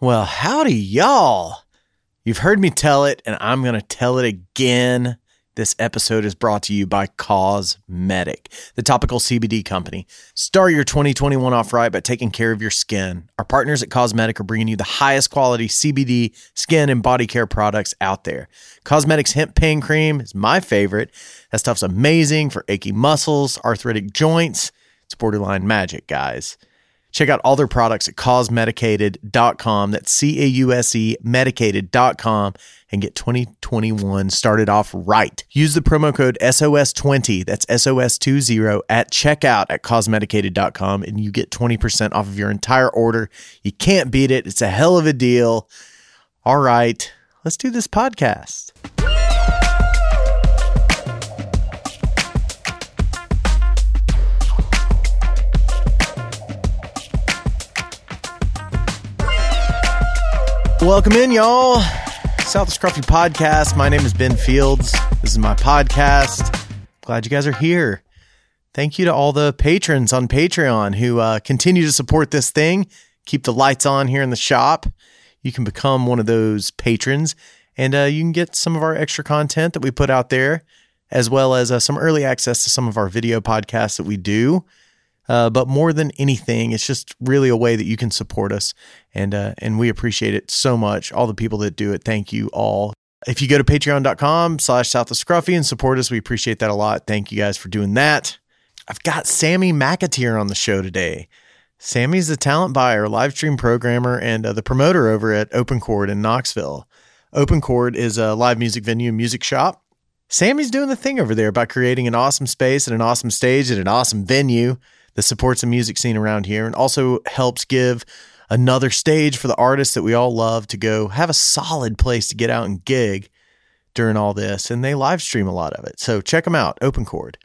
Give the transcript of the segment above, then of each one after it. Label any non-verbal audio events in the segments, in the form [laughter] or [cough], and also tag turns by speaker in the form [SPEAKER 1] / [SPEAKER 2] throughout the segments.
[SPEAKER 1] Well, howdy, y'all. You've heard me tell it, and I'm going to tell it again. This episode is brought to you by Cosmetic, the topical CBD company. Start your 2021 off right by taking care of your skin. Our partners at Cosmetic are bringing you the highest quality CBD skin and body care products out there. Cosmetic's hemp pain cream is my favorite. That stuff's amazing for achy muscles, arthritic joints. It's borderline magic, guys. Check out all their products at causemedicated.com. That's C A U S E medicated.com and get 2021 started off right. Use the promo code SOS20, that's SOS20 at checkout at causemedicated.com and you get 20% off of your entire order. You can't beat it. It's a hell of a deal. All right, let's do this podcast. Welcome in, y'all. South Scruffy Podcast. My name is Ben Fields. This is my podcast. Glad you guys are here. Thank you to all the patrons on Patreon who uh, continue to support this thing, keep the lights on here in the shop. You can become one of those patrons and uh, you can get some of our extra content that we put out there, as well as uh, some early access to some of our video podcasts that we do. Uh, but more than anything, it's just really a way that you can support us, and uh, and we appreciate it so much. All the people that do it, thank you all. If you go to Patreon.com/slash South of Scruffy and support us, we appreciate that a lot. Thank you guys for doing that. I've got Sammy McAteer on the show today. Sammy's the talent buyer, live stream programmer, and uh, the promoter over at Open Chord in Knoxville. Open Chord is a live music venue and music shop. Sammy's doing the thing over there by creating an awesome space and an awesome stage and an awesome venue that supports the music scene around here and also helps give another stage for the artists that we all love to go have a solid place to get out and gig during all this. And they live stream a lot of it. So check them out, Open Chord.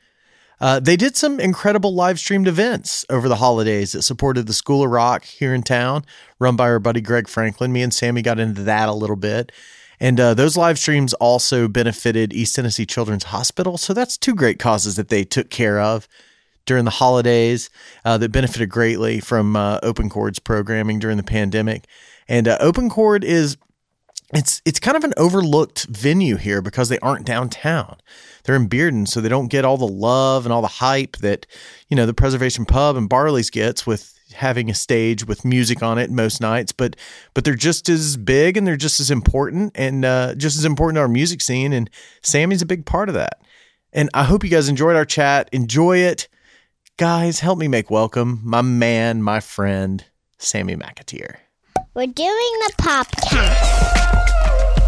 [SPEAKER 1] Uh, they did some incredible live streamed events over the holidays that supported the School of Rock here in town, run by our buddy Greg Franklin. Me and Sammy got into that a little bit. And uh, those live streams also benefited East Tennessee Children's Hospital. So that's two great causes that they took care of during the holidays uh, that benefited greatly from uh, Open Chord's programming during the pandemic. And uh, Open Chord is it's it's kind of an overlooked venue here because they aren't downtown. They're in Bearden, so they don't get all the love and all the hype that you know the Preservation Pub and Barley's gets with having a stage with music on it most nights. But but they're just as big and they're just as important and uh, just as important to our music scene. And Sammy's a big part of that. And I hope you guys enjoyed our chat. Enjoy it, guys. Help me make welcome my man, my friend, Sammy McAteer.
[SPEAKER 2] We're doing the podcast.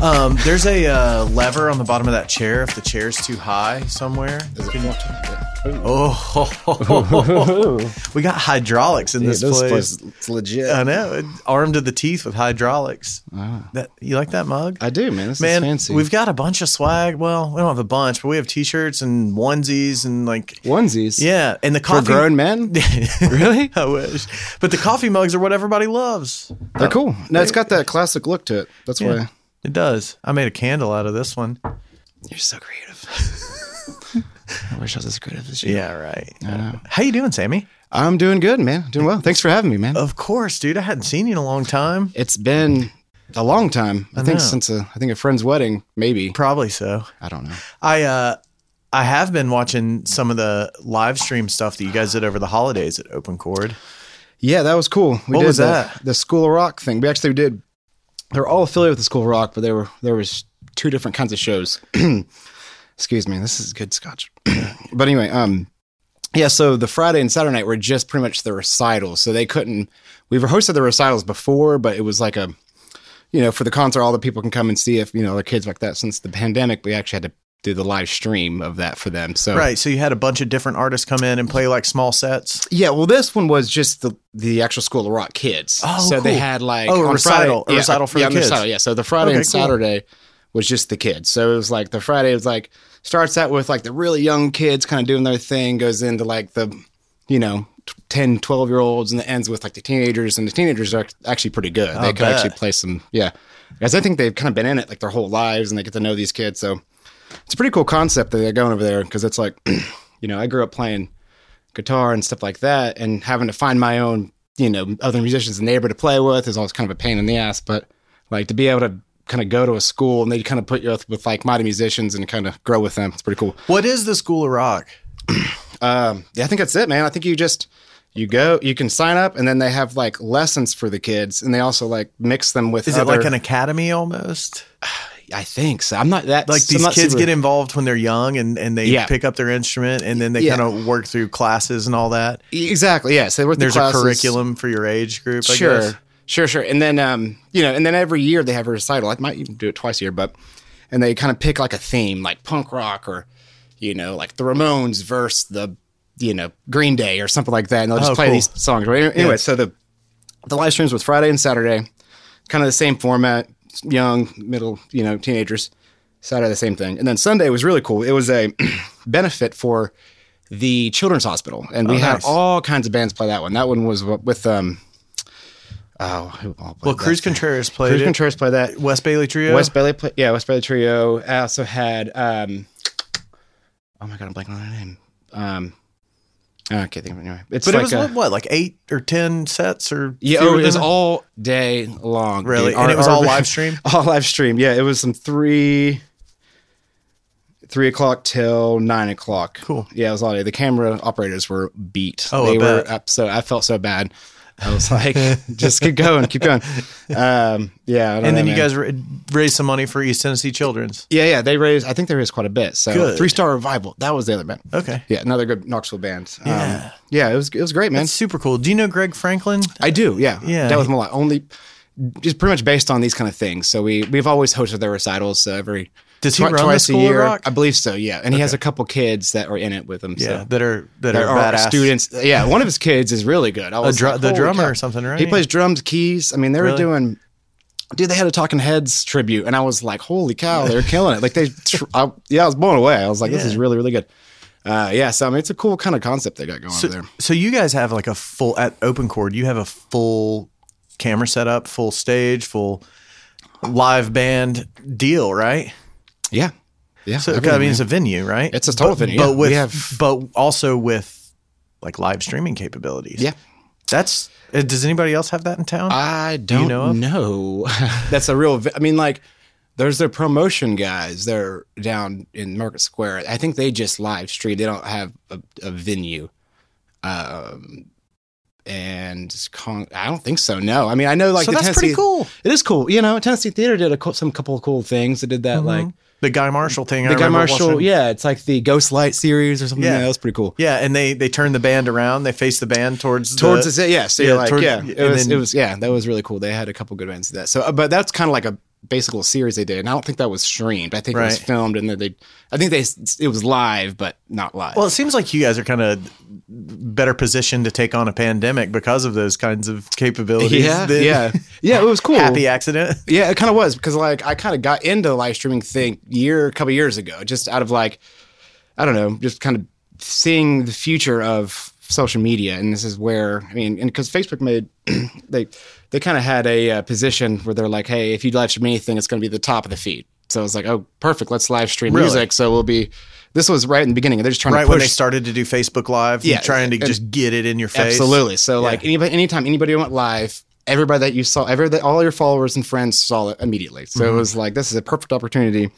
[SPEAKER 1] Um, there's a uh, lever on the bottom of that chair if the chair's too high somewhere.
[SPEAKER 3] Is it fucking- yeah.
[SPEAKER 1] Oh, [laughs] we got hydraulics in
[SPEAKER 3] Dude,
[SPEAKER 1] this, place.
[SPEAKER 3] it's legit.
[SPEAKER 1] I know, it- armed to the teeth with hydraulics. That you like that mug?
[SPEAKER 3] Ah. I do, man. This
[SPEAKER 1] Man,
[SPEAKER 3] is fancy.
[SPEAKER 1] we've got a bunch of swag. Well, we don't have a bunch, but we have t-shirts and onesies and like
[SPEAKER 3] onesies.
[SPEAKER 1] yeah, and the
[SPEAKER 3] For
[SPEAKER 1] coffee
[SPEAKER 3] grown [laughs] men, really?
[SPEAKER 1] [laughs] I wish, but the coffee mugs are what everybody loves.
[SPEAKER 3] They're cool. No, it's got that classic look to it. That's why
[SPEAKER 1] It does. I made a candle out of this one.
[SPEAKER 3] you're so creative. [laughs] I wish I was as creative as you.
[SPEAKER 1] Yeah, right. How you doing, Sammy?
[SPEAKER 3] I'm doing good, man. Doing well. Thanks for having me, man.
[SPEAKER 1] Of course, dude. I hadn't seen you in a long time.
[SPEAKER 3] It's been a long time. I, think
[SPEAKER 1] know.
[SPEAKER 3] since a, I think a friend's wedding, maybe.
[SPEAKER 1] Probably so.
[SPEAKER 3] I don't know.
[SPEAKER 1] I uh I have been watching some of the live stream stuff that you guys did over the holidays at Open Chord.
[SPEAKER 3] Yeah, that was cool. We
[SPEAKER 1] What
[SPEAKER 3] did
[SPEAKER 1] was
[SPEAKER 3] the,
[SPEAKER 1] that?
[SPEAKER 3] The School of Rock thing. We actually did. They're all affiliated with the School of Rock, but there were there was two different kinds of shows. [clears throat] Excuse me, this is good scotch. [clears throat] but anyway, um, yeah. So the Friday and Saturday night were just pretty much the recitals. So they couldn't. We've hosted the recitals before, but it was like a, you know, for the concert, all the people can come and see if you know their kids like that. Since the pandemic, we actually had to do the live stream of that for them. So
[SPEAKER 1] Right. So you had a bunch of different artists come in and play like small sets.
[SPEAKER 3] yeah, well, this one was just the the actual School of Rock kids.
[SPEAKER 1] Oh,
[SPEAKER 3] so they
[SPEAKER 1] cool.
[SPEAKER 3] had like
[SPEAKER 1] Oh, a
[SPEAKER 3] on
[SPEAKER 1] recital- a
[SPEAKER 3] yeah,
[SPEAKER 1] recital for
[SPEAKER 3] yeah,
[SPEAKER 1] the
[SPEAKER 3] on
[SPEAKER 1] kids.
[SPEAKER 3] recital, yeah, so the Friday
[SPEAKER 1] Okay,
[SPEAKER 3] and
[SPEAKER 1] cool.
[SPEAKER 3] Saturday was just the kids. So it was like the Friday was like starts out with like the really young kids kind of doing their thing, goes into like the you know t- 10, 12 year olds, and it ends with like the teenagers. And the teenagers are actually pretty good. They could
[SPEAKER 1] bet.
[SPEAKER 3] actually play some yeah, because I think they've kind of been in it like their whole lives, and they get to know these kids. [clears throat] So it's a pretty cool concept that they're going over there because it's like you know I grew up playing guitar and stuff like that, and having to find my own, you know, other musicians and neighbor to play with is always kind of a pain in the ass. But like to be able to kind of go to a school and they kind of put you with, with like mighty musicians and kind of grow with them, it's pretty cool.
[SPEAKER 1] What is the School of Rock?
[SPEAKER 3] Um, yeah, I think that's it, man. I think you just you go, you can sign up, and then they have like lessons for the kids, and they also like mix them with.
[SPEAKER 1] Is
[SPEAKER 3] other,
[SPEAKER 1] it like an academy almost?
[SPEAKER 3] I think so. I'm not that
[SPEAKER 1] Like
[SPEAKER 3] I'm
[SPEAKER 1] these
[SPEAKER 3] not
[SPEAKER 1] kids
[SPEAKER 3] super-
[SPEAKER 1] get involved when they're young and, and they
[SPEAKER 3] Yeah.
[SPEAKER 1] pick up their instrument and then they
[SPEAKER 3] Yeah.
[SPEAKER 1] kind of work through classes and all that.
[SPEAKER 3] exactly. Yeah, so they work the
[SPEAKER 1] There's
[SPEAKER 3] classes.
[SPEAKER 1] a curriculum for your age group, I
[SPEAKER 3] sure,
[SPEAKER 1] guess.
[SPEAKER 3] sure, sure. And then um, you know, and then every year they have a recital. I might even do it twice a year, but and they kind of pick like a theme, like punk rock or you know, like the Ramones versus the you know Green Day or something like that, and they'll just
[SPEAKER 1] Oh,
[SPEAKER 3] play
[SPEAKER 1] cool.
[SPEAKER 3] these songs. Right? Anyway,
[SPEAKER 1] Yeah.
[SPEAKER 3] so the the live streams with Friday and Saturday, kind of the same format. Young, middle, you know, teenagers. Saturday the same thing, and then Sunday was really cool. It was a [clears throat] benefit for the Children's Hospital, and we had
[SPEAKER 1] Oh, nice.
[SPEAKER 3] all kinds of bands play that one. That one was with um, oh, who all played
[SPEAKER 1] Well,
[SPEAKER 3] that?
[SPEAKER 1] Cruz Contreras played
[SPEAKER 3] Cruise
[SPEAKER 1] it.
[SPEAKER 3] Contreras played that.
[SPEAKER 1] West Bailey Trio.
[SPEAKER 3] West Bailey, play, yeah, West Bailey Trio. I also had um, oh my god, I'm blanking on her name. Um, I can't think of it anyway. It's
[SPEAKER 1] but
[SPEAKER 3] like
[SPEAKER 1] it was
[SPEAKER 3] a-
[SPEAKER 1] what, what, like eight or ten sets or
[SPEAKER 3] yeah,
[SPEAKER 1] fewer
[SPEAKER 3] oh, it was
[SPEAKER 1] than-
[SPEAKER 3] all day long,
[SPEAKER 1] Really?
[SPEAKER 3] dude.
[SPEAKER 1] And it was
[SPEAKER 3] [laughs]
[SPEAKER 1] all live stream?
[SPEAKER 3] all Oh, live stream. Yeah, it was some three, three o'clock till nine o'clock.
[SPEAKER 1] Cool.
[SPEAKER 3] Yeah, it was all day. The camera operators were beat.
[SPEAKER 1] Oh, I
[SPEAKER 3] they were
[SPEAKER 1] bet.
[SPEAKER 3] up. So I felt so bad. I was like, [laughs] just keep going, keep going. Um, yeah, I don't
[SPEAKER 1] And
[SPEAKER 3] know,
[SPEAKER 1] then you
[SPEAKER 3] man.
[SPEAKER 1] guys ra- raised some money for East Tennessee Children's.
[SPEAKER 3] Yeah, yeah, they raised. I think they raised quite a bit. So
[SPEAKER 1] Good.
[SPEAKER 3] three star revival. That was the other band.
[SPEAKER 1] Okay.
[SPEAKER 3] Yeah, another good Knoxville band. Um,
[SPEAKER 1] Yeah.
[SPEAKER 3] yeah, it was it was great, man.
[SPEAKER 1] That's super cool. Do you know Greg Franklin?
[SPEAKER 3] I do, yeah.
[SPEAKER 1] Yeah.
[SPEAKER 3] Dealt with them a lot. Only just pretty much based on these kind of things. So we we've always hosted their recitals. So every
[SPEAKER 1] Does he
[SPEAKER 3] twi-
[SPEAKER 1] run the
[SPEAKER 3] twice
[SPEAKER 1] School
[SPEAKER 3] a
[SPEAKER 1] of
[SPEAKER 3] year,
[SPEAKER 1] Rock?
[SPEAKER 3] I believe so. Yeah, and he has a couple kids that are in it with him.
[SPEAKER 1] Yeah,
[SPEAKER 3] so.
[SPEAKER 1] that are that
[SPEAKER 3] There
[SPEAKER 1] are
[SPEAKER 3] are
[SPEAKER 1] badass
[SPEAKER 3] students. Yeah, one of his kids is really good. I was
[SPEAKER 1] dru-
[SPEAKER 3] like,
[SPEAKER 1] the
[SPEAKER 3] "Holy
[SPEAKER 1] drummer
[SPEAKER 3] cow."
[SPEAKER 1] or something, right?
[SPEAKER 3] He plays drums, keys. I mean, they were
[SPEAKER 1] Really?
[SPEAKER 3] doing. Dude, they had a Talking Heads tribute, and I was like, "Holy cow,
[SPEAKER 1] [laughs]
[SPEAKER 3] they're killing it!" Like they, tr- I, yeah, I was blown away. I was like, "This
[SPEAKER 1] Yeah.
[SPEAKER 3] is really, really good." Uh, yeah, so I mean, it's a cool kind of concept they got going over there.
[SPEAKER 1] So you guys have like a full at Open Chord. You have a full camera setup, full stage, full live band deal, right?
[SPEAKER 3] Yeah, yeah.
[SPEAKER 1] So I
[SPEAKER 3] everything,
[SPEAKER 1] mean,
[SPEAKER 3] man.
[SPEAKER 1] it's a venue, right?
[SPEAKER 3] It's a total
[SPEAKER 1] But-
[SPEAKER 3] venue,
[SPEAKER 1] but
[SPEAKER 3] yeah.
[SPEAKER 1] with
[SPEAKER 3] We have-
[SPEAKER 1] but also with like live streaming capabilities.
[SPEAKER 3] yeah.
[SPEAKER 1] that's. uh, Does anybody else have that in town?
[SPEAKER 3] I don't
[SPEAKER 1] know of?
[SPEAKER 3] know. [laughs] That's a real. vi- I mean, like, there's their promotion guys. They're down in Market Square. I think they just live stream. They don't have a, a venue. Um, and con- I don't think so. No, I mean, I know like
[SPEAKER 1] so
[SPEAKER 3] the
[SPEAKER 1] that's
[SPEAKER 3] Tennessee.
[SPEAKER 1] pretty cool.
[SPEAKER 3] It is cool. You know, Tennessee Theater did a co- some couple of cool things. They did that
[SPEAKER 1] Mm-hmm.
[SPEAKER 3] like
[SPEAKER 1] The Guy Marshall thing. I
[SPEAKER 3] the Guy
[SPEAKER 1] remember
[SPEAKER 3] Marshall.
[SPEAKER 1] watching.
[SPEAKER 3] Yeah, it's like the Ghost Light series or something.
[SPEAKER 1] Yeah.
[SPEAKER 3] Yeah, that was pretty cool.
[SPEAKER 1] Yeah, and they they turn the band around. They face the band towards
[SPEAKER 3] towards
[SPEAKER 1] the,
[SPEAKER 3] the, yeah so
[SPEAKER 1] yeah,
[SPEAKER 3] you're like
[SPEAKER 1] towards-
[SPEAKER 3] yeah it
[SPEAKER 1] and
[SPEAKER 3] was
[SPEAKER 1] then-
[SPEAKER 3] it was yeah that was really cool they had a couple good bands to that so uh, but that's kind of like a basic little series they did and i don't think that was streamed i think it was
[SPEAKER 1] Right.
[SPEAKER 3] filmed and then they i think they s- it was live but not live
[SPEAKER 1] Well, it seems like you guys are kind of better positioned to take on a pandemic because of those kinds of capabilities. [laughs]
[SPEAKER 3] yeah
[SPEAKER 1] than
[SPEAKER 3] yeah yeah it was cool
[SPEAKER 1] Happy accident.
[SPEAKER 3] yeah it kind of was because like i kind of got into the live streaming thing year a couple years ago just out of like i don't know just kind of seeing the future of social media and this is where i mean and because facebook made [clears throat] they they kind of had a uh, position where they're like hey if you live stream anything it's going to be the top of the feed so I was like, oh, perfect. Let's live stream
[SPEAKER 1] Really?
[SPEAKER 3] music. So we'll be. This was right in the beginning. They're just trying
[SPEAKER 1] Right
[SPEAKER 3] to
[SPEAKER 1] when they
[SPEAKER 3] push
[SPEAKER 1] started to do Facebook Live, yeah,
[SPEAKER 3] Yeah,
[SPEAKER 1] trying to
[SPEAKER 3] and-
[SPEAKER 1] just get it in your face.
[SPEAKER 3] Absolutely. So like anybody, anytime anybody went live, everybody that you saw, every that all your followers and friends saw it immediately. So it was like this is a perfect opportunity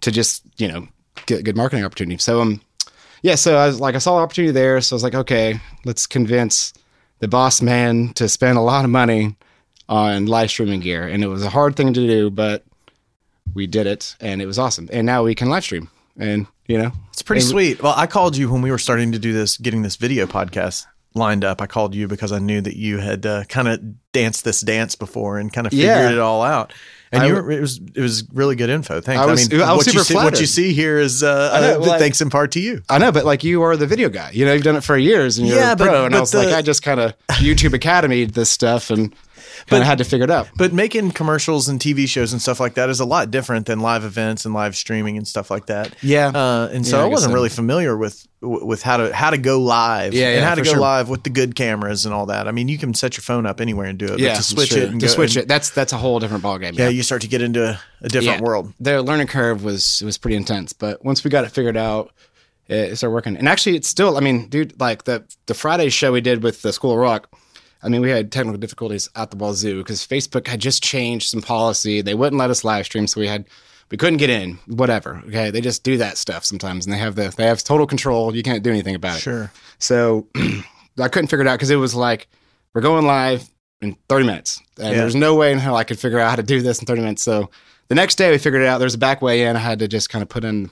[SPEAKER 3] to just you know get a good marketing opportunity. So um, yeah. So I was like, I saw an opportunity there. So I was like, okay, let's convince the boss man to spend a lot of money on live streaming gear, and it was a hard thing to do, but we did it, and it was awesome. And now we can live stream, and you know,
[SPEAKER 1] It's pretty
[SPEAKER 3] and-
[SPEAKER 1] sweet. Well, I called you when we were starting to do this, getting this video podcast lined up. I called you because I knew that you had uh, kind of danced this dance before and kind of figured
[SPEAKER 3] Yeah.
[SPEAKER 1] it all out. And
[SPEAKER 3] I
[SPEAKER 1] you
[SPEAKER 3] w-
[SPEAKER 1] were, it was it was really good info. Thanks.
[SPEAKER 3] I was-
[SPEAKER 1] mean,
[SPEAKER 3] I was
[SPEAKER 1] what, you
[SPEAKER 3] super
[SPEAKER 1] see, what you
[SPEAKER 3] flattered.
[SPEAKER 1] see here is uh,
[SPEAKER 3] I know,
[SPEAKER 1] uh,
[SPEAKER 3] well, I-
[SPEAKER 1] thanks in part to you.
[SPEAKER 3] I know, but like you are the video guy. You know, you've done it for years and you're
[SPEAKER 1] Yeah,
[SPEAKER 3] a
[SPEAKER 1] but-
[SPEAKER 3] pro. and
[SPEAKER 1] but
[SPEAKER 3] I was like,
[SPEAKER 1] the-
[SPEAKER 3] I just kind of YouTube Academy this stuff and kind of had to figure it out.
[SPEAKER 1] But making commercials and TV shows and stuff like that is a lot different than live events and live streaming and stuff like that.
[SPEAKER 3] Yeah.
[SPEAKER 1] Uh, and so
[SPEAKER 3] Yeah, I
[SPEAKER 1] I,
[SPEAKER 3] guess
[SPEAKER 1] wasn't
[SPEAKER 3] so.
[SPEAKER 1] really familiar with w- with how to how to go live.
[SPEAKER 3] Yeah,
[SPEAKER 1] and
[SPEAKER 3] yeah,
[SPEAKER 1] how to
[SPEAKER 3] for
[SPEAKER 1] go
[SPEAKER 3] sure.
[SPEAKER 1] live with the good cameras and all that. I mean, you can set your phone up anywhere and do it. but to switch
[SPEAKER 3] sure.
[SPEAKER 1] it and
[SPEAKER 3] to
[SPEAKER 1] go-
[SPEAKER 3] switch
[SPEAKER 1] and-
[SPEAKER 3] it. That's that's a whole different ballgame.
[SPEAKER 1] Yeah, you start to get into a different
[SPEAKER 3] Yeah.
[SPEAKER 1] world.
[SPEAKER 3] The learning curve was was pretty intense, but once we got it figured out, it started working. And actually, it's still. I mean, dude, like the the Friday show we did with the School of Rock. I mean, we had technical difficulties at the Wazoo because Facebook had just changed some policy. They wouldn't let us live stream, so we had we couldn't get in. Whatever. Okay, they just do that stuff sometimes, and they have the they have total control. You can't do anything about it.
[SPEAKER 1] Sure.
[SPEAKER 3] So [clears throat] I couldn't figure it out because it was like we're going live in 30 minutes, and
[SPEAKER 1] Yeah.
[SPEAKER 3] there's no way in hell I could figure out how to do this in 30 minutes. So the next day we figured it out. There's a back way in. I had to just kind of put in,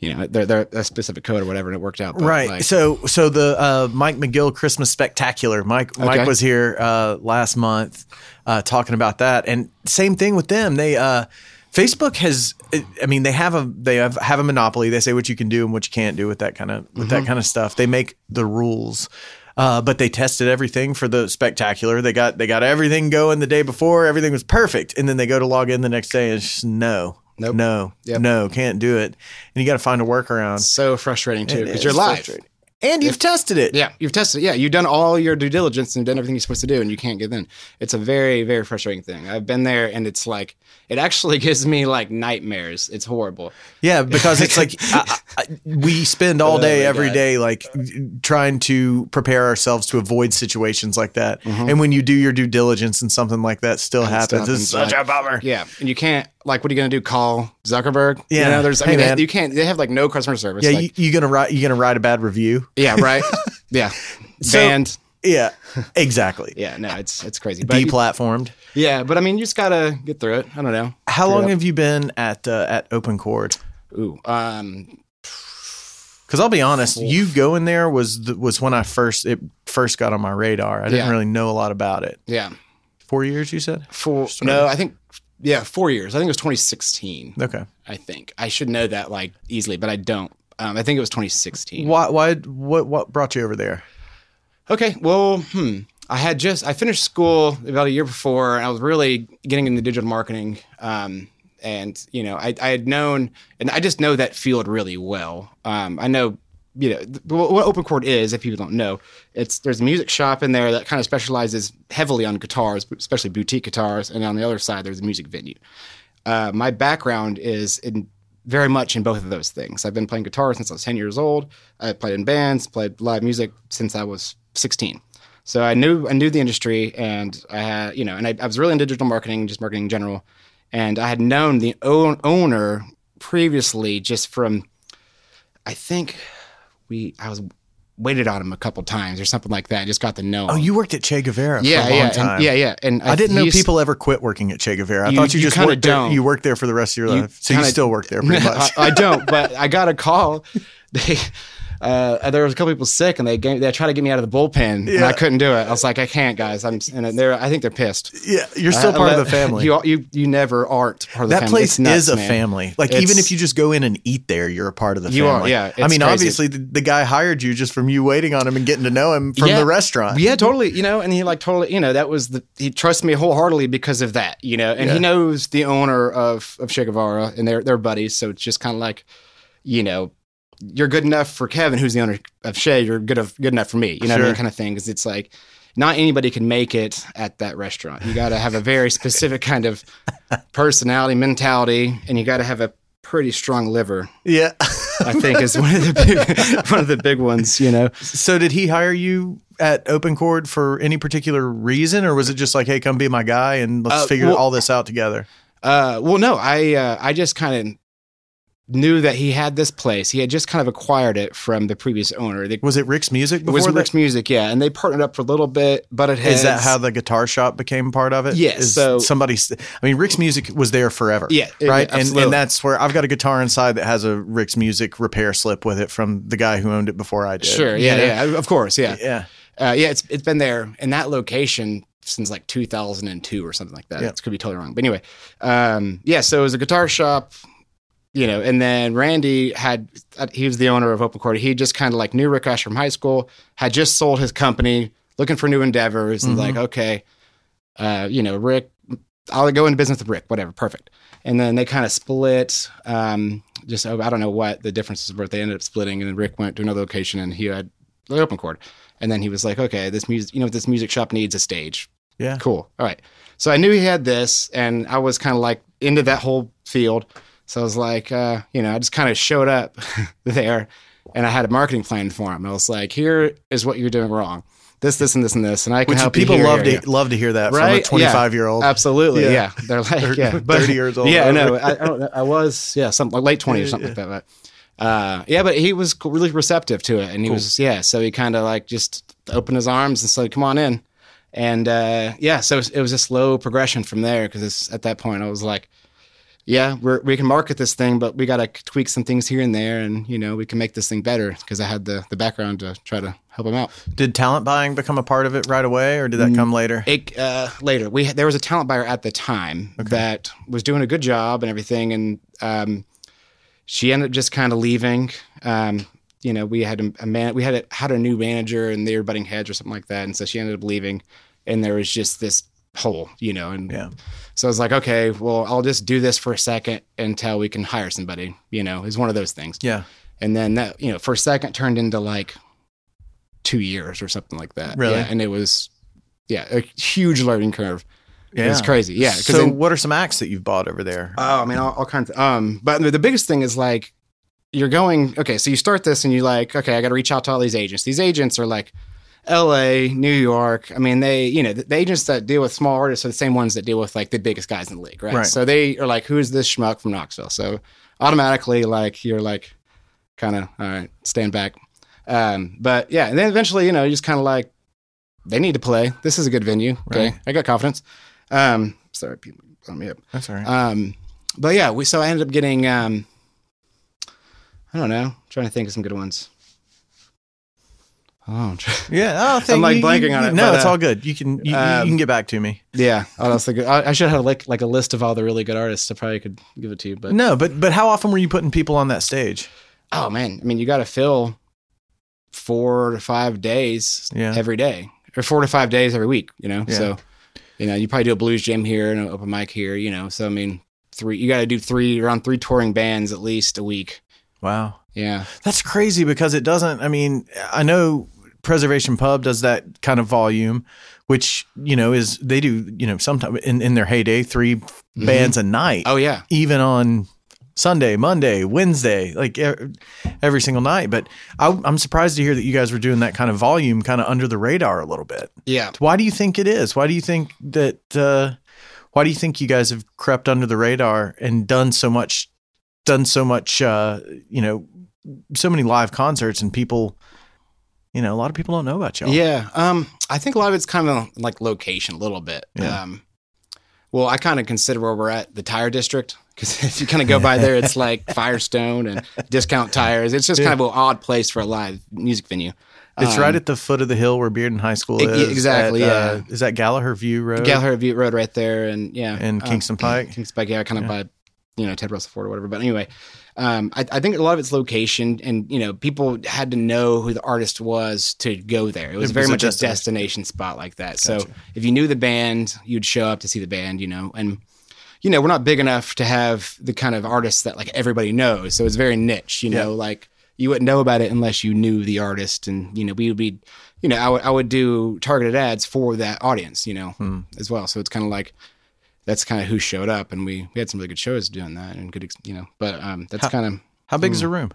[SPEAKER 3] you know, their, their, a specific code or whatever, and it worked out. But,
[SPEAKER 1] right.
[SPEAKER 3] like,
[SPEAKER 1] so so the uh, Mike McGill Christmas Spectacular. Mike Mike
[SPEAKER 3] Okay.
[SPEAKER 1] was here uh, last month uh, talking about that, and same thing with them. They uh, Facebook has. I mean, they have a they have, have a monopoly. They say what you can do and what you can't do with that kind of with
[SPEAKER 3] Mm-hmm.
[SPEAKER 1] that kind of stuff. They make the rules. Uh, but they tested everything for the spectacular. They got they got everything going the day before. Everything was perfect, and then they go to log in the next day and it's just, no,
[SPEAKER 3] Nope.
[SPEAKER 1] no,
[SPEAKER 3] Yep.
[SPEAKER 1] no, can't do it. And you got to find a workaround.
[SPEAKER 3] so frustrating too
[SPEAKER 1] It
[SPEAKER 3] because
[SPEAKER 1] is
[SPEAKER 3] you're live.
[SPEAKER 1] frustrating. And you've tested it.
[SPEAKER 3] Yeah, you've tested. Yeah, you've done all your due diligence and done everything you're supposed to do, and you can't get in. It's a very, very frustrating thing. I've been there, and it's like it actually [laughs] gives me like nightmares. It's horrible.
[SPEAKER 1] Yeah, because it's
[SPEAKER 3] [laughs]
[SPEAKER 1] like I, I, I- we spend all day
[SPEAKER 3] my
[SPEAKER 1] every
[SPEAKER 3] God.
[SPEAKER 1] day like trying to prepare ourselves to avoid situations like that. And when you do your due diligence and something like that still happens, it's
[SPEAKER 3] happens,
[SPEAKER 1] such a bummer.
[SPEAKER 3] Yeah, and you can't like what are you gonna do? Call Zuckerberg?
[SPEAKER 1] Yeah.
[SPEAKER 3] you know, there's. I
[SPEAKER 1] Hey,
[SPEAKER 3] mean,
[SPEAKER 1] man.
[SPEAKER 3] you can't. They have like no customer service.
[SPEAKER 1] Yeah,
[SPEAKER 3] like-
[SPEAKER 1] you, you gonna write you gonna write a bad review.
[SPEAKER 3] yeah, right.
[SPEAKER 1] [laughs]
[SPEAKER 3] yeah,
[SPEAKER 1] So-
[SPEAKER 3] banned.
[SPEAKER 1] [laughs] Yeah, exactly.
[SPEAKER 3] Yeah, no, it's it's crazy. But
[SPEAKER 1] Deplatformed.
[SPEAKER 3] yeah, but I mean, you just gotta get through it. I don't know.
[SPEAKER 1] How
[SPEAKER 3] Straight
[SPEAKER 1] long
[SPEAKER 3] up.
[SPEAKER 1] have you been at uh, at Open Chord?
[SPEAKER 3] Ooh, um,
[SPEAKER 1] Because I'll be honest, you going there was the, was when I first it first got on my radar. I didn't
[SPEAKER 3] Yeah.
[SPEAKER 1] really know a lot about it.
[SPEAKER 3] yeah,
[SPEAKER 1] Four years, you said?
[SPEAKER 3] four. No, I think yeah, four years. I think it was 2016.
[SPEAKER 1] Okay.
[SPEAKER 3] I think I should know that like easily, but I don't. Um, I think it was 2016.
[SPEAKER 1] Why? Why? What? What brought you over there?
[SPEAKER 3] Okay, well, hmm. I had just I finished school about a year before, and I was really getting into digital marketing. Um, and you know, I, I had known, and I just know that field really well. Um, I know, you know, th- what what open chord is. If people don't know, it's there's a music shop in there that kind of specializes heavily on guitars, especially boutique guitars, and on the other side there's a music venue uh, my background is in very much in both of those things. I've been playing guitar since I was 10 years old. I played in bands, played live music since I was 16. So I knew I knew the industry, and I had you know, and I, I was really into digital marketing, just marketing in general. And I had known the own, owner previously just from, I think we I was waited on him a couple times or something like that. and Just got to know.
[SPEAKER 1] Oh,
[SPEAKER 3] him.
[SPEAKER 1] you worked at Che Guevara
[SPEAKER 3] yeah,
[SPEAKER 1] for a long
[SPEAKER 3] yeah, and-
[SPEAKER 1] time.
[SPEAKER 3] yeah, yeah. And
[SPEAKER 1] I didn't know
[SPEAKER 3] used-
[SPEAKER 1] people ever quit working at Che Guevara. I
[SPEAKER 3] You-
[SPEAKER 1] thought you,
[SPEAKER 3] you
[SPEAKER 1] just
[SPEAKER 3] kinda
[SPEAKER 1] worked there.
[SPEAKER 3] don't.
[SPEAKER 1] You worked there for the rest of your
[SPEAKER 3] You
[SPEAKER 1] life, so you
[SPEAKER 3] kinda-
[SPEAKER 1] still
[SPEAKER 3] [laughs]
[SPEAKER 1] work there pretty much.
[SPEAKER 3] I, I don't,
[SPEAKER 1] [laughs]
[SPEAKER 3] but I got a call. [laughs] They, uh, there was a couple people sick, and they gave, they tried to get me out of the bullpen, and
[SPEAKER 1] Yeah.
[SPEAKER 3] I couldn't do it. I was like, I can't, guys. I'm and they're I think they're pissed. Uh,
[SPEAKER 1] yeah, you're still
[SPEAKER 3] I- I
[SPEAKER 1] part of
[SPEAKER 3] love-
[SPEAKER 1] the family.
[SPEAKER 3] You you you never aren't part of the
[SPEAKER 1] that
[SPEAKER 3] family.
[SPEAKER 1] place
[SPEAKER 3] It's nuts,
[SPEAKER 1] is a
[SPEAKER 3] man.
[SPEAKER 1] family. Like
[SPEAKER 3] It's-
[SPEAKER 1] even if you just go in and eat there, you're a part of the
[SPEAKER 3] You are,
[SPEAKER 1] family.
[SPEAKER 3] yeah,
[SPEAKER 1] I
[SPEAKER 3] it's
[SPEAKER 1] mean,
[SPEAKER 3] crazy.
[SPEAKER 1] obviously the, the guy hired you just from you waiting on him and getting to know him from
[SPEAKER 3] Yeah.
[SPEAKER 1] the restaurant.
[SPEAKER 3] Yeah, totally. You know, and he like totally, you know, that was the he trusts me wholeheartedly because of that. You know, and
[SPEAKER 1] Yeah.
[SPEAKER 3] he knows the owner of of Che Guevara and they're they're buddies, so it's just kind of like, you know, you're good enough for Kevin, who's the owner of Shea. You're good of good enough for me. You know, what I
[SPEAKER 1] Sure.
[SPEAKER 3] mean, kind of thing. Because it's like. Not anybody can make it at that restaurant. You got to have a very specific kind of personality, mentality, and you got to have a pretty strong liver.
[SPEAKER 1] Yeah. [laughs]
[SPEAKER 3] I think is one of the big, [laughs] one of the big ones. You know,
[SPEAKER 1] so did he hire you at Open Chord for any particular reason, or was it just like, hey, come be my guy and let's
[SPEAKER 3] Uh,
[SPEAKER 1] figure
[SPEAKER 3] well-
[SPEAKER 1] all this out together?
[SPEAKER 3] Uh, well, no, I uh, I just kind of knew that he had this place. He had just kind of acquired it from the previous owner. They,
[SPEAKER 1] Was it Rick's music
[SPEAKER 3] it
[SPEAKER 1] before
[SPEAKER 3] was
[SPEAKER 1] that?
[SPEAKER 3] Rick's Music, yeah, and they partnered up for a little bit. Butted heads.
[SPEAKER 1] Is that how the guitar shop became part of it?
[SPEAKER 3] Yes,
[SPEAKER 1] Is
[SPEAKER 3] so-
[SPEAKER 1] somebody, st- I mean, Rick's Music was there forever.
[SPEAKER 3] Yeah, yeah,
[SPEAKER 1] Right. and,
[SPEAKER 3] absolutely.
[SPEAKER 1] and that's where I've got a guitar inside that has a Rick's Music repair slip with it from the guy who owned it before I did.
[SPEAKER 3] Sure,
[SPEAKER 1] you
[SPEAKER 3] yeah,
[SPEAKER 1] know?
[SPEAKER 3] yeah, of course, yeah,
[SPEAKER 1] Yeah.
[SPEAKER 3] uh, yeah. It's it's been there in that location since like 2002 or something like that.
[SPEAKER 1] Yeah.
[SPEAKER 3] It could be totally wrong, but anyway, um, yeah. So it was a guitar shop, you know, and then Randy had uh, he was the owner of Open Court. He just kind of like knew Rick Ash from high school. Had just sold his company, looking for new endeavors, and like okay, uh, you know, Rick. I'll go into business with Rick, whatever, perfect. And then they kind of split. Um, just oh, I don't know what the differences were. They ended up splitting, and then Rick went to another location, and he had the open chord. And then he was like, okay, this music, you know, this music shop needs a stage.
[SPEAKER 1] Yeah.
[SPEAKER 3] Cool. All right. So I knew he had this, and I was kind of like into that whole field. So I was like, uh, you know, I just kind of showed up [laughs] there and I had a marketing plan for him. I was like, here is what you're doing wrong. This, this, and this, and this, and I can
[SPEAKER 1] Which
[SPEAKER 3] help
[SPEAKER 1] people
[SPEAKER 3] you here,
[SPEAKER 1] love
[SPEAKER 3] here,
[SPEAKER 1] to
[SPEAKER 3] here."
[SPEAKER 1] love to hear that from a
[SPEAKER 3] Right?
[SPEAKER 1] 25 year old.
[SPEAKER 3] Absolutely,
[SPEAKER 1] Yeah.
[SPEAKER 3] yeah. They're like,
[SPEAKER 1] [laughs] Thirty-
[SPEAKER 3] yeah,
[SPEAKER 1] 30 years old,
[SPEAKER 3] Yeah, I know.
[SPEAKER 1] whatever.
[SPEAKER 3] I, I don't. know. I was, yeah, something like late twenties or something like that. But uh, yeah, but he was co- really receptive to it, and he was, yeah. So he kind of like just opened his arms and said, "Come on in," and uh, yeah. So it was, it was a slow progression from there because at that point I was like. Yeah, we're, we can market this thing, but we got to tweak some things here and there, and you know we can make this thing better because I had the, the background to try to help him out.
[SPEAKER 1] Did talent buying become a part of it right away, or did that come later?
[SPEAKER 3] Mm. It, uh, later, we there was a talent buyer at the time that was doing a good job and everything, and um, she ended up just kind of leaving. Um, you know, we had a, a man, we had a, had a new manager, and they were butting heads or something like that, and so she ended up leaving, and there was just this hole, you know, and
[SPEAKER 1] Yeah.
[SPEAKER 3] so I was like, okay, well, I'll just do this for a second until we can hire somebody. You know, is one of those things.
[SPEAKER 1] Yeah.
[SPEAKER 3] And then that, you know, for a second turned into like two years or something like that.
[SPEAKER 1] Really?
[SPEAKER 3] Yeah, and it was, yeah, a huge learning curve.
[SPEAKER 1] Yeah.
[SPEAKER 3] It's crazy. Yeah. 'cause
[SPEAKER 1] So,
[SPEAKER 3] then-
[SPEAKER 1] what are some acts that you've bought over there?
[SPEAKER 3] oh, I mean, all, all kinds of, um, but the biggest thing is like, you're going, okay, so you start this and you're like, okay, I got to reach out to all these agents. These agents are like LA, New York. I mean, they, you know, the, the agents that deal with small artists are the same ones that deal with like the biggest guys in the league, right?
[SPEAKER 1] Right.
[SPEAKER 3] So they are like, who's this schmuck from Knoxville? So automatically, like, you're like, kind of, all right, stand back. Um, but yeah, and then eventually, you know, you're just kind of like, they need to play. This is a good venue. Okay.
[SPEAKER 1] Right.
[SPEAKER 3] I got confidence. Um, sorry, people, let me up.
[SPEAKER 1] That's all right.
[SPEAKER 3] Um, but yeah, we so I ended up getting um, I don't know, trying to think of some good ones. Oh, I'm try- [laughs]
[SPEAKER 1] yeah. Oh, thank
[SPEAKER 3] like
[SPEAKER 1] you-
[SPEAKER 3] blanking
[SPEAKER 1] you-
[SPEAKER 3] on it,
[SPEAKER 1] No,
[SPEAKER 3] but,
[SPEAKER 1] it's
[SPEAKER 3] uh,
[SPEAKER 1] all good. You can you, you- you can
[SPEAKER 3] um,
[SPEAKER 1] get back to me.
[SPEAKER 3] yeah. Oh, that's the good. I, I should have like like a list of all the really good artists. I probably could give it to you, but
[SPEAKER 1] No, but but how often were you putting people on that stage?
[SPEAKER 3] oh man, I mean, you got to fill four to five days
[SPEAKER 1] Yeah.
[SPEAKER 3] every day, or four to five days every week. You know,
[SPEAKER 1] Yeah.
[SPEAKER 3] so you know you probably do a blues jam here and an open mic here. You know, so I mean, three you got to do three around three touring bands at least a week.
[SPEAKER 1] Wow.
[SPEAKER 3] Yeah.
[SPEAKER 1] That's crazy because it doesn't. I mean, I know Preservation Pub does that kind of volume, whimes you know is they do you know sometimes in in their heyday 3 bands a night,
[SPEAKER 3] Mm-hmm. Oh yeah.
[SPEAKER 1] even on Sunday, Monday, Wednesday, like e- every single night. But I, I'm surprised to hear that you guys were doing that kind of volume, kind of under the radar a little bit.
[SPEAKER 3] Yeah.
[SPEAKER 1] Why do you think it is? Why do you think that? Uh, why do you think you guys have crept under the radar and done so much, done so much? Uh, you know, so many live concerts and people. You know, a lot of people don't know about y'all.
[SPEAKER 3] Yeah. Um, I think a lot of it's kind of like location a little bit.
[SPEAKER 1] Yeah.
[SPEAKER 3] Um, well, I kind of consider where we're at the tire district because [laughs] if you kind of go by there, it's like Firestone and discount tires. It's just kind of an odd place for a live music venue.
[SPEAKER 1] it's
[SPEAKER 3] Um,
[SPEAKER 1] right at the foot of the hill where Bearden High School
[SPEAKER 3] It- yeah,
[SPEAKER 1] is.
[SPEAKER 3] exactly,
[SPEAKER 1] at, uh, is that Gallagher View Road?
[SPEAKER 3] Gallagher Butte Road right there, and yeah,
[SPEAKER 1] And
[SPEAKER 3] um,
[SPEAKER 1] Kingston Pike?
[SPEAKER 3] Kingston Pike, yeah, kind of by you know Ted Russell Ford or whatever. But anyway, um, I, I think a lot of it's location, and you know, people had to know who the artist was to go there. It was
[SPEAKER 1] It
[SPEAKER 3] very
[SPEAKER 1] was a
[SPEAKER 3] much a
[SPEAKER 1] destination.
[SPEAKER 3] destination. spot like that. So if you knew the band, you'd show up to see the band, you know, and. You know, we're not big enough to have the kind of artists that like everybody knows. So it's very niche, you know, like you wouldn't know about it unless you knew the artist and you know we would be you know i would, I would do targeted ads for that audience you know
[SPEAKER 1] Hmm.
[SPEAKER 3] as well so it's kind of like that's kind of who showed up and we, we had some really good shows doing that and good ex- you know but um that's kind of
[SPEAKER 1] How big is
[SPEAKER 3] Mm.
[SPEAKER 1] the room?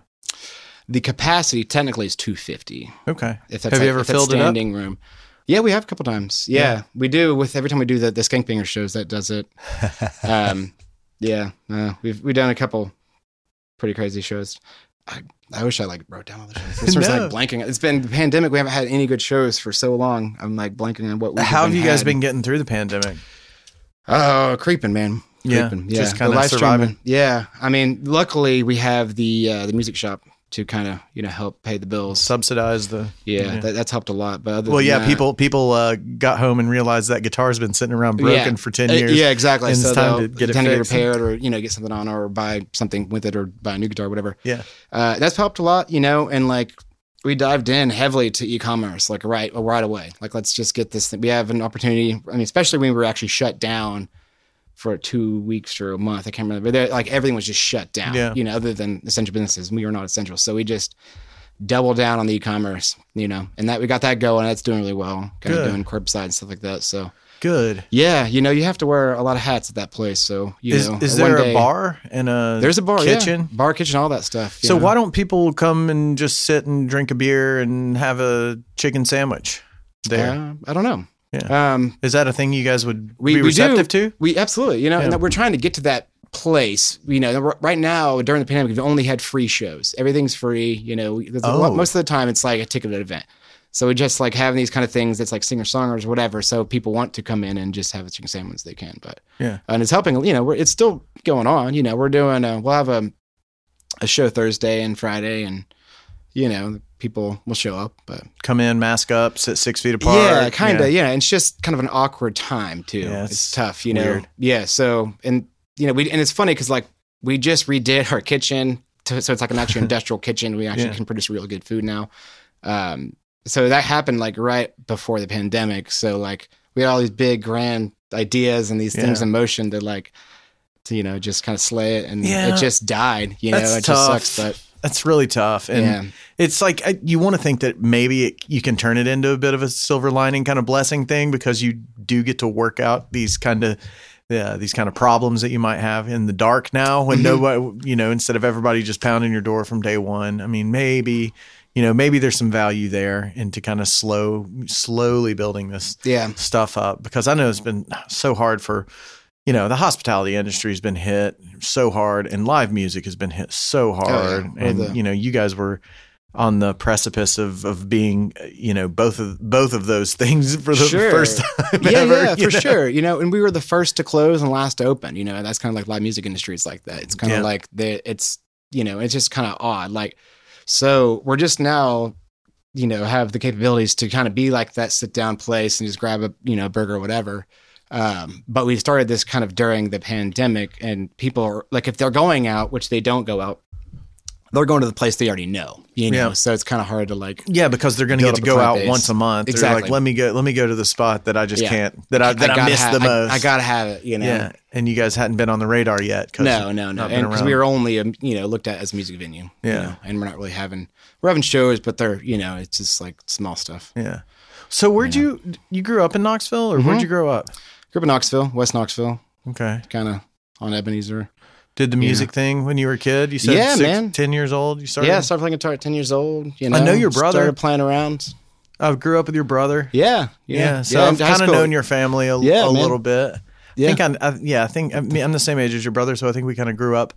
[SPEAKER 3] the capacity technically is 250
[SPEAKER 1] Okay.
[SPEAKER 3] if that's
[SPEAKER 1] have you
[SPEAKER 3] like-
[SPEAKER 1] ever
[SPEAKER 3] if that's
[SPEAKER 1] filled it up?
[SPEAKER 3] standing room yeah we have a couple times yeah, we do with every time we do the, the skank banger shows that
[SPEAKER 1] [laughs]
[SPEAKER 3] does it um yeah uh, we've we've done a couple pretty crazy shows i, I wish i like wrote down all the shows
[SPEAKER 1] [laughs]
[SPEAKER 3] this was
[SPEAKER 1] No.
[SPEAKER 3] like blanking it's been the pandemic we haven't had any good shows for so long i'm like blanking on what we
[SPEAKER 1] How have you guys
[SPEAKER 3] had.
[SPEAKER 1] been getting through the pandemic?
[SPEAKER 3] Oh, creeping, man.
[SPEAKER 1] Yeah,
[SPEAKER 3] Creeping.
[SPEAKER 1] just
[SPEAKER 3] The
[SPEAKER 1] kinda
[SPEAKER 3] live streaming.
[SPEAKER 1] surviving.
[SPEAKER 3] Yeah, I mean, luckily we have the uh, the music shop to kind of you know help pay the bills.
[SPEAKER 1] Subsidize the
[SPEAKER 3] yeah, That, that's helped a lot. But other
[SPEAKER 1] Well,
[SPEAKER 3] than
[SPEAKER 1] yeah,
[SPEAKER 3] that-
[SPEAKER 1] people people uh, got home and realized that guitar's been sitting around
[SPEAKER 3] Yeah.
[SPEAKER 1] broken for ten
[SPEAKER 3] Uh,
[SPEAKER 1] years.
[SPEAKER 3] yeah, exactly.
[SPEAKER 1] and it's
[SPEAKER 3] so
[SPEAKER 1] time
[SPEAKER 3] they'll
[SPEAKER 1] to get it
[SPEAKER 3] time
[SPEAKER 1] fixed.
[SPEAKER 3] repaired or you know get something on or buy something with it or buy a new guitar, whatever.
[SPEAKER 1] yeah,
[SPEAKER 3] Uh, that's helped a lot, you know, and like we dived in heavily to e-commerce, like right right away. Like let's just get this thing. We have an opportunity. I mean, especially when we were actually shut down for two weeks or a month. I can't remember. But there- like everything was just shut down.
[SPEAKER 1] Yeah.
[SPEAKER 3] You know, other than essential businesses, we were not essential, so we just doubled down on the e-commerce. You know, and that we got that going. That's doing really well. Kind
[SPEAKER 1] Good.
[SPEAKER 3] of doing curbside and stuff like that. So
[SPEAKER 1] Good.
[SPEAKER 3] Yeah, you know, you have to wear a lot of hats at that place. So you
[SPEAKER 1] Is,
[SPEAKER 3] know, uh,
[SPEAKER 1] is
[SPEAKER 3] one
[SPEAKER 1] there a
[SPEAKER 3] day-
[SPEAKER 1] bar and a
[SPEAKER 3] There's a bar, yeah.
[SPEAKER 1] kitchen?
[SPEAKER 3] bar kitchen, all that stuff. you
[SPEAKER 1] So
[SPEAKER 3] know.
[SPEAKER 1] why don't people come and just sit and drink a beer and have a chicken sandwich there? Is
[SPEAKER 3] Uh, I don't know.
[SPEAKER 1] Yeah.
[SPEAKER 3] Um,
[SPEAKER 1] that a thing you guys would
[SPEAKER 3] we,
[SPEAKER 1] be
[SPEAKER 3] we do-
[SPEAKER 1] receptive to?
[SPEAKER 3] We absolutely, you know, and
[SPEAKER 1] Yeah.
[SPEAKER 3] that we're trying to get to that place. You know, r- right now during the pandemic, we've only had free shows. Everything's free. You know, we- there's a lot-
[SPEAKER 1] Oh.
[SPEAKER 3] most of the time it's like a ticketed event. So we just like having these kind of things. It's like singer songers, whatever. So people want to come in and just have a chicken sandwich as they can. But
[SPEAKER 1] Yeah.
[SPEAKER 3] and it's helping. You know, we're, it's still going on. You know, we're doing. uh we'll have a a show Thursday and Friday, and you know, people will show up, but.
[SPEAKER 1] Come in, mask up, sit six feet apart.
[SPEAKER 3] Yeah, kind of. Yeah. and it's just kind of an awkward time too.
[SPEAKER 1] Yeah,
[SPEAKER 3] it's,
[SPEAKER 1] it's
[SPEAKER 3] tough, you know.
[SPEAKER 1] weird.
[SPEAKER 3] Yeah, so and you know, we and it's funny because like we just redid our kitchen, to, so it's like
[SPEAKER 1] [laughs]
[SPEAKER 3] an actual industrial kitchen. We actually
[SPEAKER 1] Yeah.
[SPEAKER 3] can produce real good food now. Um, so that happened like right before the pandemic. So like we had all these big grand ideas and these things
[SPEAKER 1] Yeah.
[SPEAKER 3] in motion to like to you know just kind of slay it, and
[SPEAKER 1] Yeah.
[SPEAKER 3] it just died. You know,
[SPEAKER 1] That's
[SPEAKER 3] it
[SPEAKER 1] tough.
[SPEAKER 3] just sucks, but
[SPEAKER 1] That's really tough. And
[SPEAKER 3] yeah.
[SPEAKER 1] it's like I, you want to think that maybe it, you can turn it into a bit of a silver lining kind of blessing thing because you do get to work out these kind of yeah, these kind of problems that you might have in the dark now when
[SPEAKER 3] Mhm.
[SPEAKER 1] nobody you know instead of everybody just pounding your door from day one i mean maybe you know maybe there's some value there into kind of slow slowly building this
[SPEAKER 3] Yeah.
[SPEAKER 1] stuff up because I know it's been so hard for you know the hospitality industry has been hit so hard and live music has been hit so hard
[SPEAKER 3] Oh, yeah.
[SPEAKER 1] and
[SPEAKER 3] Well, the-
[SPEAKER 1] you know you guys were on the precipice of of being you know both of both of those things [laughs] for the
[SPEAKER 3] Sure.
[SPEAKER 1] first [laughs] time
[SPEAKER 3] yeah,
[SPEAKER 1] ever,
[SPEAKER 3] yeah,
[SPEAKER 1] you
[SPEAKER 3] for
[SPEAKER 1] know?
[SPEAKER 3] sure. You know, and we were the first to close and last to open. You know, and that's kind of like live music industry is like that. It's kind
[SPEAKER 1] Yeah.
[SPEAKER 3] of like the it's you know it's just kind of odd. Like, so we're just now you know have the capabilities to kind of be like that sit down place and just grab a you know burger or whatever. Um, but we started this kind of during the pandemic, and people are like if they're going out, which they don't go out. They're going to the place they already know, you know.
[SPEAKER 1] Yeah.
[SPEAKER 3] So it's kind of hard to like
[SPEAKER 1] Yeah, because they're going to
[SPEAKER 3] Build
[SPEAKER 1] get to go
[SPEAKER 3] up a client
[SPEAKER 1] out
[SPEAKER 3] base.
[SPEAKER 1] once a month. They're like,
[SPEAKER 3] Exactly.
[SPEAKER 1] let me go, let me go to the spot that I just
[SPEAKER 3] Yeah.
[SPEAKER 1] can't, that I that I,
[SPEAKER 3] gotta
[SPEAKER 1] missed
[SPEAKER 3] ha-
[SPEAKER 1] the most.
[SPEAKER 3] I, I gotta have it, you know.
[SPEAKER 1] yeah, and you guys hadn't been on the radar yet. 'cause
[SPEAKER 3] No, no, no.
[SPEAKER 1] not been
[SPEAKER 3] And because
[SPEAKER 1] around.
[SPEAKER 3] we were only, um, you know, looked at as a music venue. you
[SPEAKER 1] Yeah.
[SPEAKER 3] know, and we're not really having, we're having shows, but they're, you know, it's just like small stuff.
[SPEAKER 1] yeah. So where'd you you grew up in Knoxville, or where'd you grow up?
[SPEAKER 3] Grew up in Knoxville, West Knoxville,
[SPEAKER 1] Okay.
[SPEAKER 3] kind of on Ebenezer.
[SPEAKER 1] Did the music thing when you were a kid? You said
[SPEAKER 3] Yeah,
[SPEAKER 1] six,
[SPEAKER 3] man.
[SPEAKER 1] 10 years old. You started.
[SPEAKER 3] yeah, started playing guitar at 10 years old. You know,
[SPEAKER 1] I know your brother.
[SPEAKER 3] Started playing around.
[SPEAKER 1] I Oh, grew up with your brother.
[SPEAKER 3] Yeah. Yeah.
[SPEAKER 1] so I've
[SPEAKER 3] in high
[SPEAKER 1] kind of
[SPEAKER 3] school.
[SPEAKER 1] known your family a,
[SPEAKER 3] Yeah,
[SPEAKER 1] a
[SPEAKER 3] man.
[SPEAKER 1] little bit.
[SPEAKER 3] Yeah.
[SPEAKER 1] I think I'm, I, yeah, I think I mean, I'm the same age as your brother, so I think we kind of grew up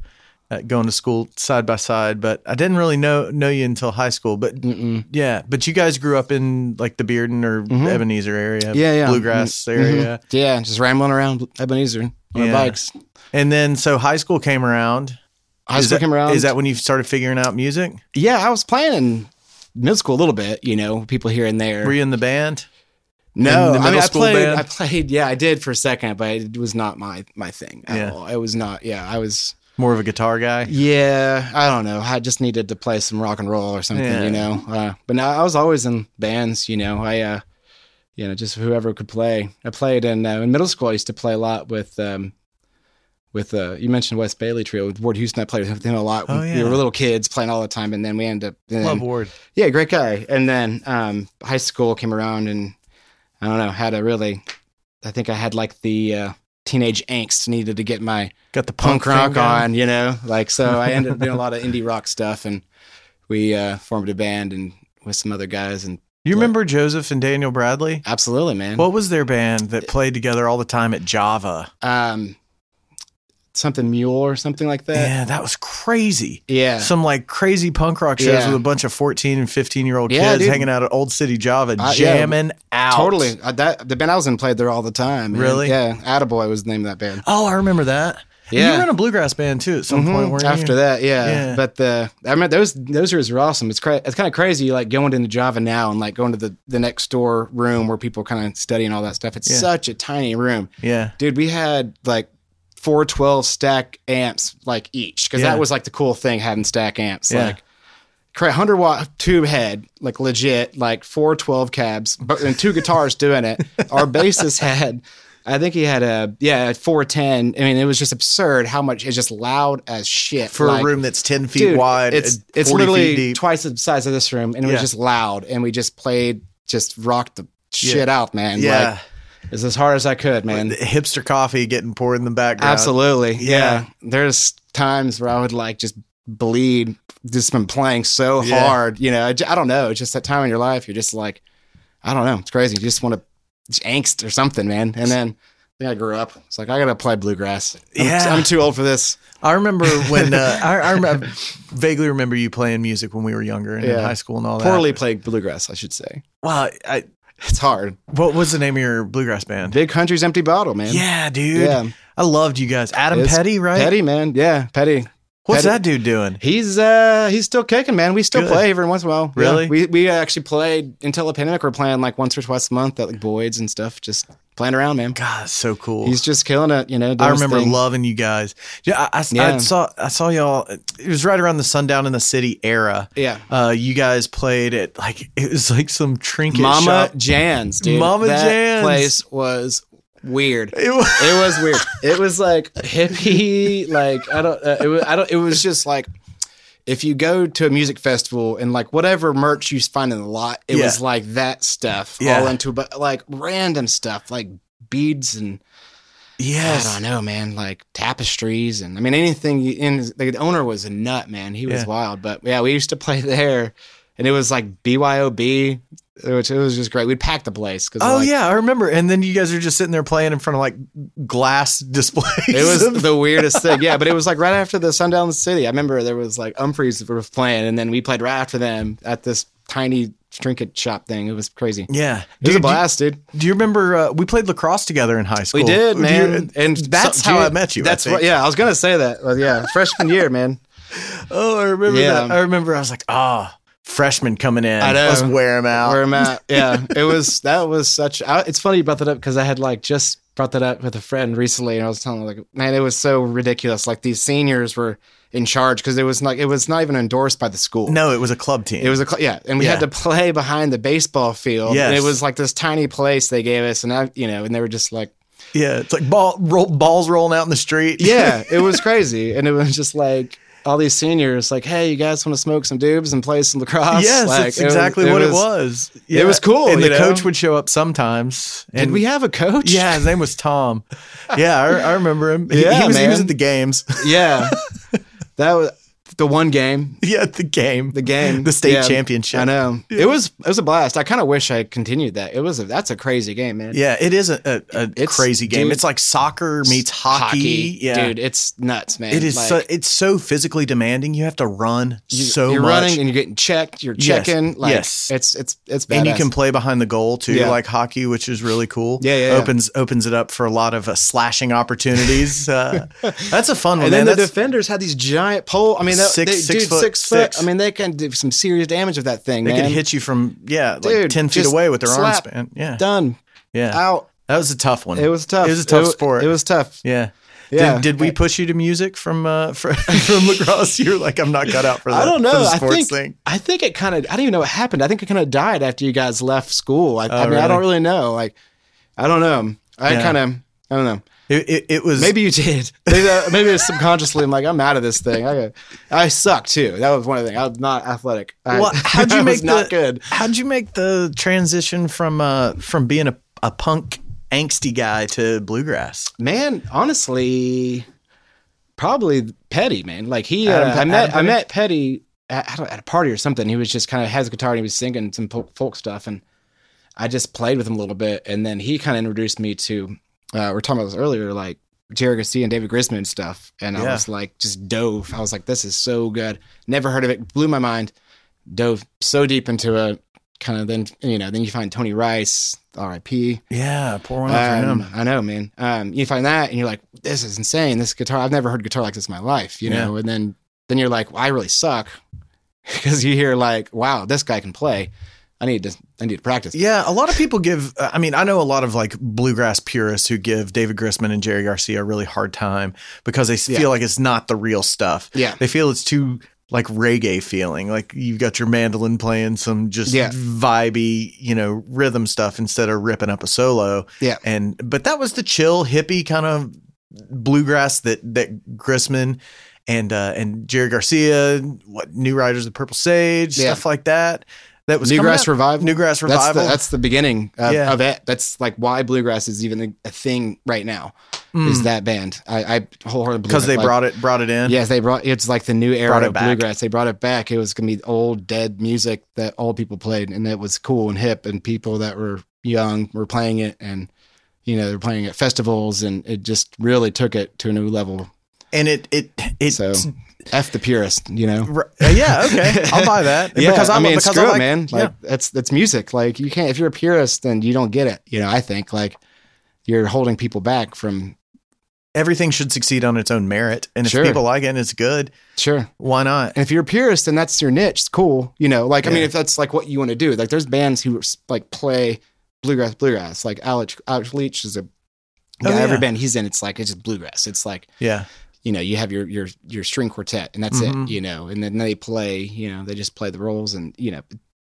[SPEAKER 1] uh, going to school side by side. But I didn't really know know you until high school. But
[SPEAKER 3] Mm-mm.
[SPEAKER 1] yeah, but you guys grew up in like the Bearden or Ebenezer area,
[SPEAKER 3] Yeah, yeah.
[SPEAKER 1] bluegrass area,
[SPEAKER 3] Mhm. Yeah. Just rambling around Ebenezer on our
[SPEAKER 1] Yeah.
[SPEAKER 3] bikes.
[SPEAKER 1] and then so high school came around.
[SPEAKER 3] High
[SPEAKER 1] is
[SPEAKER 3] school
[SPEAKER 1] that,
[SPEAKER 3] came around.
[SPEAKER 1] Is that when you started figuring out music?
[SPEAKER 3] yeah, I was playing in middle school a little bit, you know, people here and there.
[SPEAKER 1] Were you in the band?
[SPEAKER 3] No,
[SPEAKER 1] in the
[SPEAKER 3] I
[SPEAKER 1] middle
[SPEAKER 3] mean, I
[SPEAKER 1] school
[SPEAKER 3] played.
[SPEAKER 1] band?
[SPEAKER 3] I played. Yeah, I did for a second, but it was not my my thing at
[SPEAKER 1] Yeah.
[SPEAKER 3] all. It was not. Yeah, I was.
[SPEAKER 1] More of a guitar guy.
[SPEAKER 3] Yeah, I don't know. I just needed to play some rock and roll or something,
[SPEAKER 1] Yeah.
[SPEAKER 3] you know. Uh, but no, I was always in bands. You know, I, uh, you know, just whoever could play. I played in uh, in middle school. I used to play a lot with. um with uh, you mentioned Wes Bailey trio with Ward Houston, I played with him a lot.
[SPEAKER 1] Oh,
[SPEAKER 3] when
[SPEAKER 1] yeah.
[SPEAKER 3] We were little kids playing all the time, and then we ended up. and
[SPEAKER 1] Love
[SPEAKER 3] then-
[SPEAKER 1] Ward.
[SPEAKER 3] yeah, great guy. And then um, high school came around, and I don't know, had a really, I think I had like the uh, teenage angst, needed to get my
[SPEAKER 1] Got the
[SPEAKER 3] punk,
[SPEAKER 1] punk,
[SPEAKER 3] rock
[SPEAKER 1] thing going.
[SPEAKER 3] on, you know, like so. I ended up doing a lot [laughs] of indie rock stuff, and we uh, formed a band and with some other guys, and
[SPEAKER 1] You
[SPEAKER 3] Yeah.
[SPEAKER 1] remember Joseph and Daniel Bradley?
[SPEAKER 3] absolutely, man.
[SPEAKER 1] What was their band that played together all the time at Java?
[SPEAKER 3] um, something mule or something like that.
[SPEAKER 1] yeah, that was crazy.
[SPEAKER 3] Yeah,
[SPEAKER 1] Some like crazy punk rock shows
[SPEAKER 3] Yeah.
[SPEAKER 1] with a bunch of 14 and 15 year old
[SPEAKER 3] Yeah,
[SPEAKER 1] kids
[SPEAKER 3] dude.
[SPEAKER 1] hanging out at Old City Java,
[SPEAKER 3] Uh, yeah.
[SPEAKER 1] jamming out.
[SPEAKER 3] totally. Uh, that the band I was in played there all the time. man.
[SPEAKER 1] Really?
[SPEAKER 3] Yeah, Attaboy was the name of that band.
[SPEAKER 1] Oh, I remember that.
[SPEAKER 3] Yeah.
[SPEAKER 1] You were in a bluegrass band too at some point,
[SPEAKER 3] Mhm,
[SPEAKER 1] weren't you?
[SPEAKER 3] after that yeah.
[SPEAKER 1] Yeah.
[SPEAKER 3] but the i mean those those years were awesome it's cra- it's kind of crazy like going into java now and like going to the the next door room where people kind of study and all that stuff it's
[SPEAKER 1] Yeah.
[SPEAKER 3] such a tiny room
[SPEAKER 1] Yeah.
[SPEAKER 3] dude we had like 412 stack amps like each because
[SPEAKER 1] Yeah.
[SPEAKER 3] that was like the cool thing having stack amps
[SPEAKER 1] Yeah.
[SPEAKER 3] like cra- 100 watt tube head like legit like 412 cabs but and two guitars
[SPEAKER 1] [laughs]
[SPEAKER 3] doing it our bassist had i think he had a yeah a 410 i mean it was just absurd how much it's just loud as shit
[SPEAKER 1] For
[SPEAKER 3] like,
[SPEAKER 1] a room that's 10 feet
[SPEAKER 3] dude,
[SPEAKER 1] wide,
[SPEAKER 3] it's
[SPEAKER 1] and
[SPEAKER 3] it's
[SPEAKER 1] 40 feet
[SPEAKER 3] literally
[SPEAKER 1] deep.
[SPEAKER 3] twice the size of this room and it
[SPEAKER 1] Yeah.
[SPEAKER 3] was just loud and we just played just rocked the shit out man
[SPEAKER 1] yeah.
[SPEAKER 3] like, It's as hard as I could, man.
[SPEAKER 1] hipster coffee getting poured in the background.
[SPEAKER 3] Absolutely.
[SPEAKER 1] Yeah.
[SPEAKER 3] Yeah. There's times where I would like just bleed, just been playing so
[SPEAKER 1] Yeah.
[SPEAKER 3] hard. You know, I j- I don't know. It's just that time in your life, you're just like, I don't know. It's crazy. You just want to, it's angst or something, man. And then I think I grew up. It's like, I got to play bluegrass. I'm,
[SPEAKER 1] Yeah.
[SPEAKER 3] I'm too old for this.
[SPEAKER 1] I remember when uh, I, I, remember, vaguely remember you playing music when we were younger and in
[SPEAKER 3] Yeah.
[SPEAKER 1] high school and all that.
[SPEAKER 3] Poorly played bluegrass, I should say.
[SPEAKER 1] Wow. I,
[SPEAKER 3] It's hard.
[SPEAKER 1] what was the name of your bluegrass band?
[SPEAKER 3] Big Country's Empty Bottle, man.
[SPEAKER 1] Yeah, dude.
[SPEAKER 3] Yeah.
[SPEAKER 1] I loved you guys. Adam
[SPEAKER 3] It's
[SPEAKER 1] Petty, right?
[SPEAKER 3] Petty, man. Yeah. Petty.
[SPEAKER 1] What's
[SPEAKER 3] Petty.
[SPEAKER 1] that dude doing?
[SPEAKER 3] He's uh he's still kicking, man. We still
[SPEAKER 1] Good.
[SPEAKER 3] play every once in a while. Yeah.
[SPEAKER 1] Really?
[SPEAKER 3] We we actually played until the pandemic. We're playing like once or twice a month at like Boyd's and stuff, just playing around, man.
[SPEAKER 1] God, that's so cool.
[SPEAKER 3] He's just killing it, you know. doing
[SPEAKER 1] I
[SPEAKER 3] his
[SPEAKER 1] remember
[SPEAKER 3] thing.
[SPEAKER 1] loving you guys. Yeah, I, I- I
[SPEAKER 3] Yeah.
[SPEAKER 1] saw I saw y'all. It was right around the sundown in the city era.
[SPEAKER 3] Yeah.
[SPEAKER 1] Uh, you guys played at like it was like some trinket
[SPEAKER 3] Mama
[SPEAKER 1] shop.
[SPEAKER 3] Jan's, dude.
[SPEAKER 1] Mama
[SPEAKER 3] that
[SPEAKER 1] Jan's.
[SPEAKER 3] place was weird.
[SPEAKER 1] It was,
[SPEAKER 3] It was weird. it was like hippie, [laughs] like I don't, uh, it was, I don't. It was just like if you go to a music festival and like whatever merch you find in the lot, it
[SPEAKER 1] Yeah.
[SPEAKER 3] was like that stuff
[SPEAKER 1] Yeah.
[SPEAKER 3] all into, but like random stuff like beads and I
[SPEAKER 1] yes.
[SPEAKER 3] don't know, man, like tapestries and I mean anything. You, and like, the owner was a nut, man. He was
[SPEAKER 1] Yeah.
[SPEAKER 3] wild, but yeah, we used to play there, and it was like BYOB, which it was just great. We'd pack the place because
[SPEAKER 1] Oh yeah, I remember. And then you guys are just sitting there playing in front of like glass [laughs] displays.
[SPEAKER 3] It
[SPEAKER 1] [laughs] of-
[SPEAKER 3] was the weirdest thing. Yeah, but it was like right after the Sundown City. I remember there was like Umphreys were playing, and then we played right after them at this tiny trinket shop thing. It was crazy. It
[SPEAKER 1] yeah.
[SPEAKER 3] was a
[SPEAKER 1] Dude, do-
[SPEAKER 3] blast, dude.
[SPEAKER 1] Do you remember uh, we played lacrosse together in high school?
[SPEAKER 3] We did,
[SPEAKER 1] Do you-
[SPEAKER 3] man. and
[SPEAKER 1] that's
[SPEAKER 3] so-
[SPEAKER 1] how I
[SPEAKER 3] dude,
[SPEAKER 1] met you. I
[SPEAKER 3] That's
[SPEAKER 1] think.
[SPEAKER 3] what. Yeah, I was gonna say that. Well, yeah, freshman
[SPEAKER 1] [laughs]
[SPEAKER 3] year, man.
[SPEAKER 1] Oh, I remember
[SPEAKER 3] Yeah.
[SPEAKER 1] that. I remember I was like, ah, freshman coming in.
[SPEAKER 3] I know.
[SPEAKER 1] Let's wear him out.
[SPEAKER 3] Where I'm at. Yeah, it was. That was such. I, it's funny you brought that up because I had like just brought that up with a friend recently, and I was telling her like, man, it was so ridiculous. Like these seniors were in charge because it was like it was not even endorsed by the school.
[SPEAKER 1] no, it was a club team.
[SPEAKER 3] It was a cl- yeah, and we had
[SPEAKER 1] Yeah.
[SPEAKER 3] to play behind the baseball field.
[SPEAKER 1] Yes.
[SPEAKER 3] and it was like this tiny place they gave us, and I, you know, and they were just like,
[SPEAKER 1] yeah, it's like ball roll, balls rolling out in the street. [laughs]
[SPEAKER 3] yeah, it was crazy, and it was just like all these seniors, like, hey, you guys want to smoke some dubs and play some lacrosse?
[SPEAKER 1] yes,
[SPEAKER 3] like,
[SPEAKER 1] that's exactly what it was. Yeah.
[SPEAKER 3] was cool,
[SPEAKER 1] and the
[SPEAKER 3] you know?
[SPEAKER 1] coach would show up sometimes. And
[SPEAKER 3] Did we have a
[SPEAKER 1] [laughs]
[SPEAKER 3] coach?
[SPEAKER 1] Yeah, his name was Tom. Yeah, I, I remember him. He, he
[SPEAKER 3] Yeah,
[SPEAKER 1] was he was
[SPEAKER 3] man.
[SPEAKER 1] at the games.
[SPEAKER 3] [laughs]
[SPEAKER 1] [laughs]
[SPEAKER 3] yeah, that was the one game.
[SPEAKER 1] yeah, the game.
[SPEAKER 3] The game,
[SPEAKER 1] The state
[SPEAKER 3] Yeah,
[SPEAKER 1] championship.
[SPEAKER 3] I know it was it was a blast. I kind of wish I continued that. It was a, that's a crazy game, man.
[SPEAKER 1] Yeah, it is a, a, a
[SPEAKER 3] It's-
[SPEAKER 1] crazy game.
[SPEAKER 3] dude,
[SPEAKER 1] it's like soccer meets hockey. Yeah.
[SPEAKER 3] dude, it's nuts, man.
[SPEAKER 1] It is
[SPEAKER 3] Like-
[SPEAKER 1] so it's so physically demanding. You have to run
[SPEAKER 3] you,
[SPEAKER 1] so
[SPEAKER 3] you're
[SPEAKER 1] much.
[SPEAKER 3] running and you're getting checked. You're
[SPEAKER 1] Yes.
[SPEAKER 3] checking. Like,
[SPEAKER 1] Yes.
[SPEAKER 3] it's it's it's badass.
[SPEAKER 1] and you can play behind the goal too,
[SPEAKER 3] Yeah.
[SPEAKER 1] like hockey, which is really cool.
[SPEAKER 3] Yeah, yeah, yeah.
[SPEAKER 1] Opens opens it up for a lot of uh, slashing opportunities.
[SPEAKER 3] [laughs]
[SPEAKER 1] Uh, that's a fun one.
[SPEAKER 3] And then
[SPEAKER 1] man.
[SPEAKER 3] the
[SPEAKER 1] That's-
[SPEAKER 3] defenders had these giant pole. I mean, that,
[SPEAKER 1] Six-
[SPEAKER 3] they,
[SPEAKER 1] six
[SPEAKER 3] dude,
[SPEAKER 1] foot-
[SPEAKER 3] six foot.
[SPEAKER 1] six.
[SPEAKER 3] I mean, they can do some serious damage with that thing.
[SPEAKER 1] they
[SPEAKER 3] man.
[SPEAKER 1] could hit you from yeah, like
[SPEAKER 3] Dude,
[SPEAKER 1] ten feet
[SPEAKER 3] just
[SPEAKER 1] away with their arm
[SPEAKER 3] slap.
[SPEAKER 1] span. Yeah,
[SPEAKER 3] Done.
[SPEAKER 1] yeah.
[SPEAKER 3] Out.
[SPEAKER 1] that was a tough one.
[SPEAKER 3] It was tough.
[SPEAKER 1] It was a tough
[SPEAKER 3] wa-
[SPEAKER 1] sport.
[SPEAKER 3] It was tough.
[SPEAKER 1] yeah.
[SPEAKER 3] Yeah.
[SPEAKER 1] Did, did we push you to music from uh, [laughs] from, from lacrosse? You're like, I'm not cut out for that.
[SPEAKER 3] I don't
[SPEAKER 1] for
[SPEAKER 3] know.
[SPEAKER 1] the
[SPEAKER 3] I
[SPEAKER 1] sports
[SPEAKER 3] think
[SPEAKER 1] thing.
[SPEAKER 3] I think it kind of. I don't even know what happened. I think it kind of died after you guys left school. I, I mean,
[SPEAKER 1] Oh, really?
[SPEAKER 3] I don't really know. Like, I don't know. I
[SPEAKER 1] Yeah.
[SPEAKER 3] kind of. I don't know.
[SPEAKER 1] It, it, it was
[SPEAKER 3] Maybe you did. [laughs] Maybe, uh, maybe it's subconsciously. I'm like, I'm out of this thing. I, I suck too. That was one of the things. I'm not athletic.
[SPEAKER 1] [laughs]
[SPEAKER 3] I,
[SPEAKER 1] Well,
[SPEAKER 3] [laughs]
[SPEAKER 1] how'd you
[SPEAKER 3] I
[SPEAKER 1] make
[SPEAKER 3] was not
[SPEAKER 1] the-
[SPEAKER 3] good?
[SPEAKER 1] How'd you make the transition from uh from being a, a punk angsty guy to bluegrass?
[SPEAKER 3] Man, honestly, probably Petty. Man, like he.
[SPEAKER 1] Adam
[SPEAKER 3] uh,
[SPEAKER 1] Pe-
[SPEAKER 3] I met.
[SPEAKER 1] Adam
[SPEAKER 3] I met Petty at, I don't- at a party or something. He was just kind of has a guitar and he was singing some folk folk stuff, and I just played with him a little bit, and then he kind of introduced me to. Uh, we we're talking about this earlier, like Jerry Garcia and David Grisman and stuff, and
[SPEAKER 1] Yeah.
[SPEAKER 3] I was like, just dove. I was like, this is so good. Never heard of it. Blew my mind. Dove so deep into it. Kind of then, you know, then you find Tony Rice, R.I.P.
[SPEAKER 1] Yeah, poor one
[SPEAKER 3] Um, I know, man. Um, you find that, and you're like, "This is insane. This guitar. I've never heard guitar like this in my life." You know, and then then you're like, well, "I really suck," [laughs] because you hear like, "Wow, this guy can play. I need to. I need to practice."
[SPEAKER 1] Yeah, a lot of people give. uh, I mean, I know a lot of like bluegrass purists who give David Grisman and Jerry Garcia a really hard time because they
[SPEAKER 3] Yeah.
[SPEAKER 1] feel like it's not the real stuff.
[SPEAKER 3] Yeah.
[SPEAKER 1] they feel it's too like reggae feeling. Like you've got your mandolin playing some just
[SPEAKER 3] Yeah.
[SPEAKER 1] vibey, you know, rhythm stuff instead of ripping up a solo.
[SPEAKER 3] Yeah.
[SPEAKER 1] and but that was the chill hippie kind of bluegrass that that Grisman. And uh, and Jerry Garcia, what New Riders of the Purple Sage,
[SPEAKER 3] Yeah.
[SPEAKER 1] stuff like that. that was coming
[SPEAKER 3] Newgrass
[SPEAKER 1] up.
[SPEAKER 3] Revival.
[SPEAKER 1] Newgrass
[SPEAKER 3] That's
[SPEAKER 1] Revival.
[SPEAKER 3] the, that's the beginning of,
[SPEAKER 1] Yeah.
[SPEAKER 3] of it. That's like why bluegrass is even a, a thing right now.
[SPEAKER 1] Mm.
[SPEAKER 3] Is that band? I, I wholeheartedly
[SPEAKER 1] because they
[SPEAKER 3] believe it. Like,
[SPEAKER 1] brought it brought it in.
[SPEAKER 3] Yes, they brought. It's like the new
[SPEAKER 1] Brought
[SPEAKER 3] era
[SPEAKER 1] it
[SPEAKER 3] of
[SPEAKER 1] back.
[SPEAKER 3] bluegrass. They brought it back. It was gonna be old dead music that old people played, and it was cool and hip, and people that were young were playing it, and you know they're playing at festivals, and it just really took it to a new level.
[SPEAKER 1] and it it it.
[SPEAKER 3] So f the purist, you know.
[SPEAKER 1] r- yeah, okay, I'll buy that.
[SPEAKER 3] [laughs] Yeah,
[SPEAKER 1] because
[SPEAKER 3] I
[SPEAKER 1] I'm,
[SPEAKER 3] mean,
[SPEAKER 1] because
[SPEAKER 3] screw
[SPEAKER 1] I
[SPEAKER 3] it,
[SPEAKER 1] like,
[SPEAKER 3] man.
[SPEAKER 1] yeah.
[SPEAKER 3] Like that's that's music. Like you can't if you're a purist, then you don't get it. You know, I think like you're holding people back from
[SPEAKER 1] everything should succeed on its own merit, and if
[SPEAKER 3] Sure.
[SPEAKER 1] people like it and it's good,
[SPEAKER 3] sure.
[SPEAKER 1] why not?
[SPEAKER 3] And if you're a purist, then that's your niche. It's cool. You know, like I mean,
[SPEAKER 1] Yeah.
[SPEAKER 3] if that's like what you want to do, like there's bands who like play bluegrass, bluegrass. Like Alex Alex Leach is a
[SPEAKER 1] Oh,
[SPEAKER 3] guy. Every
[SPEAKER 1] yeah.
[SPEAKER 3] band he's in, it's like it's just bluegrass. It's like
[SPEAKER 1] Yeah,
[SPEAKER 3] you know, you have your your your string quartet, and that's
[SPEAKER 1] Mhm.
[SPEAKER 3] it. You know, and then they play. You know, they just play the roles, and you know,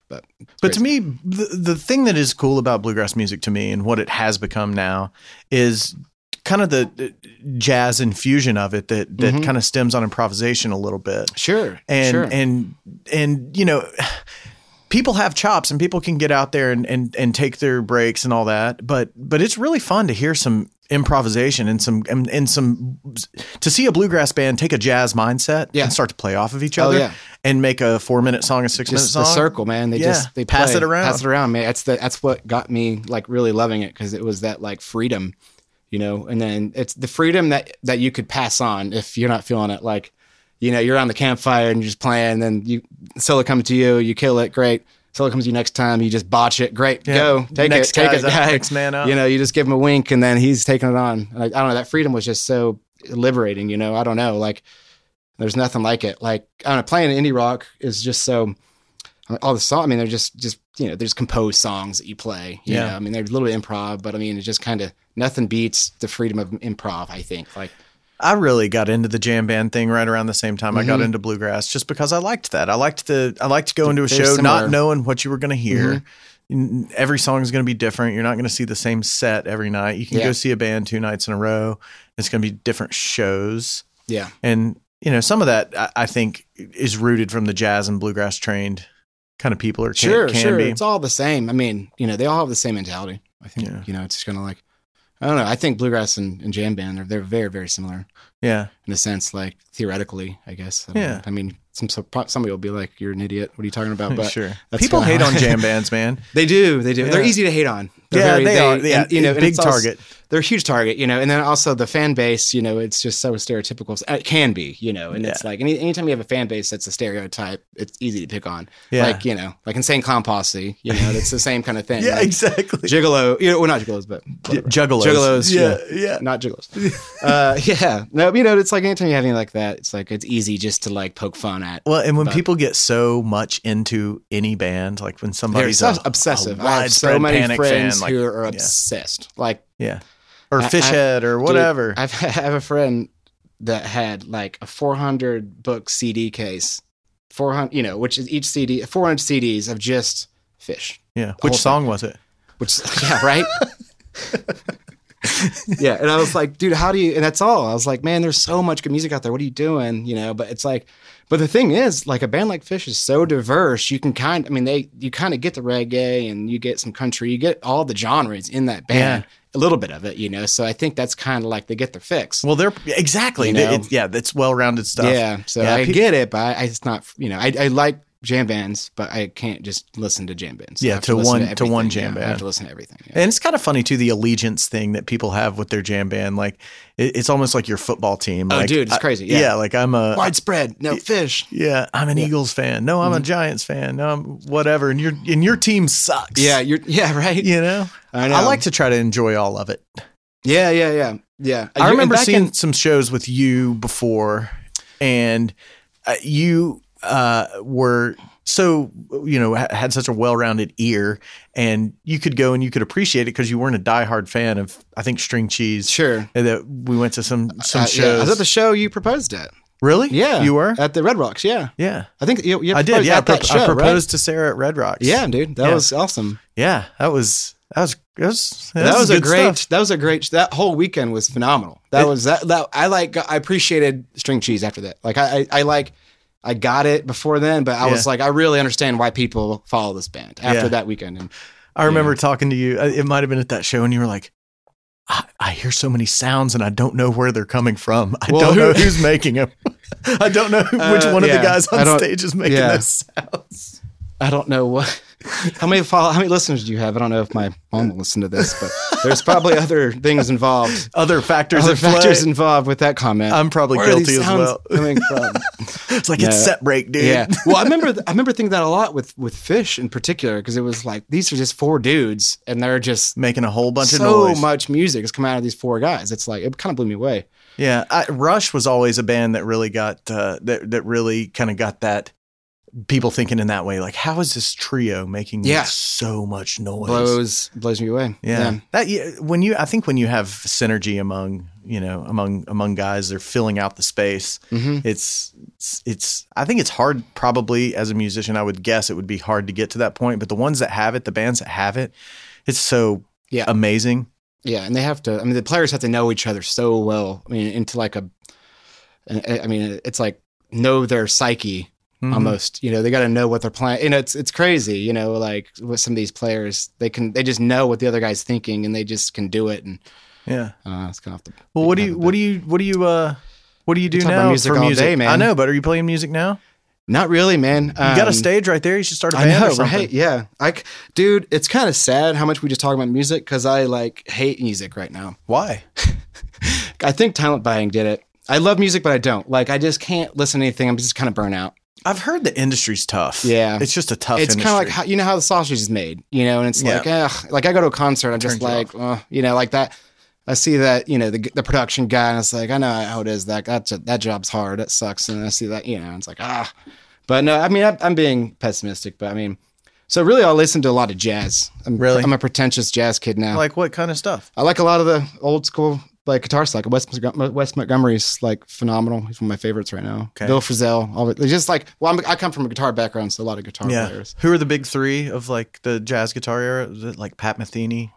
[SPEAKER 3] but
[SPEAKER 1] but to me, the the thing that is cool about bluegrass music to me and what it has become now is kind of the uh, jazz infusion of it that that
[SPEAKER 3] Mhm.
[SPEAKER 1] kind of stems on improvisation a little bit.
[SPEAKER 3] sure,
[SPEAKER 1] and
[SPEAKER 3] sure.
[SPEAKER 1] and and you know [sighs] people have chops and people can get out there and, and and take their breaks and all that but but it's really fun to hear some improvisation and some and, and some to see a bluegrass band take a jazz mindset
[SPEAKER 3] Yeah.
[SPEAKER 1] and start to play off of each
[SPEAKER 3] Oh,
[SPEAKER 1] other
[SPEAKER 3] yeah.
[SPEAKER 1] and make a four minute song a six minute
[SPEAKER 3] just
[SPEAKER 1] song
[SPEAKER 3] the circle, man. They
[SPEAKER 1] Yeah.
[SPEAKER 3] just they
[SPEAKER 1] Pass
[SPEAKER 3] play,
[SPEAKER 1] it around.
[SPEAKER 3] pass it around, man. That's the that's what got me like really loving it because it was that like freedom, you know. And then it's the freedom that that you could pass on if you're not feeling it. Like, you know, you're on the campfire and you're just playing, and then you solo comes to you, you kill it, great. Solo comes to you next time, you just botch it, great.
[SPEAKER 1] Yeah.
[SPEAKER 3] Go take
[SPEAKER 1] Next
[SPEAKER 3] it, take
[SPEAKER 1] guy's
[SPEAKER 3] it,
[SPEAKER 1] up,
[SPEAKER 3] guy.
[SPEAKER 1] next man up.
[SPEAKER 3] You know, you just give him a wink, and then he's taking it on. And I, I don't know. That freedom was just so liberating. You know, I don't know, like. There's nothing like it. Like I don't know, playing indie rock is just so all the song. I mean, they're just just you know, there's composed songs that you play. You
[SPEAKER 1] Yeah.
[SPEAKER 3] know? I mean, there's a little bit improv, but I mean, it's just kind of nothing beats the freedom of improv. I think like
[SPEAKER 1] I really got into the jam band thing right around the same time I got
[SPEAKER 3] Mhm.
[SPEAKER 1] into bluegrass, just because I liked that. I liked the I liked to go into a
[SPEAKER 3] They're
[SPEAKER 1] show
[SPEAKER 3] similar. Mm-hmm.
[SPEAKER 1] not knowing what you were going to hear. N- Every song is going to be different. You're not going to see the same set every night. You can go
[SPEAKER 3] Yeah.
[SPEAKER 1] see a band two nights in a row. It's going to be different shows,
[SPEAKER 3] yeah,
[SPEAKER 1] and you know some of that I, I think is rooted from the jazz and bluegrass trained kind of people or can,
[SPEAKER 3] sure,
[SPEAKER 1] can
[SPEAKER 3] sure,
[SPEAKER 1] be.
[SPEAKER 3] it's all the same. I mean, you know, they all have the same mentality. I think
[SPEAKER 1] Yeah.
[SPEAKER 3] you know, it's just kind of like I don't know. I think bluegrass and, and jam band are they're very very similar
[SPEAKER 1] yeah,
[SPEAKER 3] in a sense, like theoretically, I guess. I don't
[SPEAKER 1] Yeah.
[SPEAKER 3] know. I mean, some so- somebody will be like, "You're an idiot. What are you
[SPEAKER 1] [laughs]
[SPEAKER 3] talking about?" Oh, But
[SPEAKER 1] sure.
[SPEAKER 3] that's
[SPEAKER 1] People
[SPEAKER 3] kinda
[SPEAKER 1] hate
[SPEAKER 3] [laughs] how-
[SPEAKER 1] on jam bands, man.
[SPEAKER 3] They do. They do.
[SPEAKER 1] Yeah.
[SPEAKER 3] They're easy to hate on. They're
[SPEAKER 1] yeah,
[SPEAKER 3] very-
[SPEAKER 1] they, are. Yeah,
[SPEAKER 3] and, you know, and
[SPEAKER 1] big
[SPEAKER 3] it's also-
[SPEAKER 1] target.
[SPEAKER 3] they're a huge target, you know, and then also the fan base, you know, it's just so stereotypical. It can be, you know, and it's like any anytime you have a fan base that's a stereotype, it's easy to pick on.
[SPEAKER 1] Yeah.
[SPEAKER 3] Like, you know, like Insane Clown Posse, you know, that's the same kind of
[SPEAKER 1] [laughs]
[SPEAKER 3] thing.
[SPEAKER 1] yeah,
[SPEAKER 3] like,
[SPEAKER 1] exactly.
[SPEAKER 3] Gigolo, you know, well, not gigolos, but whatever.
[SPEAKER 1] Juggalos.
[SPEAKER 3] Juggalos,
[SPEAKER 1] Yeah, yeah.
[SPEAKER 3] not gigolos. [laughs] uh, yeah. No, but, you know, it's like anytime you have anything like that, it's like it's easy just to like poke fun at.
[SPEAKER 1] Well, and when
[SPEAKER 3] But-
[SPEAKER 1] people get so much into any band, like when
[SPEAKER 3] They're
[SPEAKER 1] somebody's
[SPEAKER 3] so
[SPEAKER 1] a,
[SPEAKER 3] obsessive.
[SPEAKER 1] a
[SPEAKER 3] I have so
[SPEAKER 1] widespread
[SPEAKER 3] many
[SPEAKER 1] Panic
[SPEAKER 3] friends
[SPEAKER 1] fan, like,
[SPEAKER 3] who are
[SPEAKER 1] yeah.
[SPEAKER 3] obsessed. Like,
[SPEAKER 1] yeah, or
[SPEAKER 3] I- I-
[SPEAKER 1] Fishhead or
[SPEAKER 3] Dude,
[SPEAKER 1] whatever.
[SPEAKER 3] I've, [laughs] I have a friend that had like a 400 book CD case, 400, you know, which is each CD, 400 CDs of just fish,
[SPEAKER 1] yeah, which
[SPEAKER 3] whole
[SPEAKER 1] song was it?
[SPEAKER 3] which, [laughs] yeah, right? yeah. And I was like, dude, how do you, and that's all. I was like, man, there's so much good music out there. What are you doing? You know, but it's like, but the thing is, like a band like Fish is so diverse. You can kind, I mean, they, you kind of get the reggae and you get some country, you get all the genres in that band, a little bit of it, you know? So I think that's kind of like they get their fix.
[SPEAKER 1] Well, they're exactly.
[SPEAKER 3] You know?
[SPEAKER 1] It's- yeah, that's well-rounded stuff.
[SPEAKER 3] Yeah, so
[SPEAKER 1] Yeah,
[SPEAKER 3] I
[SPEAKER 1] peop-
[SPEAKER 3] get it, but I, I it's not you know I, I like jam bands, but I can't just listen to jam bands. I
[SPEAKER 1] Yeah,
[SPEAKER 3] have
[SPEAKER 1] to
[SPEAKER 3] listen
[SPEAKER 1] one- to one
[SPEAKER 3] everything,
[SPEAKER 1] jam
[SPEAKER 3] yeah, I
[SPEAKER 1] band.
[SPEAKER 3] have to listen to everything. yeah.
[SPEAKER 1] And it's kind of funny too the allegiance thing that people have with their jam band. Like it, it's almost like your football team.
[SPEAKER 3] Oh,
[SPEAKER 1] Like,
[SPEAKER 3] dude, it's
[SPEAKER 1] I-
[SPEAKER 3] crazy,
[SPEAKER 1] Yeah.
[SPEAKER 3] yeah.
[SPEAKER 1] like I'm a
[SPEAKER 3] Widespread, no fish.
[SPEAKER 1] yeah, I'm an Eagles fan. No,
[SPEAKER 3] Mm-hmm.
[SPEAKER 1] I'm a Giants fan. No, I'm whatever. And your and your team sucks.
[SPEAKER 3] Yeah, you're [laughs] yeah right.
[SPEAKER 1] you know.
[SPEAKER 3] I know.
[SPEAKER 1] I like to try to enjoy all of it.
[SPEAKER 3] Yeah, yeah, yeah, yeah.
[SPEAKER 1] I
[SPEAKER 3] You-
[SPEAKER 1] remember
[SPEAKER 3] Uh, back
[SPEAKER 1] seeing
[SPEAKER 3] in-
[SPEAKER 1] some shows with you before, and uh, you uh, were so you know ha- had such a well-rounded ear, and you could go and you could appreciate it because you weren't a diehard fan of I think string cheese.
[SPEAKER 3] sure.
[SPEAKER 1] And that we went to some some
[SPEAKER 3] Uh,
[SPEAKER 1] shows.
[SPEAKER 3] yeah. I was at the show you proposed at.
[SPEAKER 1] really?
[SPEAKER 3] Yeah,
[SPEAKER 1] you were.
[SPEAKER 3] at the Red Rocks. Yeah,
[SPEAKER 1] yeah,
[SPEAKER 3] I think you, you
[SPEAKER 1] I did.
[SPEAKER 3] proposed
[SPEAKER 1] Yeah, I,
[SPEAKER 3] at that
[SPEAKER 1] pro- I
[SPEAKER 3] show, right?
[SPEAKER 1] proposed to Sarah at Red Rocks.
[SPEAKER 3] Yeah, dude, that
[SPEAKER 1] Yeah.
[SPEAKER 3] was awesome.
[SPEAKER 1] yeah. That was that was that was that,
[SPEAKER 3] That, was, a
[SPEAKER 1] good
[SPEAKER 3] great.
[SPEAKER 1] stuff.
[SPEAKER 3] That was a great. That whole weekend was phenomenal. That
[SPEAKER 1] It-
[SPEAKER 3] was that. That I like. I appreciated string cheese after that. Like I, I, I like. I got it before then, but I was
[SPEAKER 1] Yeah.
[SPEAKER 3] like, I really understand why people follow this band after
[SPEAKER 1] Yeah.
[SPEAKER 3] that weekend. And
[SPEAKER 1] I remember talking to you. uh, It might have been at that show, and you were like, I, "I hear so many sounds, and I don't know where they're coming from. I
[SPEAKER 3] Well,
[SPEAKER 1] don't know
[SPEAKER 3] who-
[SPEAKER 1] who's making them. [laughs] I don't know who- which
[SPEAKER 3] Uh,
[SPEAKER 1] one of
[SPEAKER 3] yeah,
[SPEAKER 1] the guys
[SPEAKER 3] I
[SPEAKER 1] on
[SPEAKER 3] don't-
[SPEAKER 1] stage is making
[SPEAKER 3] yeah.
[SPEAKER 1] those sounds."
[SPEAKER 3] I don't know what, [laughs] how many follow, how many listeners do you have? I don't know if my mom will listen to this, but
[SPEAKER 1] [laughs]
[SPEAKER 3] there's probably other things involved,
[SPEAKER 1] Other factors,
[SPEAKER 3] other
[SPEAKER 1] at play.
[SPEAKER 3] factors involved with that comment.
[SPEAKER 1] I'm probably
[SPEAKER 3] Where are these
[SPEAKER 1] guilty as
[SPEAKER 3] sounds
[SPEAKER 1] well.
[SPEAKER 3] Coming
[SPEAKER 1] [laughs]
[SPEAKER 3] from?
[SPEAKER 1] It's like
[SPEAKER 3] No.
[SPEAKER 1] it's set break, dude.
[SPEAKER 3] Yeah. [laughs] Well, I remember th- I remember thinking that a lot with with fish in particular because it was like these are just four dudes and they're
[SPEAKER 1] [laughs]
[SPEAKER 3] just
[SPEAKER 1] Making a whole bunch
[SPEAKER 3] so
[SPEAKER 1] of noise.
[SPEAKER 3] much music has come out of these four guys. It's like it kind of blew me away.
[SPEAKER 1] Yeah, I, Rush was always a band that really got uh, that that really kind of got that people thinking in that way. Like, how is this trio making
[SPEAKER 3] Yeah.
[SPEAKER 1] so much noise?
[SPEAKER 3] Blows blows me away.
[SPEAKER 1] Yeah. That yeah, when you I think when you have synergy among, you know, among among guys, they're filling out the space.
[SPEAKER 3] hmm
[SPEAKER 1] It's, it's it's I think it's hard probably as a musician, I would guess it would be hard to get to that point, but the ones that have it, the bands that have it, it's so
[SPEAKER 3] Yeah.
[SPEAKER 1] amazing.
[SPEAKER 3] Yeah, and they have to. I mean, the players have to know each other so well. I mean, into like a. I I mean, it's like know their psyche
[SPEAKER 1] Mhm.
[SPEAKER 3] almost. You know, they got to know what they're playing. You know, it's it's crazy. You know, like with some of these players, they can they just know what the other guy's thinking, and they just can do it. And
[SPEAKER 1] Yeah.
[SPEAKER 3] uh, it's kind of off the.
[SPEAKER 1] Well, what do
[SPEAKER 3] beaten
[SPEAKER 1] you
[SPEAKER 3] path a
[SPEAKER 1] what do you what do you uh what do you do
[SPEAKER 3] talk
[SPEAKER 1] now
[SPEAKER 3] about music
[SPEAKER 1] for
[SPEAKER 3] all
[SPEAKER 1] music?
[SPEAKER 3] day, man.
[SPEAKER 1] I know, but are you playing music now?
[SPEAKER 3] Not really, man.
[SPEAKER 1] You got a
[SPEAKER 3] Um,
[SPEAKER 1] stage right there. You should start a
[SPEAKER 3] I
[SPEAKER 1] band
[SPEAKER 3] know,
[SPEAKER 1] or something.
[SPEAKER 3] right? Yeah, I, c- dude, it's kind of sad how much we just talk about music because I like hate music right now.
[SPEAKER 1] Why?
[SPEAKER 3] I think talent buying did it. I love music, but I don't like. I just can't listen to anything. I'm just kind of burnt out.
[SPEAKER 1] I've heard the industry's tough.
[SPEAKER 3] Yeah.
[SPEAKER 1] It's just a tough
[SPEAKER 3] it's kind of like
[SPEAKER 1] industry.
[SPEAKER 3] how, you know how the sausage is made, you know, and it's
[SPEAKER 1] Yeah.
[SPEAKER 3] like, ugh, like I go to a concert, I'm just
[SPEAKER 1] Turns you
[SPEAKER 3] like, ugh, you know, like that. I see that, you know, the, the production guy, and it's like, I know how it is. That that's a, that job's hard. That sucks. And I see that, you know, it's like, ah. But no, I mean, I, I'm being pessimistic, but I mean, so really, I listen to a lot of jazz. I'm,
[SPEAKER 1] Really?
[SPEAKER 3] I'm a pretentious jazz kid now.
[SPEAKER 1] like what kind of stuff?
[SPEAKER 3] I like a lot of the old school like guitarists, like Wes, Montg- Wes Montgomery's like phenomenal. He's one of my favorites right now.
[SPEAKER 1] Okay.
[SPEAKER 3] Bill Frisell, all of it. It's just like well, I'm, I come from a guitar background, so a lot of guitar
[SPEAKER 1] yeah.
[SPEAKER 3] players.
[SPEAKER 1] Who are the big three of like the jazz guitar era? Is it like Pat Metheny,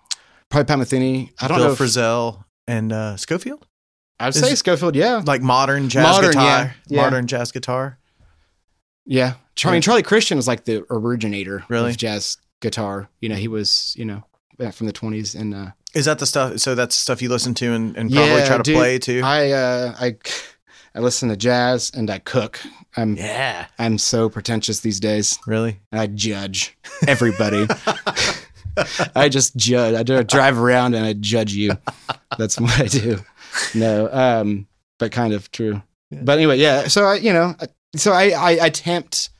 [SPEAKER 3] Probably Pat Metheny. I don't know.
[SPEAKER 1] Bill
[SPEAKER 3] if-
[SPEAKER 1] Frizzell, and uh, Schofield?
[SPEAKER 3] I'd
[SPEAKER 1] is-
[SPEAKER 3] say Schofield. Yeah,
[SPEAKER 1] Like modern jazz
[SPEAKER 3] Modern,
[SPEAKER 1] guitar.
[SPEAKER 3] yeah, yeah.
[SPEAKER 1] Modern jazz guitar.
[SPEAKER 3] yeah. Char- I
[SPEAKER 1] Yeah.
[SPEAKER 3] mean, Charlie Christian was like the originator
[SPEAKER 1] Really?
[SPEAKER 3] of jazz guitar. You know, he was you know back from the 20s, and uh,
[SPEAKER 1] Is that the stuff? So that's the stuff you listen to and, and probably try to
[SPEAKER 3] dude,
[SPEAKER 1] play too?
[SPEAKER 3] I uh, I I listen to jazz and I cook. I'm
[SPEAKER 1] yeah.
[SPEAKER 3] I'm so pretentious these days.
[SPEAKER 1] Really?
[SPEAKER 3] I judge everybody. [laughs] I just judge. I do- drive around and I judge you. That's what I do. No, um, but kind of true.
[SPEAKER 1] Yeah.
[SPEAKER 3] But anyway, yeah. So I, you know, I- so I, I attempt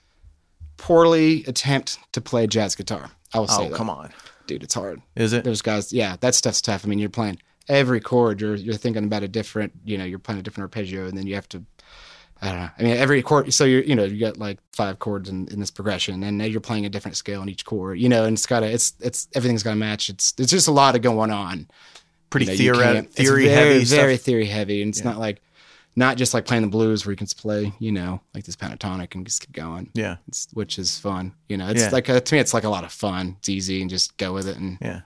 [SPEAKER 3] poorly attempt to play jazz guitar. I will say,
[SPEAKER 1] Oh,
[SPEAKER 3] that.
[SPEAKER 1] come on.
[SPEAKER 3] dude, it's hard.
[SPEAKER 1] Is it?
[SPEAKER 3] There's guys, yeah, that stuff's tough. I mean, you're playing every chord. You're you're thinking about a different, you know, you're playing a different arpeggio, and then you have to. I don't know. I mean, every chord. So you're, you know, you got like five chords in, in this progression, and now you're playing a different scale in each chord. You know, and it's gotta, it's, it's everything's gotta match. It's, it's just a lot of going on.
[SPEAKER 1] Pretty
[SPEAKER 3] You know, you
[SPEAKER 1] theoretic,
[SPEAKER 3] can't- it's
[SPEAKER 1] theory
[SPEAKER 3] very,
[SPEAKER 1] heavy
[SPEAKER 3] very
[SPEAKER 1] stuff.
[SPEAKER 3] theory heavy, and it's not like, not just like playing the blues where you can just play, you know, like this pentatonic and just keep going.
[SPEAKER 1] Yeah.
[SPEAKER 3] It's, which is fun. You know, it's
[SPEAKER 1] Yeah.
[SPEAKER 3] like a, to me, it's like a lot of fun. It's easy and just go with it and
[SPEAKER 1] Yeah.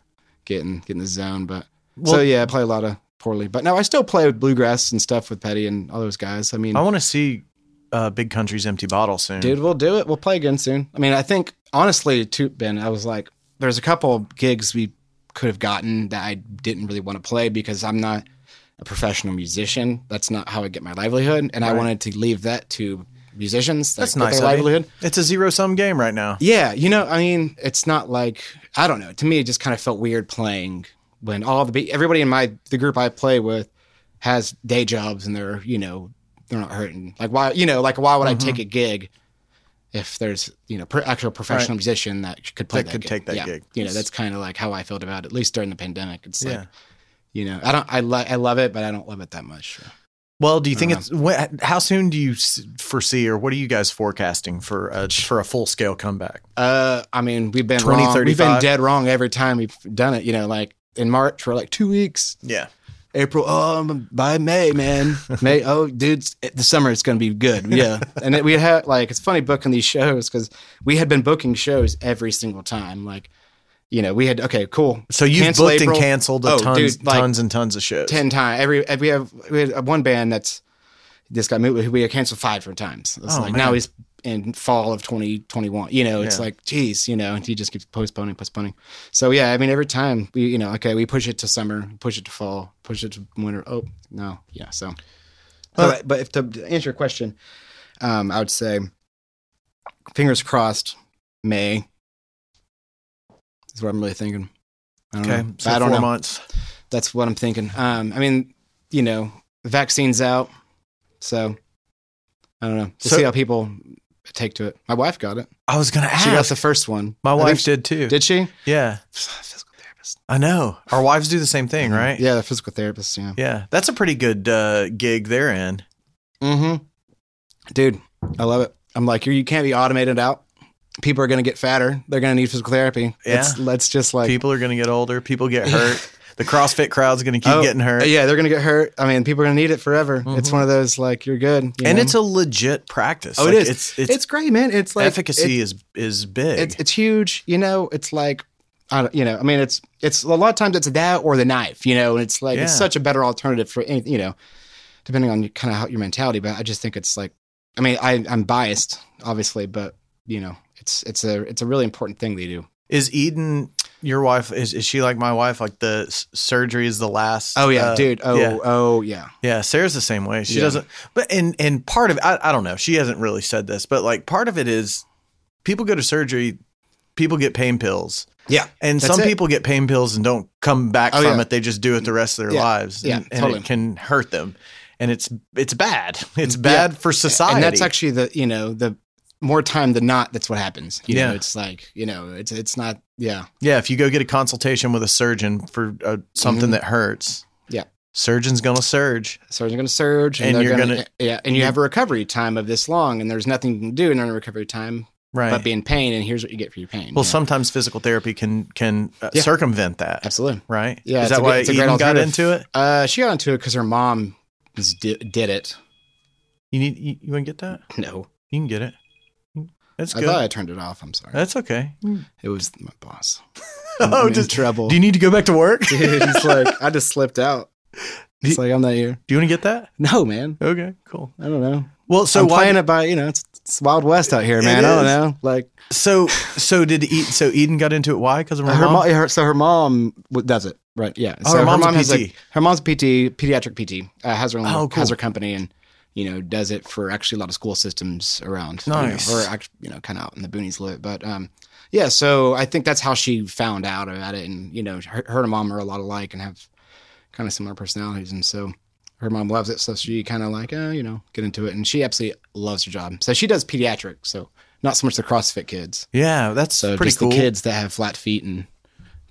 [SPEAKER 3] get in get in the zone. But
[SPEAKER 1] Well-
[SPEAKER 3] so yeah, I play a lot of poorly. But no, I still play with bluegrass and stuff with Petty and all those guys. I mean,
[SPEAKER 1] I want to see uh, Big Country's Empty Bottle soon.
[SPEAKER 3] dude, we'll do it. We'll play again soon. I mean, I think honestly, too, Ben, I was like, there's a couple gigs we could have gotten that I didn't really want to play because I'm not a professional musician. That's not how I get my livelihood, and I
[SPEAKER 1] Right.
[SPEAKER 3] wanted to leave that to musicians. that
[SPEAKER 1] That's
[SPEAKER 3] get
[SPEAKER 1] nice.
[SPEAKER 3] Their
[SPEAKER 1] of you.
[SPEAKER 3] livelihood.
[SPEAKER 1] It's a zero sum game right now.
[SPEAKER 3] Yeah, you know, I mean, it's not like I don't know. To me, it just kind of felt weird playing when all the be- everybody in my the group I play with has day jobs and they're you know they're not hurting. Like why you know like why would
[SPEAKER 1] Mm-hmm.
[SPEAKER 3] I take a gig if there's you know pro actual professional
[SPEAKER 1] Right.
[SPEAKER 3] musician that could play
[SPEAKER 1] That
[SPEAKER 3] that,
[SPEAKER 1] could
[SPEAKER 3] gig.
[SPEAKER 1] take that
[SPEAKER 3] Yeah.
[SPEAKER 1] gig.
[SPEAKER 3] You know, that's kind of like how I felt about it, at least during the pandemic. It's
[SPEAKER 1] Yeah.
[SPEAKER 3] like you know I don't I like I love it, but I don't love it that much.
[SPEAKER 1] Well, do you think
[SPEAKER 3] Uh,
[SPEAKER 1] it's wh- how soon do you s- foresee, or what are you guys forecasting for a, for a full scale comeback?
[SPEAKER 3] Uh, I mean, we've been
[SPEAKER 1] 20,
[SPEAKER 3] wrong. We've
[SPEAKER 1] 35.
[SPEAKER 3] been dead wrong every time we've done it. You know, like in March we're like two weeks.
[SPEAKER 1] Yeah,
[SPEAKER 3] April. Oh, um, by May, man. May. Oh, dude, the summer it's going to be good. Yeah. and it, we had like it's funny booking these shows because we had been booking shows every single time. Like, you know, we had okay, cool.
[SPEAKER 1] so you've
[SPEAKER 3] Cancel
[SPEAKER 1] booked
[SPEAKER 3] April.
[SPEAKER 1] and canceled a
[SPEAKER 3] Oh,
[SPEAKER 1] tons,
[SPEAKER 3] dude, like-
[SPEAKER 1] tons and tons of shows.
[SPEAKER 3] Ten times every we have we had one band that's this guy moved. We had canceled five different times. It's
[SPEAKER 1] Oh,
[SPEAKER 3] like
[SPEAKER 1] man.
[SPEAKER 3] now he's in fall of 2021. You know, it's
[SPEAKER 1] Yeah.
[SPEAKER 3] like, geez, you know, and he just keeps postponing, postponing. So yeah, I mean, every time we, you know, okay, we push it to summer, push it to fall, push it to winter. Oh no, yeah. So,
[SPEAKER 1] Well-
[SPEAKER 3] but, but if to to answer your question, um, I would say, fingers crossed, May is what I'm really thinking. I don't
[SPEAKER 1] Okay,
[SPEAKER 3] know.
[SPEAKER 1] so
[SPEAKER 3] mm, I don't
[SPEAKER 1] four
[SPEAKER 3] know.
[SPEAKER 1] months.
[SPEAKER 3] That's what I'm thinking. Um, I mean, you know, vaccines out, so I don't know. We'll
[SPEAKER 1] So-
[SPEAKER 3] see how people take to it. My wife got it.
[SPEAKER 1] I was gonna ask.
[SPEAKER 3] She got the first one.
[SPEAKER 1] My
[SPEAKER 3] I think
[SPEAKER 1] wife
[SPEAKER 3] she-
[SPEAKER 1] did too.
[SPEAKER 3] Did she?
[SPEAKER 1] yeah,
[SPEAKER 3] Physical therapist. Mm-hmm.
[SPEAKER 1] I know. Our wives do the same thing, right?
[SPEAKER 3] Yeah, the physical therapist. Yeah.
[SPEAKER 1] Yeah, that's a pretty good uh, gig they're in.
[SPEAKER 3] Mm-hmm. Dude, I love it. I'm like, you you can't be automated out. People are gonna get fatter. They're gonna need physical therapy.
[SPEAKER 1] Yeah.
[SPEAKER 3] Let's, let's just like
[SPEAKER 1] people are going to get older. People get
[SPEAKER 3] [laughs]
[SPEAKER 1] hurt. the CrossFit crowd's going to keep
[SPEAKER 3] Oh,
[SPEAKER 1] getting hurt. Mm-hmm.
[SPEAKER 3] Yeah, they're gonna get hurt. I mean, people are gonna need it forever. It's one of those like you're good. you
[SPEAKER 1] And
[SPEAKER 3] know?
[SPEAKER 1] it's a legit practice.
[SPEAKER 3] oh,
[SPEAKER 1] Like,
[SPEAKER 3] it is.
[SPEAKER 1] It's,
[SPEAKER 3] It's,
[SPEAKER 1] it's,
[SPEAKER 3] great, man. It's like
[SPEAKER 1] efficacy is is big.
[SPEAKER 3] it's it's huge. You know, it's like I don't, you know, I mean, it's it's a lot of times it's that or the knife. You know, and it's like it's
[SPEAKER 1] Yeah.
[SPEAKER 3] such a better alternative for any, you know, depending on kind of how your mentality. But I just think it's like, I mean, I I'm biased, obviously, but you know, it's it's a it's a really important thing they do.
[SPEAKER 1] is Eden your wife? Is, is she like my wife? Like the s- surgery is the last.
[SPEAKER 3] Oh yeah,
[SPEAKER 1] uh,
[SPEAKER 3] dude. Oh
[SPEAKER 1] yeah.
[SPEAKER 3] oh yeah.
[SPEAKER 1] Yeah, Sarah's the same way. She
[SPEAKER 3] Yeah.
[SPEAKER 1] doesn't. But and and part of I I don't know. She hasn't really said this, but like part of it is people go to surgery, people get pain pills,
[SPEAKER 3] Yeah.
[SPEAKER 1] and
[SPEAKER 3] That's
[SPEAKER 1] some
[SPEAKER 3] it.
[SPEAKER 1] people get pain pills and don't come back
[SPEAKER 3] Oh,
[SPEAKER 1] from
[SPEAKER 3] yeah.
[SPEAKER 1] it. They just do it the rest of their
[SPEAKER 3] Yeah.
[SPEAKER 1] lives.
[SPEAKER 3] Yeah,
[SPEAKER 1] and, and
[SPEAKER 3] totally.
[SPEAKER 1] it can hurt them, and it's it's bad. [laughs] It's bad for society.
[SPEAKER 3] And that's actually the you know the more time than not that's what happens. You
[SPEAKER 1] Yeah.
[SPEAKER 3] know, it's like you know it's it's not yeah
[SPEAKER 1] yeah. If you go get a consultation with a surgeon for uh, something that hurts,
[SPEAKER 3] Mm-hmm. Yeah.
[SPEAKER 1] surgeon's gonna surge.
[SPEAKER 3] surgeon's going to surge and,
[SPEAKER 1] And
[SPEAKER 3] they're
[SPEAKER 1] you're
[SPEAKER 3] gonna, eh,
[SPEAKER 1] gonna-
[SPEAKER 3] yeah and you have a recovery time of this long and there's nothing you can do in a recovery time
[SPEAKER 1] Right.
[SPEAKER 3] but be in pain and here's what you get for your pain
[SPEAKER 1] well,
[SPEAKER 3] Yeah.
[SPEAKER 1] sometimes physical therapy can can uh,
[SPEAKER 3] Yeah.
[SPEAKER 1] circumvent that.
[SPEAKER 3] absolutely
[SPEAKER 1] Right?
[SPEAKER 3] Yeah,
[SPEAKER 1] Is
[SPEAKER 3] it's
[SPEAKER 1] that
[SPEAKER 3] a good-
[SPEAKER 1] why
[SPEAKER 3] it's a great
[SPEAKER 1] Eden got
[SPEAKER 3] alternative.
[SPEAKER 1] into it?
[SPEAKER 3] uh she got into it because her mom was, did, did it
[SPEAKER 1] You need you, you want to get that?
[SPEAKER 3] no
[SPEAKER 1] You can get it. That's
[SPEAKER 3] i
[SPEAKER 1] good.
[SPEAKER 3] thought i turned it off i'm sorry
[SPEAKER 1] That's
[SPEAKER 3] [laughs]
[SPEAKER 1] okay.
[SPEAKER 3] it was my boss
[SPEAKER 1] [laughs] Oh,
[SPEAKER 3] I'm
[SPEAKER 1] just-
[SPEAKER 3] in trouble
[SPEAKER 1] Do you need to go back to work? [laughs] Do
[SPEAKER 3] Dude, [laughs] he's like i just
[SPEAKER 1] [laughs]
[SPEAKER 3] slipped out it's like i'm not here
[SPEAKER 1] you want to get that?
[SPEAKER 3] no man
[SPEAKER 1] Okay, cool.
[SPEAKER 3] i don't know
[SPEAKER 1] Well, so
[SPEAKER 3] i'm
[SPEAKER 1] why?
[SPEAKER 3] playing it by you know it's, it's wild west out here man i don't
[SPEAKER 1] is.
[SPEAKER 3] know like
[SPEAKER 1] so so did Eden, so Eden got into it? Why? Because of her,
[SPEAKER 3] Uh, her
[SPEAKER 1] mom.
[SPEAKER 3] mom. her, so her mom w- does it, right? Yeah.
[SPEAKER 1] Oh,
[SPEAKER 3] so
[SPEAKER 1] her mom's a
[SPEAKER 3] has
[SPEAKER 1] PT.
[SPEAKER 3] like- her mom's a PT, pediatric PT. Uh, has her own,
[SPEAKER 1] Oh,
[SPEAKER 3] has
[SPEAKER 1] cool.
[SPEAKER 3] her company, and you know does it for actually a lot of school systems around. you know,
[SPEAKER 1] Nice.
[SPEAKER 3] or act- you know, kind of out in the boonies a little bit, but um, yeah. So I think that's how she found out about it, and you know, her, her and her mom are a lot alike and have kind of similar personalities, and so. Her mom loves it, so she kind of like, uh, you know, get into it, and she absolutely loves her job. So she does pediatric, so not so much the CrossFit kids,
[SPEAKER 1] yeah, that's
[SPEAKER 3] so
[SPEAKER 1] pretty
[SPEAKER 3] just
[SPEAKER 1] cool.
[SPEAKER 3] the kids that have flat feet and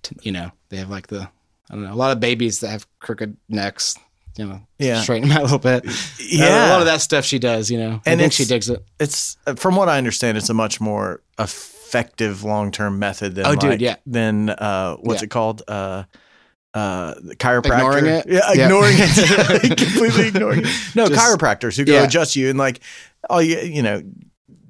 [SPEAKER 3] t- you know they have like the I don't know a lot of babies that have crooked necks. You know,
[SPEAKER 1] Yeah.
[SPEAKER 3] straighten them out a little bit. Uh,
[SPEAKER 1] Yeah.
[SPEAKER 3] a lot of that stuff she does. You know,
[SPEAKER 1] And
[SPEAKER 3] and I think she
[SPEAKER 1] it's-
[SPEAKER 3] digs it.
[SPEAKER 1] It's uh, from what I understand, it's a much more effective long term method than
[SPEAKER 3] Oh, dude,
[SPEAKER 1] like-
[SPEAKER 3] yeah.
[SPEAKER 1] than uh, what's
[SPEAKER 3] Yeah.
[SPEAKER 1] it called uh, uh, the chiropractor
[SPEAKER 3] Ignoring it?
[SPEAKER 1] yeah,
[SPEAKER 3] Yeah.
[SPEAKER 1] ignoring
[SPEAKER 3] [laughs]
[SPEAKER 1] it, [laughs] completely ignoring it. No,
[SPEAKER 3] Just-
[SPEAKER 1] chiropractors who go
[SPEAKER 3] Yeah.
[SPEAKER 1] adjust you and like, oh, you, you know.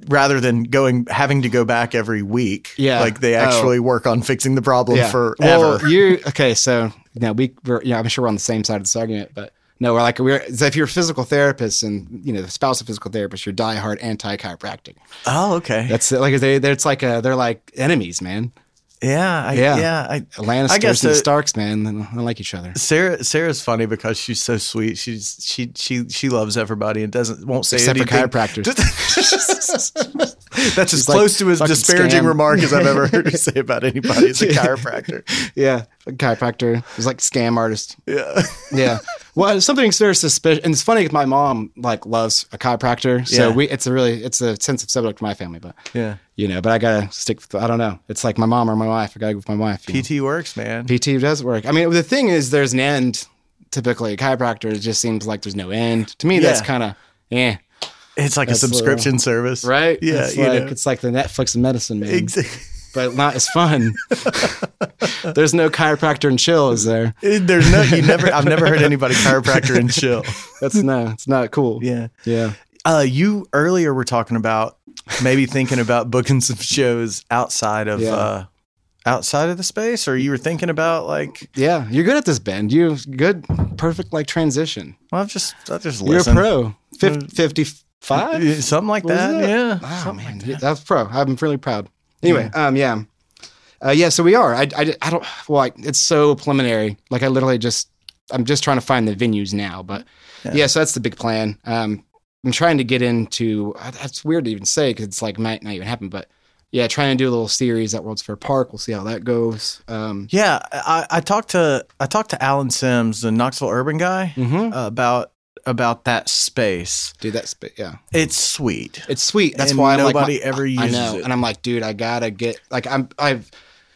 [SPEAKER 1] Rather than going, having to go back every week,
[SPEAKER 3] Yeah.
[SPEAKER 1] like they
[SPEAKER 3] Oh.
[SPEAKER 1] actually work on fixing the problem forever.
[SPEAKER 3] Well, you okay? So no, we we're, yeah, I'm sure we're on the same side of this argument, but no, we're like we're so if you're a physical therapist and you know the spouse of physical therapist, you're diehard anti chiropractic.
[SPEAKER 1] oh, okay,
[SPEAKER 3] That's it. like they it's like a, they're like enemies, man.
[SPEAKER 1] yeah, I, yeah,
[SPEAKER 3] Yeah.
[SPEAKER 1] I,
[SPEAKER 3] Lannisters
[SPEAKER 1] I guess
[SPEAKER 3] and
[SPEAKER 1] so-
[SPEAKER 3] Starks, man, they don't like each other.
[SPEAKER 1] Sarah Sarah's funny because she's so sweet. She's she she she loves everybody and doesn't won't say
[SPEAKER 3] Except for
[SPEAKER 1] anything. [laughs]
[SPEAKER 3] chiropractors. [laughs]
[SPEAKER 1] That's as
[SPEAKER 3] It's like
[SPEAKER 1] close to his
[SPEAKER 3] fucking
[SPEAKER 1] disparaging
[SPEAKER 3] scam.
[SPEAKER 1] remark as I've ever
[SPEAKER 3] [laughs]
[SPEAKER 1] heard her say about anybody as a chiropractor.
[SPEAKER 3] Yeah, a chiropractor. It was like scam artist.
[SPEAKER 1] Yeah.
[SPEAKER 3] Yeah. well, something very suspicious. And it's funny 'cause my mom like loves a chiropractor, so
[SPEAKER 1] Yeah.
[SPEAKER 3] we it's a really it's a sensitive subject to my family, but
[SPEAKER 1] Yeah.
[SPEAKER 3] you know, but I gotta stick. With, I don't know. It's like my mom or my wife. I gotta go with my wife. you know.
[SPEAKER 1] PT works, man.
[SPEAKER 3] PT does work. I mean, the thing is, there's an end. Typically, a chiropractor it just seems like there's no end. To me, that's
[SPEAKER 1] Yeah.
[SPEAKER 3] kind of eh,
[SPEAKER 1] It's like a
[SPEAKER 3] That's, uh,
[SPEAKER 1] subscription service.
[SPEAKER 3] right?
[SPEAKER 1] Yeah.
[SPEAKER 3] it's
[SPEAKER 1] you
[SPEAKER 3] like
[SPEAKER 1] know.
[SPEAKER 3] it's like the Netflix of medicine,
[SPEAKER 1] [laughs]
[SPEAKER 3] man.
[SPEAKER 1] Ex-
[SPEAKER 3] but not as
[SPEAKER 1] [laughs]
[SPEAKER 3] fun. there's no chiropractor and chill, is there?
[SPEAKER 1] There's no you never I've never heard anybody chiropractor and
[SPEAKER 3] [laughs]
[SPEAKER 1] chill.
[SPEAKER 3] That's no, it's not cool.
[SPEAKER 1] Yeah.
[SPEAKER 3] Yeah.
[SPEAKER 1] Uh you earlier were talking about maybe thinking about booking some shows outside of
[SPEAKER 3] Yeah.
[SPEAKER 1] uh outside of the space or you were thinking about like
[SPEAKER 3] Yeah. You're good at this, Ben. You good, perfect like transition.
[SPEAKER 1] well I've just I just
[SPEAKER 3] You're
[SPEAKER 1] listen. Mm.
[SPEAKER 3] a pro. Fif- 55?
[SPEAKER 1] Yeah, Something like
[SPEAKER 3] Was
[SPEAKER 1] that.
[SPEAKER 3] it?
[SPEAKER 1] Yeah.
[SPEAKER 3] Wow,
[SPEAKER 1] Something
[SPEAKER 3] man,
[SPEAKER 1] like
[SPEAKER 3] dude,
[SPEAKER 1] that.
[SPEAKER 3] that's pro. I'm really proud. Anyway, um, yeah, uh, yeah. So we are. I, I, I don't. Well, like, it's so preliminary. Like, I literally just, I'm just trying to find the venues now. But yeah, so that's the big plan. Um, I'm trying to get into. uh, That's weird to even say because it's like might not even happen. But yeah, trying to do a little series at World's Fair Park. We'll see how that goes. Um,
[SPEAKER 1] Yeah, I, I talked to I talked to Alan Sims, the Knoxville urban guy,
[SPEAKER 3] mhm.
[SPEAKER 1] about about that space.
[SPEAKER 3] dude, that's but yeah,
[SPEAKER 1] It's sweet.
[SPEAKER 3] it's sweet. That's
[SPEAKER 1] And
[SPEAKER 3] why I'm like,
[SPEAKER 1] nobody
[SPEAKER 3] my-
[SPEAKER 1] ever
[SPEAKER 3] I
[SPEAKER 1] uses
[SPEAKER 3] know,
[SPEAKER 1] it.
[SPEAKER 3] and I'm like, dude, I gotta get like I'm I've.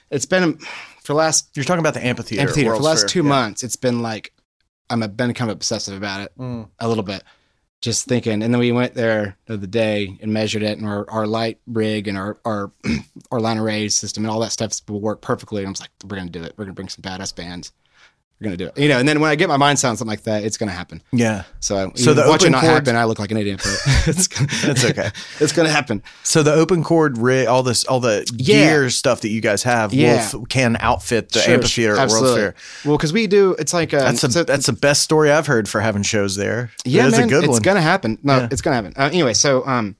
[SPEAKER 3] It's been um, for the last
[SPEAKER 1] You're talking about the amphitheater.
[SPEAKER 3] amphitheater for the
[SPEAKER 1] World's
[SPEAKER 3] last
[SPEAKER 1] Fair.
[SPEAKER 3] two
[SPEAKER 1] Yeah.
[SPEAKER 3] months. It's been like I'm a, been kind of obsessive about it
[SPEAKER 1] Mm.
[SPEAKER 3] a little bit, just thinking. And then we went there the other day and measured it, and our, our light rig and our our [clears throat] our line array system and all that stuff will work perfectly. And I was like, we're gonna do it. We're gonna bring some badass bands. We're gonna do it. You know. And then when I get my mind sound something like that, it's gonna happen.
[SPEAKER 1] Yeah.
[SPEAKER 3] So,
[SPEAKER 1] So
[SPEAKER 3] so
[SPEAKER 1] the
[SPEAKER 3] watch it
[SPEAKER 1] open
[SPEAKER 3] not
[SPEAKER 1] chords-
[SPEAKER 3] happen. I look like an idiot, but [laughs] it's gonna,
[SPEAKER 1] It's okay.
[SPEAKER 3] [laughs] It's gonna happen.
[SPEAKER 1] So the open cord rig, all this, all the
[SPEAKER 3] Yeah.
[SPEAKER 1] gear stuff that you guys have, will
[SPEAKER 3] Yeah.
[SPEAKER 1] f- can outfit the
[SPEAKER 3] Sure,
[SPEAKER 1] amphitheater at World's
[SPEAKER 3] absolutely.
[SPEAKER 1] Fair.
[SPEAKER 3] Well, because we do. It's like um,
[SPEAKER 1] That's a,
[SPEAKER 3] so-
[SPEAKER 1] that's the best story I've heard for having shows there.
[SPEAKER 3] Yeah,
[SPEAKER 1] it's
[SPEAKER 3] man,
[SPEAKER 1] a good
[SPEAKER 3] it's
[SPEAKER 1] one.
[SPEAKER 3] gonna happen. No,
[SPEAKER 1] Yeah.
[SPEAKER 3] it's gonna happen. Uh, anyway, so um,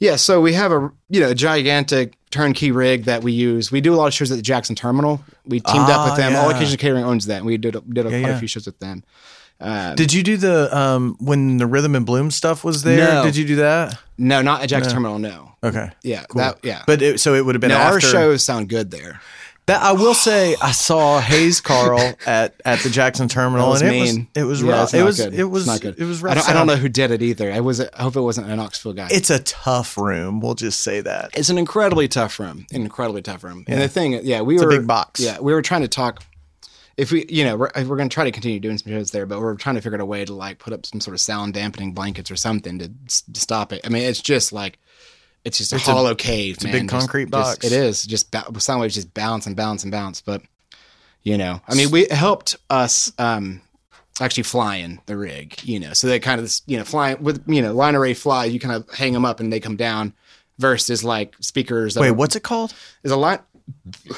[SPEAKER 3] yeah, so we have a you know gigantic turnkey rig that we use. We do a lot of shows at the Jackson Terminal. We teamed up
[SPEAKER 1] Ah,
[SPEAKER 3] with them. All
[SPEAKER 1] yeah.
[SPEAKER 3] Occasion Catering owns that. And we did a, did a,
[SPEAKER 1] Yeah,
[SPEAKER 3] quite
[SPEAKER 1] yeah.
[SPEAKER 3] a few shows with them. Um,
[SPEAKER 1] Did you do the um when the Rhythm and Bloom stuff was there?
[SPEAKER 3] No.
[SPEAKER 1] Did you do that?
[SPEAKER 3] no, not at Jackson Terminal. No,
[SPEAKER 1] Okay.
[SPEAKER 3] yeah,
[SPEAKER 1] Cool.
[SPEAKER 3] that yeah.
[SPEAKER 1] But it, so it would have been
[SPEAKER 3] no,
[SPEAKER 1] after
[SPEAKER 3] our shows sound good there.
[SPEAKER 1] That I will say, I saw Hayes Carl at at the Jackson Terminal,
[SPEAKER 3] was
[SPEAKER 1] and it
[SPEAKER 3] mean.
[SPEAKER 1] was it was
[SPEAKER 3] Yeah,
[SPEAKER 1] rough.
[SPEAKER 3] it's
[SPEAKER 1] It
[SPEAKER 3] not
[SPEAKER 1] was
[SPEAKER 3] good.
[SPEAKER 1] it
[SPEAKER 3] It's
[SPEAKER 1] was
[SPEAKER 3] not good.
[SPEAKER 1] it was rough.
[SPEAKER 3] I don't, I don't
[SPEAKER 1] sound.
[SPEAKER 3] know who did it either. I was I hope it wasn't a Knoxville guy.
[SPEAKER 1] It's a tough room. We'll just say that.
[SPEAKER 3] It's an incredibly tough room. An incredibly tough room.
[SPEAKER 1] Yeah.
[SPEAKER 3] And the thing, yeah, we
[SPEAKER 1] a
[SPEAKER 3] were
[SPEAKER 1] big box.
[SPEAKER 3] Yeah, we were trying to talk. If we, you know, we're, we're going to try to continue doing some shows there, but we're trying to figure out a way to like put up some sort of sound dampening blankets or something to, s- to stop it. I mean, it's just like it's just a
[SPEAKER 1] It's a-
[SPEAKER 3] hollow cave. It's
[SPEAKER 1] a
[SPEAKER 3] man.
[SPEAKER 1] big
[SPEAKER 3] Just-
[SPEAKER 1] concrete
[SPEAKER 3] just-
[SPEAKER 1] box.
[SPEAKER 3] it is just ba- sound waves just bounce and bounce and bounce. But you know, I mean, we it helped us um actually flying the rig. You know, so they kind of this, you know flying with you know line array fly. You kind of hang them up and they come down. Versus like speakers. that
[SPEAKER 1] Wait,
[SPEAKER 3] are-
[SPEAKER 1] what's it called?
[SPEAKER 3] is a line.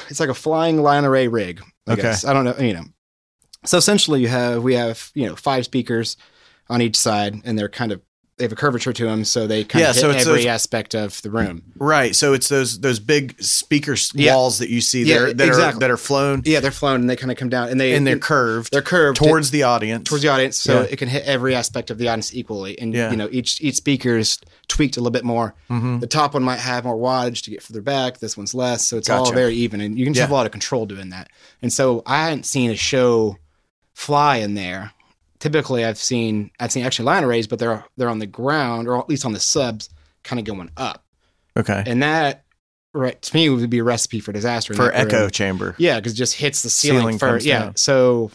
[SPEAKER 3] It's like a flying line array rig. I
[SPEAKER 1] Okay.
[SPEAKER 3] guess. I don't know. You know. So essentially, you have we have you know five speakers on each side, and they're kind of they have a curvature to them, so they kind
[SPEAKER 1] Yeah,
[SPEAKER 3] of hit
[SPEAKER 1] so it's
[SPEAKER 3] every
[SPEAKER 1] those-
[SPEAKER 3] aspect of the room.
[SPEAKER 1] Right. So it's those those big speaker s-
[SPEAKER 3] Yeah.
[SPEAKER 1] walls that you see
[SPEAKER 3] Yeah,
[SPEAKER 1] there that are
[SPEAKER 3] exactly.
[SPEAKER 1] that are flown
[SPEAKER 3] Yeah, they're flown and they kind of come down, and they
[SPEAKER 1] and they're curved
[SPEAKER 3] they're curved
[SPEAKER 1] towards the audience.
[SPEAKER 3] towards the audience, so
[SPEAKER 1] Yeah.
[SPEAKER 3] it can hit every aspect of the audience equally. And
[SPEAKER 1] Yeah.
[SPEAKER 3] you know, each each speaker is tweaked a little bit more.
[SPEAKER 1] Mhm.
[SPEAKER 3] The top one might have more wattage to get further back. This one's less, so it's all
[SPEAKER 1] Gotcha.
[SPEAKER 3] very even, and you can just have a
[SPEAKER 1] Yeah.
[SPEAKER 3] lot of control doing that. And so I hadn't seen a show fly in there. Typically, I've seen I've seen actually line arrays, but they're they're on the ground or at least on the subs, kind of going up,
[SPEAKER 1] Okay.
[SPEAKER 3] and that right to me would be a recipe for disaster in
[SPEAKER 1] For
[SPEAKER 3] that room.
[SPEAKER 1] echo chamber.
[SPEAKER 3] Yeah, because it just hits the ceiling,
[SPEAKER 1] Ceiling comes
[SPEAKER 3] first. Yeah,
[SPEAKER 1] down.
[SPEAKER 3] so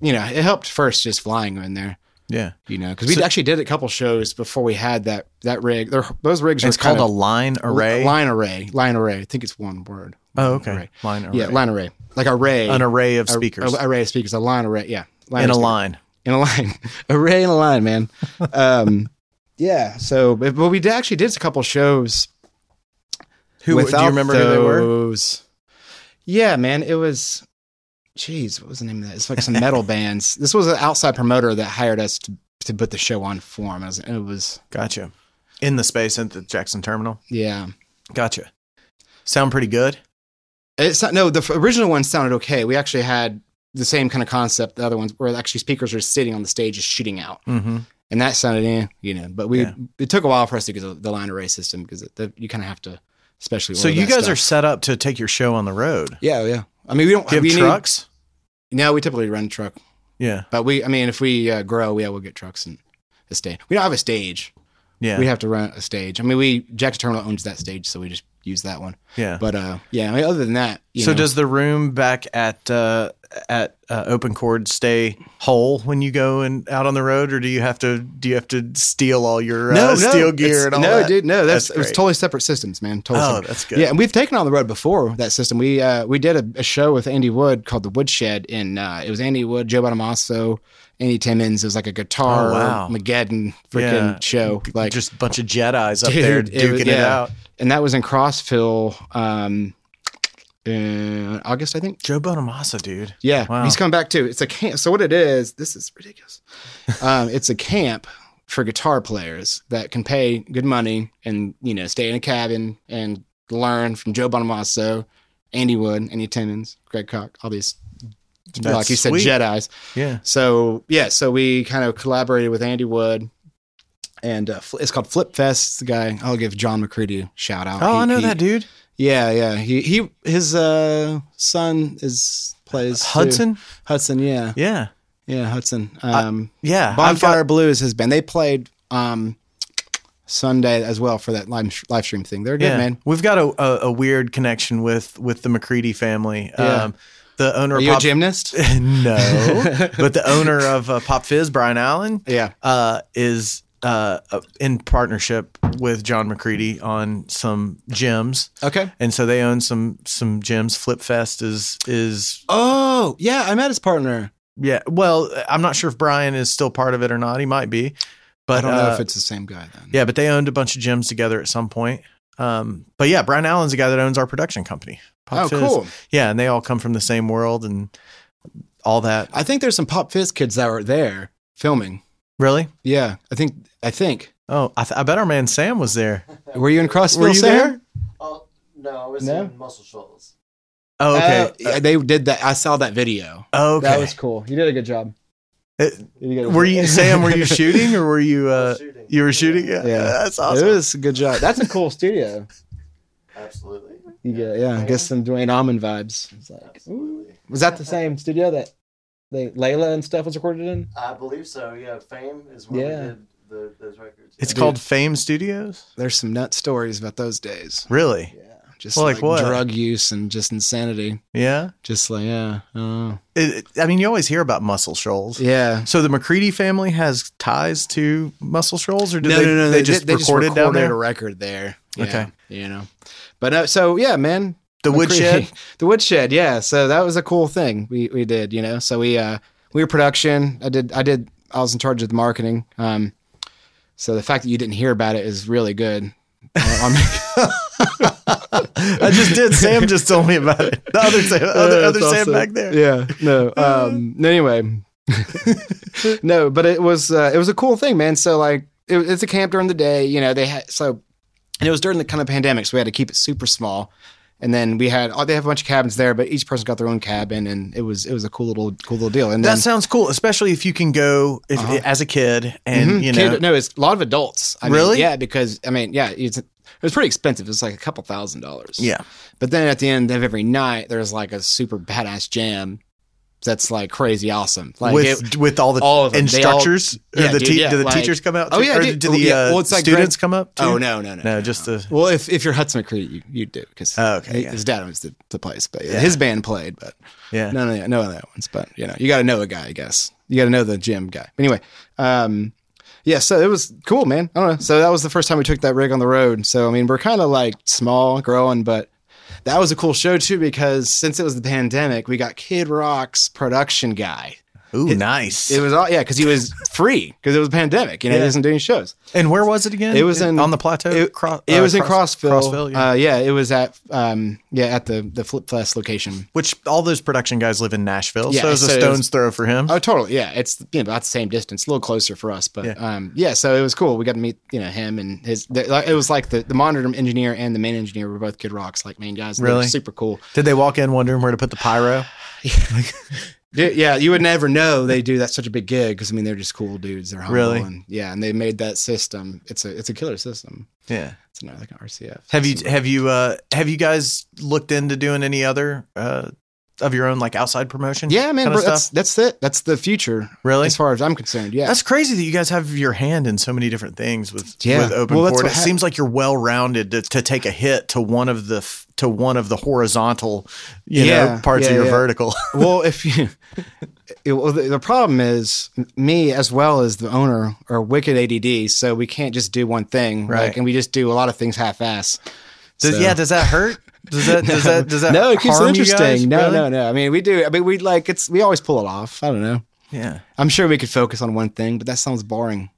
[SPEAKER 3] you know it helped first just flying in there.
[SPEAKER 1] Yeah.
[SPEAKER 3] You know, because we
[SPEAKER 1] So-
[SPEAKER 3] actually did a couple shows before we had that that rig. They're, those rigs are
[SPEAKER 1] It's called a line array.
[SPEAKER 3] line array, line array. I think it's one word.
[SPEAKER 1] oh, okay.
[SPEAKER 3] Array.
[SPEAKER 1] Line array.
[SPEAKER 3] Yeah, line array, like array,
[SPEAKER 1] An array of
[SPEAKER 3] a-
[SPEAKER 1] speakers
[SPEAKER 3] a- array of speakers, a line array. Yeah, line
[SPEAKER 1] in a
[SPEAKER 3] array
[SPEAKER 1] line.
[SPEAKER 3] speaker- in a line, [laughs] array in a
[SPEAKER 1] [laughs]
[SPEAKER 3] line, man. Um, yeah. So, but, but we did- actually did a couple shows
[SPEAKER 1] Who do you remember who they were?
[SPEAKER 3] those- Yeah, man, it was. Jeez, what was the name of that? It's like
[SPEAKER 1] [laughs]
[SPEAKER 3] some metal bands. This was an outside promoter that hired us to to put the show on for him. It was, it was
[SPEAKER 1] Gotcha. In the space at the Jackson Terminal.
[SPEAKER 3] yeah.
[SPEAKER 1] Gotcha. Sound pretty good.
[SPEAKER 3] It's not, no, the f- original one sounded okay. We actually had the same kind of concept. The other ones where actually speakers are sitting on the stage just shooting out,
[SPEAKER 1] Mm-hmm.
[SPEAKER 3] and that sounded eh, you know. But we
[SPEAKER 1] Yeah.
[SPEAKER 3] it took a while for us to get the, the line array system because it- the, you kind of have to, especially.
[SPEAKER 1] So
[SPEAKER 3] order
[SPEAKER 1] you
[SPEAKER 3] that
[SPEAKER 1] guys
[SPEAKER 3] stuff.
[SPEAKER 1] are set up to take your show on the road.
[SPEAKER 3] yeah, yeah. I mean, we don't
[SPEAKER 1] Do you
[SPEAKER 3] we
[SPEAKER 1] have
[SPEAKER 3] need-
[SPEAKER 1] trucks?
[SPEAKER 3] no, we typically run truck.
[SPEAKER 1] yeah.
[SPEAKER 3] But we, I mean, if we uh, grow, yeah, we'll get trucks and a stage. We don't have a stage.
[SPEAKER 1] Yeah.
[SPEAKER 3] We have to rent a stage. I mean, we Jackson Terminal owns that stage, so we just use that one.
[SPEAKER 1] yeah.
[SPEAKER 3] But uh, yeah, I mean, other than that, you
[SPEAKER 1] so
[SPEAKER 3] know,
[SPEAKER 1] does the room back at uh, at uh, Open Chord stay whole when you go and out on the road, or do you have to do you have to steal all your uh, steel
[SPEAKER 3] it's-
[SPEAKER 1] gear and all
[SPEAKER 3] no,
[SPEAKER 1] that?
[SPEAKER 3] dude, no, that's,
[SPEAKER 1] That's
[SPEAKER 3] it's
[SPEAKER 1] great.
[SPEAKER 3] totally separate systems, man. Totally
[SPEAKER 1] Oh,
[SPEAKER 3] separate.
[SPEAKER 1] that's good.
[SPEAKER 3] Yeah, and we've taken on the road before that system. We uh, we did a, a show with Andy Wood called The Woodshed, and uh, it was Andy Wood, Joe Bonamassa, Andy Timmons. It was like a guitar
[SPEAKER 1] Oh, wow.
[SPEAKER 3] Mageddon freaking
[SPEAKER 1] Yeah.
[SPEAKER 3] show, like
[SPEAKER 1] just a bunch of Jedi's up
[SPEAKER 3] Dude,
[SPEAKER 1] there
[SPEAKER 3] it
[SPEAKER 1] duking
[SPEAKER 3] was-
[SPEAKER 1] it,
[SPEAKER 3] yeah.
[SPEAKER 1] out.
[SPEAKER 3] and that was in Crossville um, in August, I think.
[SPEAKER 1] Joe Bonamassa, dude.
[SPEAKER 3] Yeah,
[SPEAKER 1] Wow. [laughs]
[SPEAKER 3] he's coming back too. It's a camp. So what it is? This is ridiculous. Um, it's a camp for guitar players that can pay good money and you know stay in a cabin and learn from Joe Bonamassa, Andy Wood, Andy Timmons, Greg Koch, all these
[SPEAKER 1] That's
[SPEAKER 3] like you said
[SPEAKER 1] sweet.
[SPEAKER 3] Jedi's.
[SPEAKER 1] Yeah.
[SPEAKER 3] So yeah, so we kind of collaborated with Andy Wood, and uh, fl- it's called Flip Fest. The guy I'll give John McCready a shout out.
[SPEAKER 1] Oh,
[SPEAKER 3] He-
[SPEAKER 1] I know
[SPEAKER 3] he-
[SPEAKER 1] that dude.
[SPEAKER 3] Yeah, yeah. He he his uh, son is plays too.
[SPEAKER 1] Hudson.
[SPEAKER 3] Hudson, yeah,
[SPEAKER 1] Yeah.
[SPEAKER 3] yeah, Hudson. Um,
[SPEAKER 1] Yeah. I've
[SPEAKER 3] Bonfire
[SPEAKER 1] got-
[SPEAKER 3] Blue is his band. They played um, Sunday as well for that live, live stream thing. They're good,
[SPEAKER 1] yeah.
[SPEAKER 3] man.
[SPEAKER 1] We've got a, a, a weird connection with with the McCready family.
[SPEAKER 3] Yeah.
[SPEAKER 1] Um, the owner
[SPEAKER 3] Are
[SPEAKER 1] of
[SPEAKER 3] you a
[SPEAKER 1] Pop [laughs]
[SPEAKER 3] gymnast? [laughs]
[SPEAKER 1] no, but the owner of uh, Pop Fizz, Brian Allen,
[SPEAKER 3] yeah.
[SPEAKER 1] uh, is uh, uh, in partnership with John McCready on some gyms,
[SPEAKER 3] Okay.
[SPEAKER 1] and so they own some some gyms. Flip Fest is is
[SPEAKER 3] Oh yeah, I met his partner.
[SPEAKER 1] yeah. Well, I'm not sure if Brian is still part of it or not. He might be, but
[SPEAKER 3] I don't know
[SPEAKER 1] uh,
[SPEAKER 3] if it's the same guy then.
[SPEAKER 1] yeah. But they owned a bunch of gyms together at some point. Um, but yeah, Brian Allen's the guy that owns our production company. Pop
[SPEAKER 3] Oh,
[SPEAKER 1] Fizz.
[SPEAKER 3] cool.
[SPEAKER 1] Yeah, and they all come from the same world and all that.
[SPEAKER 3] I think there's some Pop Fizz kids that were there filming.
[SPEAKER 1] Really?
[SPEAKER 3] Yeah, I think. I think.
[SPEAKER 1] Oh, I, th- I bet our man Sam was there.
[SPEAKER 3] Were you in Crossville?
[SPEAKER 1] Were you
[SPEAKER 3] Sam?
[SPEAKER 1] there?
[SPEAKER 4] Oh no, I was
[SPEAKER 3] No?
[SPEAKER 4] in Muscle Shoals.
[SPEAKER 1] Oh, okay.
[SPEAKER 3] Uh, yeah, they did that. I saw that video.
[SPEAKER 1] Oh, okay.
[SPEAKER 3] cool. You did a good job.
[SPEAKER 1] It- [laughs] were you Sam?
[SPEAKER 3] [laughs]
[SPEAKER 1] Were you shooting or were you?
[SPEAKER 4] I
[SPEAKER 1] Uh,
[SPEAKER 4] was shooting.
[SPEAKER 1] you were shooting. Yeah,
[SPEAKER 3] Yeah.
[SPEAKER 1] that's
[SPEAKER 3] It
[SPEAKER 1] awesome.
[SPEAKER 3] was a good job. That's a cool studio.
[SPEAKER 4] Absolutely.
[SPEAKER 3] You get, yeah, I guess some Dwayne Allman vibes. It's like, ooh.
[SPEAKER 4] Absolutely.
[SPEAKER 3] was that the same studio that they, Layla and stuff was recorded in?
[SPEAKER 4] I believe so. Yeah, Fame is where
[SPEAKER 3] Yeah.
[SPEAKER 4] we did the, those records.
[SPEAKER 1] It's
[SPEAKER 4] yeah.
[SPEAKER 1] called Fame Studios.
[SPEAKER 3] There's some nut stories about those days.
[SPEAKER 1] Really?
[SPEAKER 3] Yeah, just
[SPEAKER 1] Well, like
[SPEAKER 3] like,
[SPEAKER 1] what?
[SPEAKER 3] drug use and just insanity.
[SPEAKER 1] Yeah.
[SPEAKER 3] Just like yeah, uh,
[SPEAKER 1] It, I mean, you always hear about Muscle Shoals.
[SPEAKER 3] yeah.
[SPEAKER 1] So the McCready family has ties to Muscle Shoals, or did
[SPEAKER 3] no,
[SPEAKER 1] they,
[SPEAKER 3] no, no,
[SPEAKER 1] they, just recorded down
[SPEAKER 3] a
[SPEAKER 1] there?
[SPEAKER 3] record there. Yeah,
[SPEAKER 1] Okay.
[SPEAKER 3] you know, but uh, so yeah, man,
[SPEAKER 1] The
[SPEAKER 3] McCready-
[SPEAKER 1] woodshed.
[SPEAKER 3] [laughs] the woodshed yeah so that was a cool thing we we did you know so we uh we were production i did i did i was in charge of the marketing um so the fact that you didn't hear about it is really good [laughs] Um,
[SPEAKER 1] I just
[SPEAKER 3] [laughs]
[SPEAKER 1] did. Sam just told me about it. Oh, The other Sam, other,
[SPEAKER 3] Yeah,
[SPEAKER 1] other
[SPEAKER 3] it's
[SPEAKER 1] Sam
[SPEAKER 3] awesome.
[SPEAKER 1] back there.
[SPEAKER 3] yeah
[SPEAKER 1] [laughs]
[SPEAKER 3] no um no, anyway [laughs] no but it was uh, it was a cool thing man so like it, it's a camp during the day you know they had so and it was during the kind of pandemic so we had to keep it super small and then we had oh, they have a bunch of cabins there but each person got their own cabin and it was it was a cool little cool little deal and
[SPEAKER 1] That
[SPEAKER 3] then,
[SPEAKER 1] sounds cool, especially if you can go if, as a kid and
[SPEAKER 3] Mhm.
[SPEAKER 1] you know.
[SPEAKER 3] Uh-huh. Kid- no, it's a lot of adults. I
[SPEAKER 1] Really?
[SPEAKER 3] Mean, yeah, because I mean, yeah, it's it was pretty expensive. It was like a couple thousand dollars.
[SPEAKER 1] Yeah.
[SPEAKER 3] But then at the end of every night, there's like a super badass jam that's like crazy awesome. Like
[SPEAKER 1] with
[SPEAKER 3] it,
[SPEAKER 1] with all the
[SPEAKER 3] all of them. They all-
[SPEAKER 1] instructors,
[SPEAKER 3] Yeah,
[SPEAKER 1] or the
[SPEAKER 3] dude,
[SPEAKER 1] te-
[SPEAKER 3] yeah,
[SPEAKER 1] do the
[SPEAKER 3] like-
[SPEAKER 1] teachers come out?
[SPEAKER 3] Oh,
[SPEAKER 1] too?
[SPEAKER 3] yeah,
[SPEAKER 1] or
[SPEAKER 3] dude.
[SPEAKER 1] do
[SPEAKER 3] Well,
[SPEAKER 1] the
[SPEAKER 3] yeah,
[SPEAKER 1] uh,
[SPEAKER 3] well, it's like
[SPEAKER 1] students
[SPEAKER 3] grade-
[SPEAKER 1] come up? Too?
[SPEAKER 3] oh no, no, no,
[SPEAKER 1] no, just the
[SPEAKER 3] Well, if if you're Hudson McCree, you, you do because
[SPEAKER 1] Oh, okay, yeah.
[SPEAKER 3] his dad owns the, the place, but yeah,
[SPEAKER 1] Yeah.
[SPEAKER 3] his band played, but
[SPEAKER 1] yeah.
[SPEAKER 3] no, no, no other ones. But you know, you got to know a guy, I guess. You got to know the gym guy. Anyway, um, yeah. So it was cool, man. I don't know. So that was the first time we took that rig on the road. So I mean, we're kind of like small, growing, but that was a cool show too because since it was the pandemic, we got Kid Rock's production guy.
[SPEAKER 1] Ooh, nice.
[SPEAKER 3] It was all yeah because he was free because it was a pandemic. You know,
[SPEAKER 1] Yeah.
[SPEAKER 3] he wasn't doing shows.
[SPEAKER 1] and where was it again?
[SPEAKER 3] It was in
[SPEAKER 1] on the plateau.
[SPEAKER 3] It,
[SPEAKER 1] Cro-
[SPEAKER 3] it
[SPEAKER 1] uh,
[SPEAKER 3] was in
[SPEAKER 1] Cross-
[SPEAKER 3] Crossville.
[SPEAKER 1] Crossville, yeah.
[SPEAKER 3] Uh, yeah, it was at um, yeah at the the Flip Fest location.
[SPEAKER 1] Which all those production guys live in Nashville,
[SPEAKER 3] Yeah,
[SPEAKER 1] so it was
[SPEAKER 3] so
[SPEAKER 1] a
[SPEAKER 3] it
[SPEAKER 1] stone's
[SPEAKER 3] was-
[SPEAKER 1] throw for him.
[SPEAKER 3] Oh, totally. Yeah, it's you know about the same distance, a little closer for us, but
[SPEAKER 1] Yeah.
[SPEAKER 3] yeah. um, yeah. So it was cool. We got to meet you know him and his. The, like, it was like the the monitor engineer and the main engineer were both Kid Rock's like main guys. and they were
[SPEAKER 1] Really?
[SPEAKER 3] super cool.
[SPEAKER 1] Did they walk in wondering where to put the pyro?
[SPEAKER 3] Dude, yeah, you would never know they do that such a big gig because I mean they're just cool dudes. They're humble
[SPEAKER 1] Really?
[SPEAKER 3] and yeah, and they made that system. It's a it's a killer system.
[SPEAKER 1] [sighs] Yeah.
[SPEAKER 3] It's another like an RCF.
[SPEAKER 1] Have you
[SPEAKER 3] system.
[SPEAKER 1] have you uh have you guys looked into doing any other uh of your own like outside promotion?
[SPEAKER 3] Yeah, man,
[SPEAKER 1] kinda
[SPEAKER 3] bro,
[SPEAKER 1] stuff?
[SPEAKER 3] that's that's it. That's the future,
[SPEAKER 1] Really?
[SPEAKER 3] as far as I'm concerned. Yeah,
[SPEAKER 1] That's crazy that you guys have your hand in so many different things with
[SPEAKER 3] Yeah.
[SPEAKER 1] with open
[SPEAKER 3] Well, that's
[SPEAKER 1] Ford. It
[SPEAKER 3] what hap-
[SPEAKER 1] seems like you're well rounded to, to take a hit to one of the f- to one of the horizontal, you know,
[SPEAKER 3] Yeah.
[SPEAKER 1] parts of
[SPEAKER 3] Yeah,
[SPEAKER 1] your
[SPEAKER 3] yeah.
[SPEAKER 1] vertical. [laughs]
[SPEAKER 3] well, if you, [laughs] it, well, the, the problem is me as well as the owner are wicked ADD, so we can't just do one thing,
[SPEAKER 1] Right.
[SPEAKER 3] Like, and we just do a lot of things half-ass.
[SPEAKER 1] Does,
[SPEAKER 3] So-
[SPEAKER 1] Yeah, does that hurt? Does that [laughs] does that does that
[SPEAKER 3] no, it keeps it
[SPEAKER 1] harm you
[SPEAKER 3] interesting.
[SPEAKER 1] guys?
[SPEAKER 3] no,
[SPEAKER 1] Really?
[SPEAKER 3] no, no. I mean, we do. I mean, we like it's. We always pull it off. I don't know.
[SPEAKER 1] Yeah.
[SPEAKER 3] I'm sure we could focus on one thing, but that sounds boring.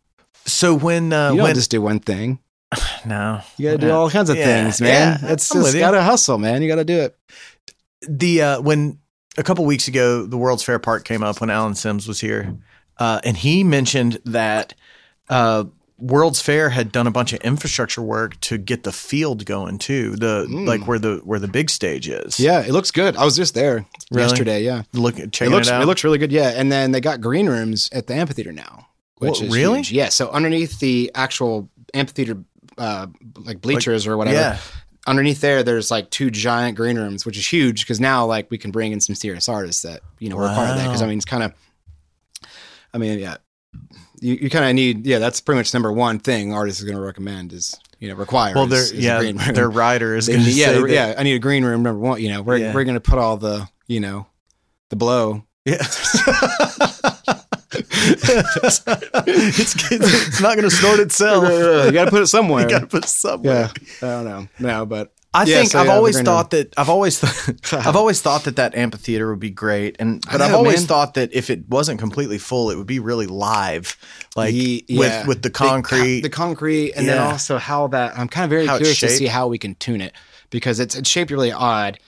[SPEAKER 1] So when uh,
[SPEAKER 3] You don't
[SPEAKER 1] when
[SPEAKER 3] just do one thing.
[SPEAKER 1] no
[SPEAKER 3] You got to do
[SPEAKER 1] Yeah.
[SPEAKER 3] all kinds of
[SPEAKER 1] Yeah,
[SPEAKER 3] things, man.
[SPEAKER 1] yeah.
[SPEAKER 3] It's
[SPEAKER 1] I'm with
[SPEAKER 3] just
[SPEAKER 1] you.
[SPEAKER 3] got to hustle, man. You got to do it.
[SPEAKER 1] the uh, when a couple weeks ago the World's Fair part came up when Alan Sims was here, uh, and he mentioned that uh, World's Fair had done a bunch of infrastructure work to get the field going too. The
[SPEAKER 3] Hmm.
[SPEAKER 1] like where the where the big stage is.
[SPEAKER 3] Yeah, it looks good. I was just there
[SPEAKER 1] Really?
[SPEAKER 3] yesterday. Yeah,
[SPEAKER 1] look
[SPEAKER 3] it
[SPEAKER 1] checking it,
[SPEAKER 3] looks
[SPEAKER 1] out.
[SPEAKER 3] it, looks really good. Yeah, and then they got green rooms at the amphitheater now, which
[SPEAKER 1] What,
[SPEAKER 3] is
[SPEAKER 1] really?
[SPEAKER 3] huge. Yeah, so underneath the actual amphitheater, uh, like bleachers or whatever.
[SPEAKER 1] yeah.
[SPEAKER 3] Underneath there, there's like two giant green rooms, which is huge because now like we can bring in some serious artists that you know were a part of that. Because I
[SPEAKER 1] Wow.
[SPEAKER 3] mean, it's kind of, I mean, yeah, you, you kind of need yeah. That's pretty much number one thing artists is going to recommend is you know require.
[SPEAKER 1] well,
[SPEAKER 3] is-
[SPEAKER 1] their
[SPEAKER 3] is a
[SPEAKER 1] yeah
[SPEAKER 3] green room.
[SPEAKER 1] their rider is
[SPEAKER 3] [laughs] They
[SPEAKER 1] going to
[SPEAKER 3] need- yeah,
[SPEAKER 1] say
[SPEAKER 3] the-
[SPEAKER 1] that-
[SPEAKER 3] yeah. I need a green room number one. You know, we're
[SPEAKER 1] Yeah.
[SPEAKER 3] we're gonna put all the you know the blow.
[SPEAKER 1] Yeah. it's, [laughs] it's not going to snort
[SPEAKER 3] [laughs]
[SPEAKER 1] itself.
[SPEAKER 3] you gotta put it somewhere.
[SPEAKER 1] [laughs] You got to put somewhere.
[SPEAKER 3] yeah, I don't know. No, but
[SPEAKER 1] I
[SPEAKER 3] Yeah,
[SPEAKER 1] think
[SPEAKER 3] so,
[SPEAKER 1] I've
[SPEAKER 3] yeah, the
[SPEAKER 1] always
[SPEAKER 3] green
[SPEAKER 1] thought that I've always th-
[SPEAKER 3] [laughs]
[SPEAKER 1] I've always thought that that amphitheater would be great, and but I've
[SPEAKER 3] know,
[SPEAKER 1] always
[SPEAKER 3] man.
[SPEAKER 1] thought that if it wasn't completely full, it would be really live, like
[SPEAKER 3] Ye- yeah.
[SPEAKER 1] with with the concrete.
[SPEAKER 3] the concrete, and then
[SPEAKER 1] Yeah.
[SPEAKER 3] also how that. I'm kind of very
[SPEAKER 1] How it's
[SPEAKER 3] curious to
[SPEAKER 1] shaped.
[SPEAKER 3] see how we can tune it because it's it's shaped really odd.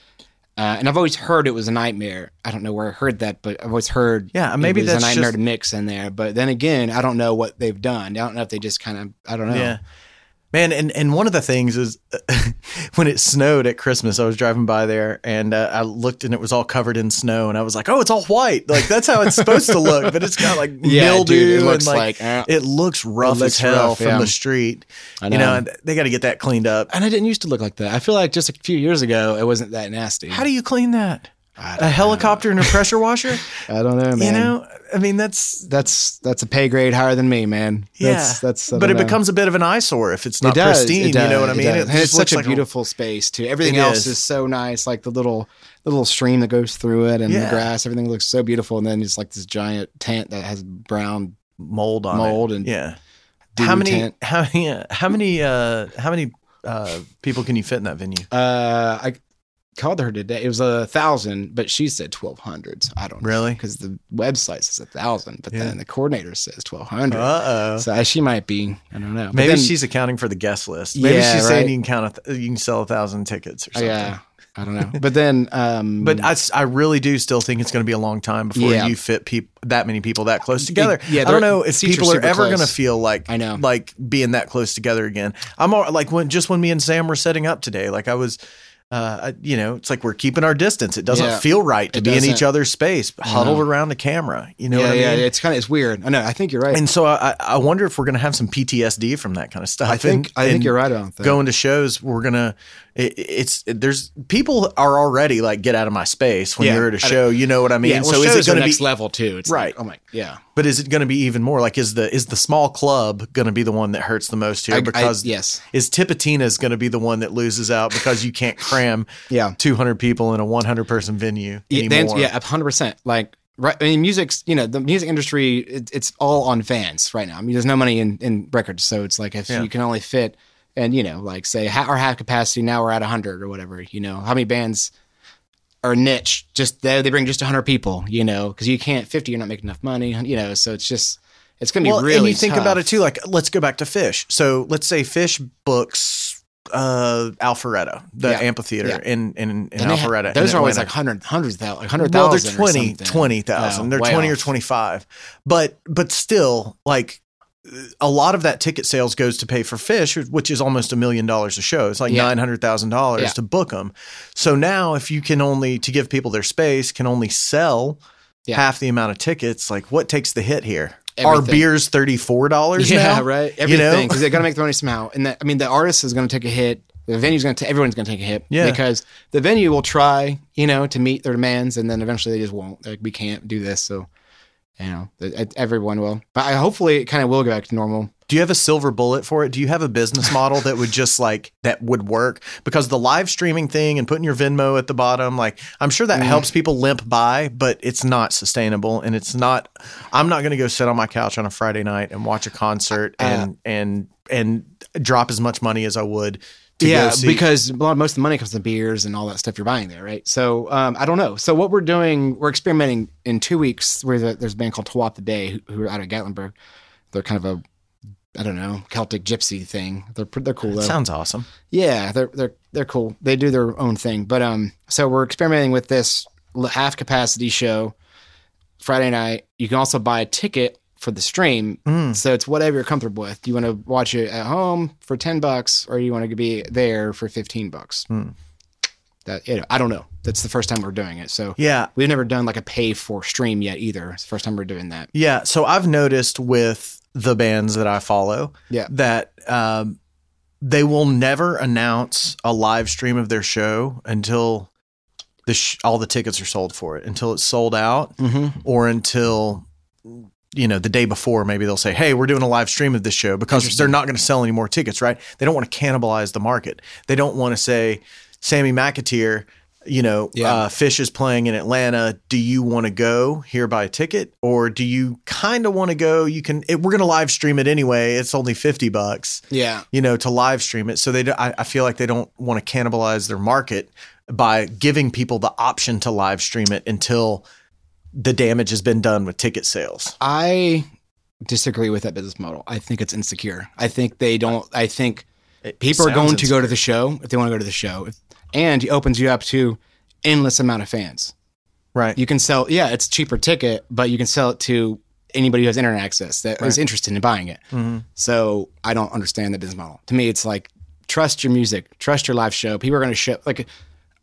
[SPEAKER 3] Uh, and I've always heard it was a nightmare. I don't know where I heard that, but I've always heard
[SPEAKER 1] Yeah, maybe
[SPEAKER 3] it was
[SPEAKER 1] that's
[SPEAKER 3] a nightmare
[SPEAKER 1] just-
[SPEAKER 3] to mix in there. But then again, I don't know what they've done. I don't know if they just kind of I don't know.
[SPEAKER 1] Yeah. Man, and, and one of the things is [laughs] when it snowed at Christmas, I was driving by there and uh, I looked and it was all covered in snow. And I was like, oh, it's all white. Like, that's how it's supposed to look. But it's got like
[SPEAKER 3] [laughs] Yeah,
[SPEAKER 1] mildew.
[SPEAKER 3] dude, it looks
[SPEAKER 1] and,
[SPEAKER 3] like, eh.
[SPEAKER 1] it looks rough
[SPEAKER 3] It looks
[SPEAKER 1] as hell
[SPEAKER 3] rough,
[SPEAKER 1] from
[SPEAKER 3] yeah.
[SPEAKER 1] the street.
[SPEAKER 3] I
[SPEAKER 1] You know,
[SPEAKER 3] know.
[SPEAKER 1] and they got to get that cleaned up.
[SPEAKER 3] and I didn't used to look like that. I feel like just a few years ago, it wasn't that nasty.
[SPEAKER 1] How do you clean that?
[SPEAKER 3] I
[SPEAKER 1] A helicopter and a pressure washer?
[SPEAKER 3] I don't know, [laughs] man.
[SPEAKER 1] You know, I mean, that's.
[SPEAKER 3] that's that's a pay grade higher than me, man.
[SPEAKER 1] Yeah,
[SPEAKER 3] that's, that's I
[SPEAKER 1] but it
[SPEAKER 3] don't know.
[SPEAKER 1] becomes a bit of an eyesore if it's
[SPEAKER 3] It
[SPEAKER 1] not
[SPEAKER 3] does, it
[SPEAKER 1] pristine.
[SPEAKER 3] does,
[SPEAKER 1] you know what I
[SPEAKER 3] it
[SPEAKER 1] mean?
[SPEAKER 3] does. And
[SPEAKER 1] just
[SPEAKER 3] it's
[SPEAKER 1] looks
[SPEAKER 3] such a
[SPEAKER 1] like
[SPEAKER 3] beautiful space too. Everything
[SPEAKER 1] It
[SPEAKER 3] else
[SPEAKER 1] is.
[SPEAKER 3] is. so nice, like the little the little stream that goes through it and
[SPEAKER 1] Yeah.
[SPEAKER 3] the grass. Everything looks so beautiful, and then just like this giant tent that has brown.
[SPEAKER 1] mold on it.
[SPEAKER 3] Mold and
[SPEAKER 1] yeah.
[SPEAKER 3] doo-doo
[SPEAKER 1] how many
[SPEAKER 3] tent.
[SPEAKER 1] how yeah, how many uh how many uh people can you fit in that venue?
[SPEAKER 3] Uh, I called her today. It was a thousand, but she said twelve hundred. So I don't
[SPEAKER 1] Really?
[SPEAKER 3] because the website says a thousand, but
[SPEAKER 1] Yeah.
[SPEAKER 3] then the coordinator says twelve hundred.
[SPEAKER 1] Uh oh.
[SPEAKER 3] So uh, she might be. I don't know. But
[SPEAKER 1] Maybe
[SPEAKER 3] then-
[SPEAKER 1] she's accounting for the guest list. Maybe
[SPEAKER 3] Yeah,
[SPEAKER 1] she's saying
[SPEAKER 3] right.
[SPEAKER 1] you can count a th- you can sell a thousand tickets or
[SPEAKER 3] Oh,
[SPEAKER 1] something.
[SPEAKER 3] yeah. I don't know.
[SPEAKER 1] [laughs]
[SPEAKER 3] But then, um,
[SPEAKER 1] But I, s- I really do still think it's going to be a long time before
[SPEAKER 3] Yeah.
[SPEAKER 1] you fit peop- that many people that close together.
[SPEAKER 3] yeah,
[SPEAKER 1] I don't
[SPEAKER 3] they're-
[SPEAKER 1] know if
[SPEAKER 3] seats are
[SPEAKER 1] people are
[SPEAKER 3] super
[SPEAKER 1] ever
[SPEAKER 3] close.
[SPEAKER 1] going to feel like
[SPEAKER 3] I know.
[SPEAKER 1] like being that close together again. I'm all, like when just when me and Sam were setting up today, like I was, uh, I- you know, it's like we're keeping our distance. It doesn't
[SPEAKER 3] Yeah.
[SPEAKER 1] feel right to
[SPEAKER 3] It
[SPEAKER 1] be in each
[SPEAKER 3] doesn't.
[SPEAKER 1] other's space, huddled around a camera. You know
[SPEAKER 3] yeah,
[SPEAKER 1] what I
[SPEAKER 3] yeah,
[SPEAKER 1] mean?
[SPEAKER 3] it's kind of it's weird. I know. I think you're right.
[SPEAKER 1] And so I, I- I wonder if we're going to have some PTSD from that kind of stuff.
[SPEAKER 3] I think
[SPEAKER 1] And-
[SPEAKER 3] I think
[SPEAKER 1] and
[SPEAKER 3] you're right on that.
[SPEAKER 1] Going to shows, we're gonna. It, it's there's people are already like get out of my space when
[SPEAKER 3] Yeah.
[SPEAKER 1] you're at a show. You know what I mean?
[SPEAKER 3] yeah, well,
[SPEAKER 1] so is it
[SPEAKER 3] shows are
[SPEAKER 1] going to be?
[SPEAKER 3] next level too? It's
[SPEAKER 1] Right.
[SPEAKER 3] Like, oh my, yeah.
[SPEAKER 1] But is it going to be even more? Like is the is the small club going to be the one that hurts the most here?
[SPEAKER 3] I- I-
[SPEAKER 1] because
[SPEAKER 3] yes.
[SPEAKER 1] is Tipitina is going to be the one that loses out because you can't cram
[SPEAKER 3] [laughs] Yeah.
[SPEAKER 1] 200 people in a 100 person venue
[SPEAKER 3] Yeah,
[SPEAKER 1] anymore.
[SPEAKER 3] then, yeah, hundred percent. Like, right. I mean, music's you know the music industry. It, it's all on fans right now. I mean, there's no money in in records, so it's like if
[SPEAKER 1] Yeah.
[SPEAKER 3] you can only fit and you know like say ha- our half capacity now we're at hundred or whatever. You know how many bands are niche? Just they, they bring just hundred people. You know because you can't fifty, you're not making enough money. You know, so it's just it's gonna be
[SPEAKER 1] well,
[SPEAKER 3] really.
[SPEAKER 1] and you think
[SPEAKER 3] tough.
[SPEAKER 1] about it too. Like, let's go back to Fish. So, let's say Fish books uh Alpharetta, the
[SPEAKER 3] Yeah.
[SPEAKER 1] amphitheater
[SPEAKER 3] Yeah.
[SPEAKER 1] in in, in
[SPEAKER 3] And they ha-
[SPEAKER 1] Alpharetta. in
[SPEAKER 3] those are always
[SPEAKER 1] Atlanta.
[SPEAKER 3] like hundred, hundreds of thou- like hundred
[SPEAKER 1] well,
[SPEAKER 3] thousand.
[SPEAKER 1] they're 20, 20,000. they're twenty or twenty five. But but still, like a lot of that ticket sales goes to pay for Fish, which is almost a million dollars a show. It's like
[SPEAKER 3] Yeah.
[SPEAKER 1] nine hundred thousand
[SPEAKER 3] Yeah.
[SPEAKER 1] dollars to book them. So now, if you can only to give people their space, can only sell.
[SPEAKER 3] Yeah.
[SPEAKER 1] Half the amount of tickets, like what takes the hit here? Our Are
[SPEAKER 3] Everything.
[SPEAKER 1] beers thirty four dollars?
[SPEAKER 3] [laughs] [laughs] Yeah,
[SPEAKER 1] now?
[SPEAKER 3] right.
[SPEAKER 1] You know?
[SPEAKER 3] Everything because they got to make the money somehow. And that, I mean, the artist is going to take a hit. The venue's going to everyone's going to take a hit.
[SPEAKER 1] Yeah.
[SPEAKER 3] because the venue will try, you know, to meet their demands, and then eventually they just won't. Like we can't do this, so you know, th- everyone will. But I, hopefully, it kind of will go back to normal.
[SPEAKER 1] Do you have a silver bullet for it? Do you have a business model that would just like that would work? Because the live streaming thing and putting your Venmo at the bottom, like I'm sure
[SPEAKER 3] Mm.
[SPEAKER 1] that helps people limp by, but it's not sustainable and it's not I'm not gonna go sit on my couch on a Friday night and watch a concert
[SPEAKER 3] Uh,
[SPEAKER 1] and and and drop as much money as I would to go
[SPEAKER 3] yeah,
[SPEAKER 1] see.
[SPEAKER 3] because a lot, most of the money comes from beers and all that stuff you're buying there, right? So um, I don't know. So what we're doing, we're experimenting in two weeks. Where the, there's a band called Tawap the Day who, who are out of Gatlinburg. They're kind of a, I don't know, Celtic gypsy thing. They're pre- they're cool though.
[SPEAKER 1] sounds awesome.
[SPEAKER 3] yeah, they're they're they're cool. They do their own thing. But um, so we're experimenting with this half capacity show Friday night. You can also buy a ticket for the stream.
[SPEAKER 1] Mm.
[SPEAKER 3] So it's whatever you're comfortable with. Do you want to watch it at home for 10 bucks or you want to be there for 15 bucks?
[SPEAKER 1] Hmm.
[SPEAKER 3] That you know, I don't know. That's the first time we're doing it. So
[SPEAKER 1] Yeah.
[SPEAKER 3] we've never done like a pay for stream yet either. It's the first time we're doing that.
[SPEAKER 1] Yeah. So I've noticed with the bands that I follow
[SPEAKER 3] Yeah.
[SPEAKER 1] that um, they will never announce a live stream of their show until the sh- all the tickets are sold for it, until it's sold out,
[SPEAKER 3] Mm-hmm.
[SPEAKER 1] or until you know the day before maybe they'll say hey we're doing a live stream of this show because they're not going to sell any more tickets right they don't want to cannibalize the market they don't want to say sammy mcateer you know
[SPEAKER 3] Yeah.
[SPEAKER 1] uh, fish is playing in atlanta do you want to go here buy a ticket or do you kind of want to go you can it, we're going to live stream it anyway it's only 50 bucks
[SPEAKER 3] Yeah.
[SPEAKER 1] you know, to live stream it. So they, do- I, I feel like they don't want to cannibalize their market by giving people the option to live stream it until the damage has been done with ticket sales.
[SPEAKER 3] I disagree with that business model. I think it's insecure. I think they don't. I think
[SPEAKER 1] It
[SPEAKER 3] people are
[SPEAKER 1] sounds
[SPEAKER 3] going to go
[SPEAKER 1] insecure.
[SPEAKER 3] to the show if they want to go to the show, If- and it opens you up to endless amount of fans.
[SPEAKER 1] right.
[SPEAKER 3] You can sell. Yeah, it's a cheaper ticket, but you can sell it to anybody who has internet access that is
[SPEAKER 1] Right. Mm-hmm.
[SPEAKER 3] interested in buying it. So I don't understand the business model. To me, it's like trust your music, trust your live show. People are going to show like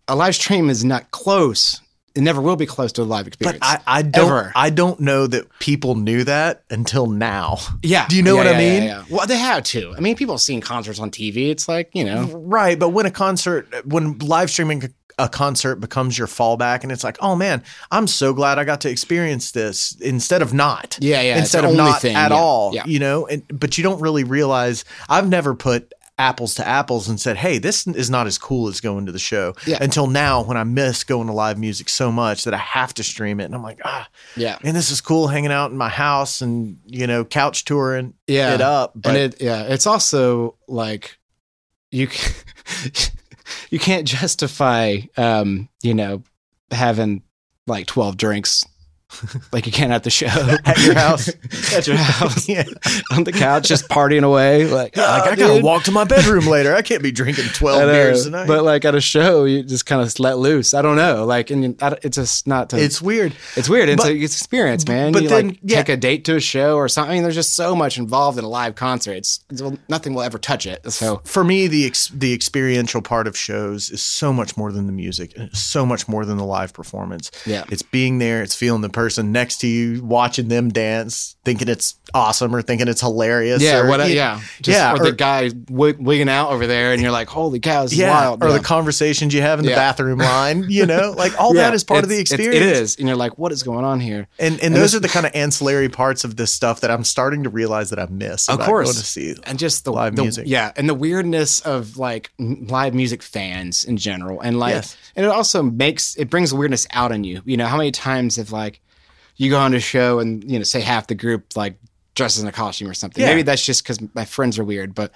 [SPEAKER 3] a live stream is not close. It never will be close to a live experience.
[SPEAKER 1] But I, I don't
[SPEAKER 3] Ever.
[SPEAKER 1] I don't know that people knew that until now.
[SPEAKER 3] Yeah.
[SPEAKER 1] Do you know
[SPEAKER 3] Yeah,
[SPEAKER 1] what I
[SPEAKER 3] yeah, yeah,
[SPEAKER 1] mean?
[SPEAKER 3] yeah. Well, they have to. I mean, people have seen concerts on TV. It's like, you know,
[SPEAKER 1] Right, but when a concert, when live streaming a concert becomes your fallback, and it's like, oh man, I'm so glad I got to experience this instead of not,
[SPEAKER 3] Yeah, yeah, it's
[SPEAKER 1] instead
[SPEAKER 3] the
[SPEAKER 1] of
[SPEAKER 3] only
[SPEAKER 1] not
[SPEAKER 3] thing,
[SPEAKER 1] at
[SPEAKER 3] yeah,
[SPEAKER 1] all,
[SPEAKER 3] yeah.
[SPEAKER 1] you know. And but you don't really realize. I've never put apples to apples and said, hey, this is not as cool as going to the show.
[SPEAKER 3] Yeah.
[SPEAKER 1] Until now, when I miss going to live music so much that I have to stream it, and I'm like, ah,
[SPEAKER 3] yeah.
[SPEAKER 1] man, this is cool hanging out in my house and you know couch touring
[SPEAKER 3] Yeah.
[SPEAKER 1] it up, but
[SPEAKER 3] and it, yeah, it's also like you, c- [laughs] you can't justify, um, you know, having like 12 drinks like you can at the show
[SPEAKER 1] [laughs] [laughs] at your house,
[SPEAKER 3] at your
[SPEAKER 1] [laughs]
[SPEAKER 3] house
[SPEAKER 1] yeah.
[SPEAKER 3] [laughs] on the couch, just partying away. Like,
[SPEAKER 1] Yeah, like
[SPEAKER 3] "Ah,
[SPEAKER 1] I gotta
[SPEAKER 3] dude."
[SPEAKER 1] walk to my bedroom later. I can't be drinking twelve
[SPEAKER 3] I know,
[SPEAKER 1] beers tonight.
[SPEAKER 3] But like at a show, you just kind of let loose. I don't know. Like, and you- I don't- it's just not to,
[SPEAKER 1] it's weird.
[SPEAKER 3] It's weird. It's
[SPEAKER 1] But-
[SPEAKER 3] like it's experience, man.
[SPEAKER 1] but
[SPEAKER 3] you
[SPEAKER 1] then-
[SPEAKER 3] like
[SPEAKER 1] yeah.
[SPEAKER 3] take a date to a show or something. There's just so much involved in a live concert. It's, it's well, nothing will ever touch it. So
[SPEAKER 1] For me, the ex- the experiential part of shows is so much more than the music, and it's so much more than the live performance.
[SPEAKER 3] Yeah.
[SPEAKER 1] it's being there, it's feeling the person next to you, watching them dance, thinking it's awesome or thinking it's hilarious.
[SPEAKER 3] yeah,
[SPEAKER 1] or,
[SPEAKER 3] what, yeah, just,
[SPEAKER 1] yeah,
[SPEAKER 3] Or,
[SPEAKER 1] or-
[SPEAKER 3] the guy wig, wigging out over there, and you're like, holy cow, this is
[SPEAKER 1] yeah,
[SPEAKER 3] wild.
[SPEAKER 1] or
[SPEAKER 3] Yeah.
[SPEAKER 1] the conversations you have in the
[SPEAKER 3] Yeah.
[SPEAKER 1] bathroom line. You know,
[SPEAKER 3] [laughs]
[SPEAKER 1] like all
[SPEAKER 3] Yeah,
[SPEAKER 1] that is part of the
[SPEAKER 3] it's- it's-
[SPEAKER 1] experience.
[SPEAKER 3] it is, and you're like, what is going on here?
[SPEAKER 1] And, and,
[SPEAKER 3] And
[SPEAKER 1] those
[SPEAKER 3] this-
[SPEAKER 1] are the kind of ancillary parts of this stuff that I'm starting to realize that I miss.
[SPEAKER 3] Of
[SPEAKER 1] about
[SPEAKER 3] course.
[SPEAKER 1] going to see.
[SPEAKER 3] and just the
[SPEAKER 1] Live
[SPEAKER 3] the-
[SPEAKER 1] music.
[SPEAKER 3] Yeah, and the weirdness of like m- live music fans in general, and like,
[SPEAKER 1] Yes.
[SPEAKER 3] and it also makes it brings weirdness out in you. You know, how many times have like you go on a show and you know, say half the group like dresses in a costume or something.
[SPEAKER 1] Yeah.
[SPEAKER 3] Maybe that's just because my friends are weird, but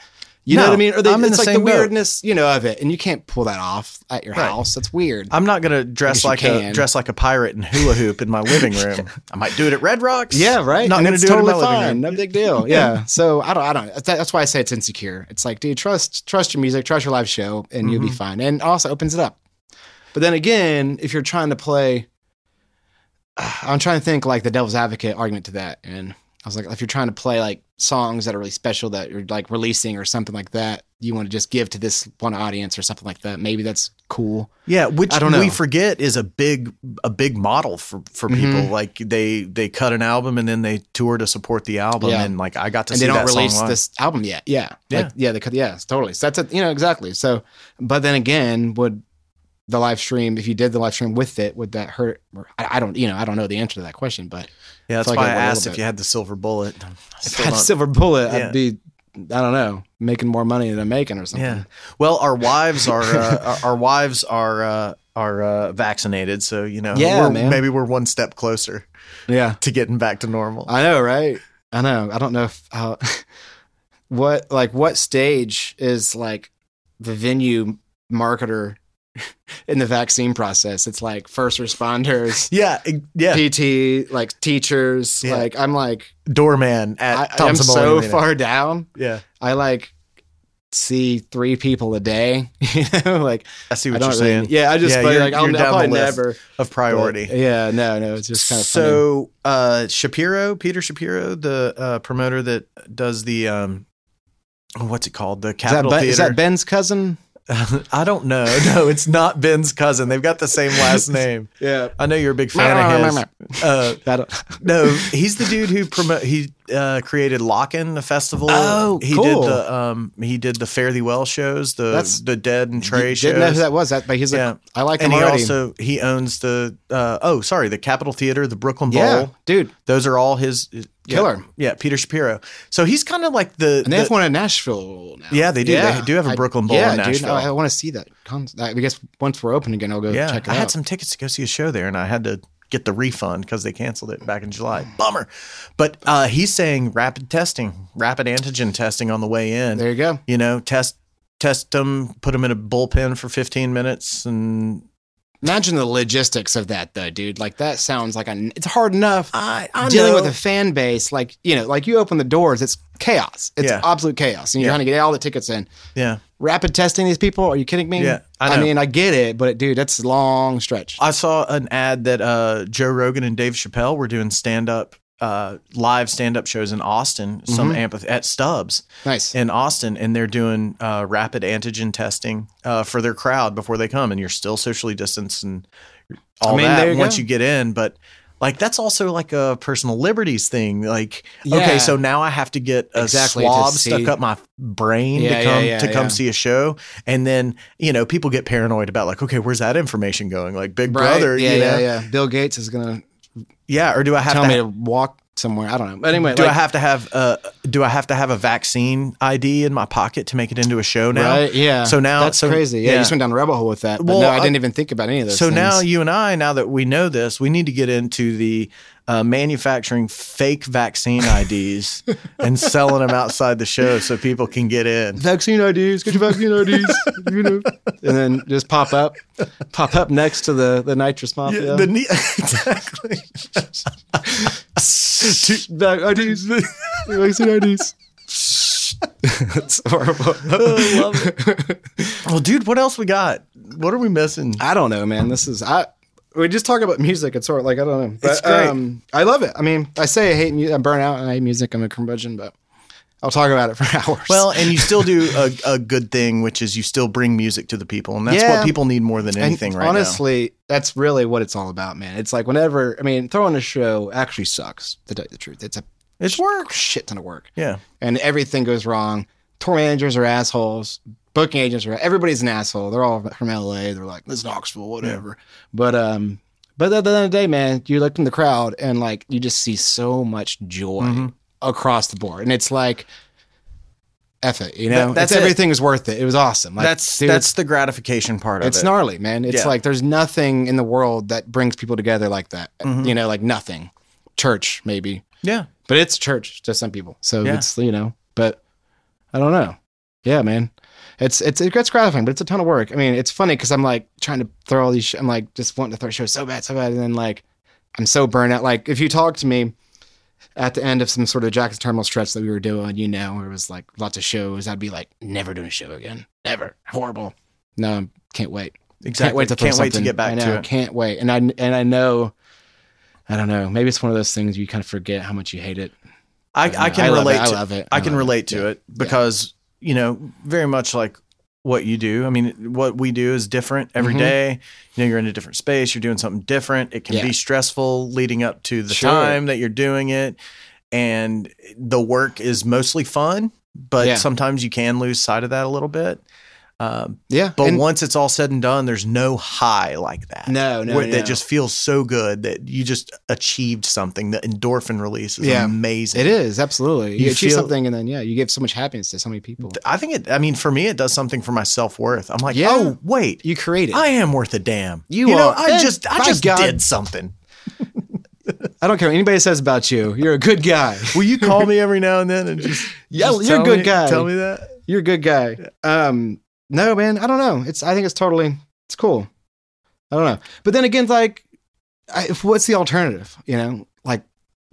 [SPEAKER 3] you
[SPEAKER 1] No,
[SPEAKER 3] know what I mean? Or they,
[SPEAKER 1] I'm in
[SPEAKER 3] it's
[SPEAKER 1] the
[SPEAKER 3] like
[SPEAKER 1] same
[SPEAKER 3] the
[SPEAKER 1] boat.
[SPEAKER 3] weirdness, you know, of it, and you can't pull that off at your
[SPEAKER 1] Right.
[SPEAKER 3] house. That's weird.
[SPEAKER 1] I'm not gonna dress
[SPEAKER 3] guess you
[SPEAKER 1] like a
[SPEAKER 3] can.
[SPEAKER 1] dress like a pirate and hula hoop in my living
[SPEAKER 3] [laughs]
[SPEAKER 1] room. I might do it at Red Rocks.
[SPEAKER 3] yeah, right.
[SPEAKER 1] Not
[SPEAKER 3] and
[SPEAKER 1] gonna
[SPEAKER 3] it's
[SPEAKER 1] do
[SPEAKER 3] totally
[SPEAKER 1] it in my
[SPEAKER 3] fine.
[SPEAKER 1] living room.
[SPEAKER 3] No big deal.
[SPEAKER 1] [laughs]
[SPEAKER 3] Yeah. So I don't. I don't. that- that's why I say it's insecure. It's like, dude, trust trust your music, trust your live show, and you'll
[SPEAKER 1] Mm-hmm.
[SPEAKER 3] be fine. And also opens it up. But then again, if you're trying to play, [sighs] I'm trying to think like the devil's advocate argument to that. And I was like, if you're trying to play like songs that are really special that you're like releasing or something like that, you want to just give to this one audience or something like that. Maybe that's cool.
[SPEAKER 1] Yeah, which
[SPEAKER 3] I don't know. Mm-hmm.
[SPEAKER 1] we forget is a big a big model for for people. Like they they cut an album and then they tour to support the album
[SPEAKER 3] Yeah.
[SPEAKER 1] and like I got to
[SPEAKER 3] and
[SPEAKER 1] see
[SPEAKER 3] they don't
[SPEAKER 1] that
[SPEAKER 3] release
[SPEAKER 1] song live.
[SPEAKER 3] this album yet. Yeah,
[SPEAKER 1] Yeah.
[SPEAKER 3] Like, yeah, they could, yeah, totally. So that's it, you know exactly. So, but then again, would the live stream if you did the live stream with it, would that hurt? Or- I, I don't, you know, I don't know the answer to that question, but
[SPEAKER 1] Yeah, that's
[SPEAKER 3] I feel
[SPEAKER 1] why
[SPEAKER 3] like
[SPEAKER 1] I
[SPEAKER 3] I went a
[SPEAKER 1] asked
[SPEAKER 3] little
[SPEAKER 1] if
[SPEAKER 3] bit.
[SPEAKER 1] you had the silver bullet.
[SPEAKER 3] [laughs] if
[SPEAKER 1] Still
[SPEAKER 3] I had a
[SPEAKER 1] not-
[SPEAKER 3] silver bullet,
[SPEAKER 1] Yeah.
[SPEAKER 3] I'd be, I don't know, making more money than I'm making or
[SPEAKER 1] [laughs]
[SPEAKER 3] something.
[SPEAKER 1] yeah. Well,
[SPEAKER 3] [laughs]
[SPEAKER 1] our wives are uh, our, our wives are uh, are uh, vaccinated, so you know
[SPEAKER 3] Yeah,
[SPEAKER 1] we're-
[SPEAKER 3] man.
[SPEAKER 1] maybe we're one step closer
[SPEAKER 3] yeah.
[SPEAKER 1] to getting back to normal.
[SPEAKER 3] I know, right? I know. I don't know if how, [laughs] what like what stage is like the venue marketer [laughs] in the vaccine process. It's like first responders,
[SPEAKER 1] yeah, it- yeah.
[SPEAKER 3] PT, like teachers.
[SPEAKER 1] Yeah.
[SPEAKER 3] Like I'm like
[SPEAKER 1] Doorman at
[SPEAKER 3] I, I'm
[SPEAKER 1] Thompson Bowling
[SPEAKER 3] so
[SPEAKER 1] Arena.
[SPEAKER 3] far down.
[SPEAKER 1] Yeah.
[SPEAKER 3] I like see three people a day. [laughs] you know, like
[SPEAKER 1] I see
[SPEAKER 3] I
[SPEAKER 1] what
[SPEAKER 3] don't
[SPEAKER 1] you're
[SPEAKER 3] really-
[SPEAKER 1] saying.
[SPEAKER 3] Yeah, I just
[SPEAKER 1] Yeah,
[SPEAKER 3] but,
[SPEAKER 1] you're-
[SPEAKER 3] like I'll,
[SPEAKER 1] you're
[SPEAKER 3] I'll
[SPEAKER 1] down the
[SPEAKER 3] probably
[SPEAKER 1] list.
[SPEAKER 3] never
[SPEAKER 1] Of priority.
[SPEAKER 3] but, yeah, no, no, it's just kind of funny.
[SPEAKER 1] so uh shapiro peter shapiro the uh promoter that does the um what's it called the
[SPEAKER 3] Is that,
[SPEAKER 1] capitol
[SPEAKER 3] Ben- is
[SPEAKER 1] theater [laughs]
[SPEAKER 3] that Ben's cousin?
[SPEAKER 1] i don't know [laughs] no it's not ben's cousin they've got the same last name
[SPEAKER 3] Yeah,
[SPEAKER 1] i know you're a big fan of his uh
[SPEAKER 3] that.
[SPEAKER 1] no he's the dude who promote he uh created lockin the festival
[SPEAKER 3] Oh,
[SPEAKER 1] he
[SPEAKER 3] cool.
[SPEAKER 1] did the um he did the fare thee well shows the
[SPEAKER 3] That's-
[SPEAKER 1] the dead and trey shows
[SPEAKER 3] Didn't know who that was. That, but he's like,
[SPEAKER 1] Yeah.
[SPEAKER 3] I like
[SPEAKER 1] and
[SPEAKER 3] him
[SPEAKER 1] he
[SPEAKER 3] already.
[SPEAKER 1] also he owns the uh oh sorry the capitol theater the brooklyn bowl
[SPEAKER 3] yeah, dude,
[SPEAKER 1] Those are all his his-
[SPEAKER 3] Killer.
[SPEAKER 1] Yeah, yeah, Peter Shapiro. So he's kind of like the,
[SPEAKER 3] and they have
[SPEAKER 1] the-
[SPEAKER 3] one in Nashville now.
[SPEAKER 1] Yeah, they do. They do have a
[SPEAKER 3] I-
[SPEAKER 1] Brooklyn Bowl
[SPEAKER 3] yeah,
[SPEAKER 1] in
[SPEAKER 3] dude,
[SPEAKER 1] Nashville.
[SPEAKER 3] I, I want to see that. Con- I guess once we're open again, I'll go
[SPEAKER 1] yeah.
[SPEAKER 3] check it
[SPEAKER 1] I
[SPEAKER 3] out.
[SPEAKER 1] had some tickets to go see a show there, and I had to get the refund because they canceled it back in July. Bummer. But uh, he's saying rapid testing, rapid antigen testing on the way in.
[SPEAKER 3] there you go.
[SPEAKER 1] You know, test test them, put them in a bullpen for 15 minutes, and
[SPEAKER 3] Imagine the logistics of that, though, dude. Like that sounds like a. It's hard enough
[SPEAKER 1] I,
[SPEAKER 3] dealing with a fan base. Like you know, like you open the doors, it's chaos. It's
[SPEAKER 1] Yeah.
[SPEAKER 3] absolute chaos, and you're
[SPEAKER 1] Yeah.
[SPEAKER 3] trying to get all the tickets in.
[SPEAKER 1] yeah.
[SPEAKER 3] Rapid testing these people? Are you kidding me?
[SPEAKER 1] Yeah, I know.
[SPEAKER 3] mean, I get it, but dude, that's a long stretch.
[SPEAKER 1] I saw an ad that uh, Joe Rogan and Dave Chappelle were doing stand up, uh, live stand up shows in Austin, some amphi- at Stubbs
[SPEAKER 3] nice.
[SPEAKER 1] in Austin, and they're doing uh, rapid antigen testing uh, for their crowd before they come, and you're still socially distanced and all
[SPEAKER 3] I mean,
[SPEAKER 1] that
[SPEAKER 3] there you
[SPEAKER 1] once
[SPEAKER 3] go.
[SPEAKER 1] you get in, but. Like that's also like a personal liberties thing. Like, okay,
[SPEAKER 3] Yeah.
[SPEAKER 1] so now I have to get a
[SPEAKER 3] Exactly, to
[SPEAKER 1] swab
[SPEAKER 3] see-
[SPEAKER 1] stuck up my brain
[SPEAKER 3] Yeah,
[SPEAKER 1] to
[SPEAKER 3] yeah,
[SPEAKER 1] come
[SPEAKER 3] yeah,
[SPEAKER 1] to come
[SPEAKER 3] yeah.
[SPEAKER 1] see a show, and then you know people get paranoid about like, okay, where's that information going? Like Big
[SPEAKER 3] Right?
[SPEAKER 1] Brother,
[SPEAKER 3] yeah,
[SPEAKER 1] you know?
[SPEAKER 3] yeah, yeah. Bill Gates is gonna
[SPEAKER 1] Yeah, or do I have
[SPEAKER 3] tell
[SPEAKER 1] to
[SPEAKER 3] me to walk somewhere. I don't know. But anyway,
[SPEAKER 1] do
[SPEAKER 3] like,
[SPEAKER 1] I have to have uh do I have to have a vaccine ID in my pocket to make it into a show now?
[SPEAKER 3] right? Yeah.
[SPEAKER 1] So now-
[SPEAKER 3] that's
[SPEAKER 1] so-
[SPEAKER 3] crazy. Yeah,
[SPEAKER 1] yeah.
[SPEAKER 3] you just went down a rabbit hole with that. But
[SPEAKER 1] Well,
[SPEAKER 3] no,
[SPEAKER 1] I-
[SPEAKER 3] I didn't even think about any of those.
[SPEAKER 1] So now
[SPEAKER 3] things.
[SPEAKER 1] you and I, now that we know this, we need to get into the uh, manufacturing fake vaccine
[SPEAKER 3] [laughs]
[SPEAKER 1] IDs and selling them outside the show so people can get in.
[SPEAKER 3] vaccine IDs, get your vaccine IDs,
[SPEAKER 1] [laughs]
[SPEAKER 3] you know, and then just pop up, pop up next to the the nitrous mafia.
[SPEAKER 1] The
[SPEAKER 3] [laughs]
[SPEAKER 1] ne- [laughs] exactly.
[SPEAKER 3] Two- back-
[SPEAKER 1] [laughs]
[SPEAKER 3] IDs, vaccine [laughs] IDs. That's horrible.
[SPEAKER 1] Well, dude, what else we got? What are we missing?
[SPEAKER 3] I don't know, man. This is I. We just talk about music. It's sort of like I don't know. But,
[SPEAKER 1] It's great.
[SPEAKER 3] Um, I love it. I mean, I say I hate music. I burn out and I hate music. I'm a curmudgeon, but I'll talk about it for [laughs] hours.
[SPEAKER 1] Well, and you still do a, a good thing, which is you still bring music to the people, and that's
[SPEAKER 3] Yeah.
[SPEAKER 1] what people need more than
[SPEAKER 3] And
[SPEAKER 1] anything right now.
[SPEAKER 3] honestly, that's really what it's all about, man. It's like whenever I mean, throwing a show actually sucks. To tell you the truth, it's a
[SPEAKER 1] It's work.
[SPEAKER 3] shit ton of work,
[SPEAKER 1] Yeah.
[SPEAKER 3] and everything goes wrong. Tour managers are assholes. Booking agents are everybody's an asshole. They're all from LA. They're like, this is Knoxville, whatever. But um, but at the end of the day, man, you look in the crowd and like you just see so much joy
[SPEAKER 1] Mm-hmm.
[SPEAKER 3] across the board, and it's like. F it, you know.
[SPEAKER 1] That- that's
[SPEAKER 3] it's,
[SPEAKER 1] it.
[SPEAKER 3] everything was worth it. It was awesome. Like,
[SPEAKER 1] that's
[SPEAKER 3] dude,
[SPEAKER 1] that's the gratification part of
[SPEAKER 3] it's
[SPEAKER 1] it.
[SPEAKER 3] gnarly, man. It's
[SPEAKER 1] Yeah.
[SPEAKER 3] like there's nothing in the world that brings people together like that.
[SPEAKER 1] Mm-hmm.
[SPEAKER 3] You know, like nothing. Church, maybe.
[SPEAKER 1] yeah.
[SPEAKER 3] But it's church to some people. So
[SPEAKER 1] Yeah.
[SPEAKER 3] it's you know, but I don't know. Yeah, man. It's it's it gets gratifying, but it's a ton of work. I mean, it's funny because I'm like trying to throw all these. Sh- I'm like just wanting to throw shows so bad, so bad, and then like I'm so burnt out. Like if you talk to me at the end of some sort of Jackson Terminal stretch that we were doing, you know, where it was like lots of shows, I'd be like, never doing a show again, never. Horrible. No, can't wait.
[SPEAKER 1] Exactly.
[SPEAKER 3] Can't wait to throw
[SPEAKER 1] Can't wait to
[SPEAKER 3] something.
[SPEAKER 1] get back
[SPEAKER 3] I know,
[SPEAKER 1] to it.
[SPEAKER 3] Can't wait. And I and I know. I don't know. Maybe it's one of those things you kind of forget how much you hate it.
[SPEAKER 1] I, I can
[SPEAKER 3] I love
[SPEAKER 1] relate.
[SPEAKER 3] it. I
[SPEAKER 1] to,
[SPEAKER 3] love it.
[SPEAKER 1] I
[SPEAKER 3] I
[SPEAKER 1] can
[SPEAKER 3] love it.
[SPEAKER 1] relate to
[SPEAKER 3] Yeah.
[SPEAKER 1] it because you know very much like what you do. I mean, what we do is different every
[SPEAKER 3] Mhm.
[SPEAKER 1] day. You know, you're in a different space. You're doing something different. It can
[SPEAKER 3] Yeah.
[SPEAKER 1] be stressful leading up to the
[SPEAKER 3] Sure.
[SPEAKER 1] time that you're doing it, and the work is mostly fun, but
[SPEAKER 3] Yeah.
[SPEAKER 1] sometimes you can lose sight of that a little bit. Um,
[SPEAKER 3] Yeah,
[SPEAKER 1] But
[SPEAKER 3] and-
[SPEAKER 1] once it's all said and done, there's no high like that.
[SPEAKER 3] No, no,
[SPEAKER 1] where-
[SPEAKER 3] no.
[SPEAKER 1] That just feels so good that you just achieved something. The endorphin release is
[SPEAKER 3] Yeah.
[SPEAKER 1] amazing.
[SPEAKER 3] it is absolutely you,
[SPEAKER 1] You
[SPEAKER 3] achieve
[SPEAKER 1] feel-
[SPEAKER 3] something, and then yeah, you give so much happiness to so many people.
[SPEAKER 1] I think it, I mean, for me, it does something for my self worth. I'm like,
[SPEAKER 3] Yeah.
[SPEAKER 1] oh, wait,
[SPEAKER 3] You create it.
[SPEAKER 1] I am worth a damn.
[SPEAKER 3] You
[SPEAKER 1] know,
[SPEAKER 3] are.
[SPEAKER 1] I
[SPEAKER 3] Eh,
[SPEAKER 1] just, I
[SPEAKER 3] by
[SPEAKER 1] just
[SPEAKER 3] God.
[SPEAKER 1] did something.
[SPEAKER 3] I don't care what anybody says about you. You're a
[SPEAKER 1] [laughs]
[SPEAKER 3] good guy.
[SPEAKER 1] Will you call me every now and then and just,
[SPEAKER 3] [laughs] Yeah,
[SPEAKER 1] just
[SPEAKER 3] you're a
[SPEAKER 1] tell
[SPEAKER 3] good
[SPEAKER 1] me-
[SPEAKER 3] guy.
[SPEAKER 1] Tell me that.
[SPEAKER 3] You're a good guy. Um, no, man, I don't know. It's I think it's totally it's cool. I don't know, but then again, like, I, if- what's the alternative? You know, like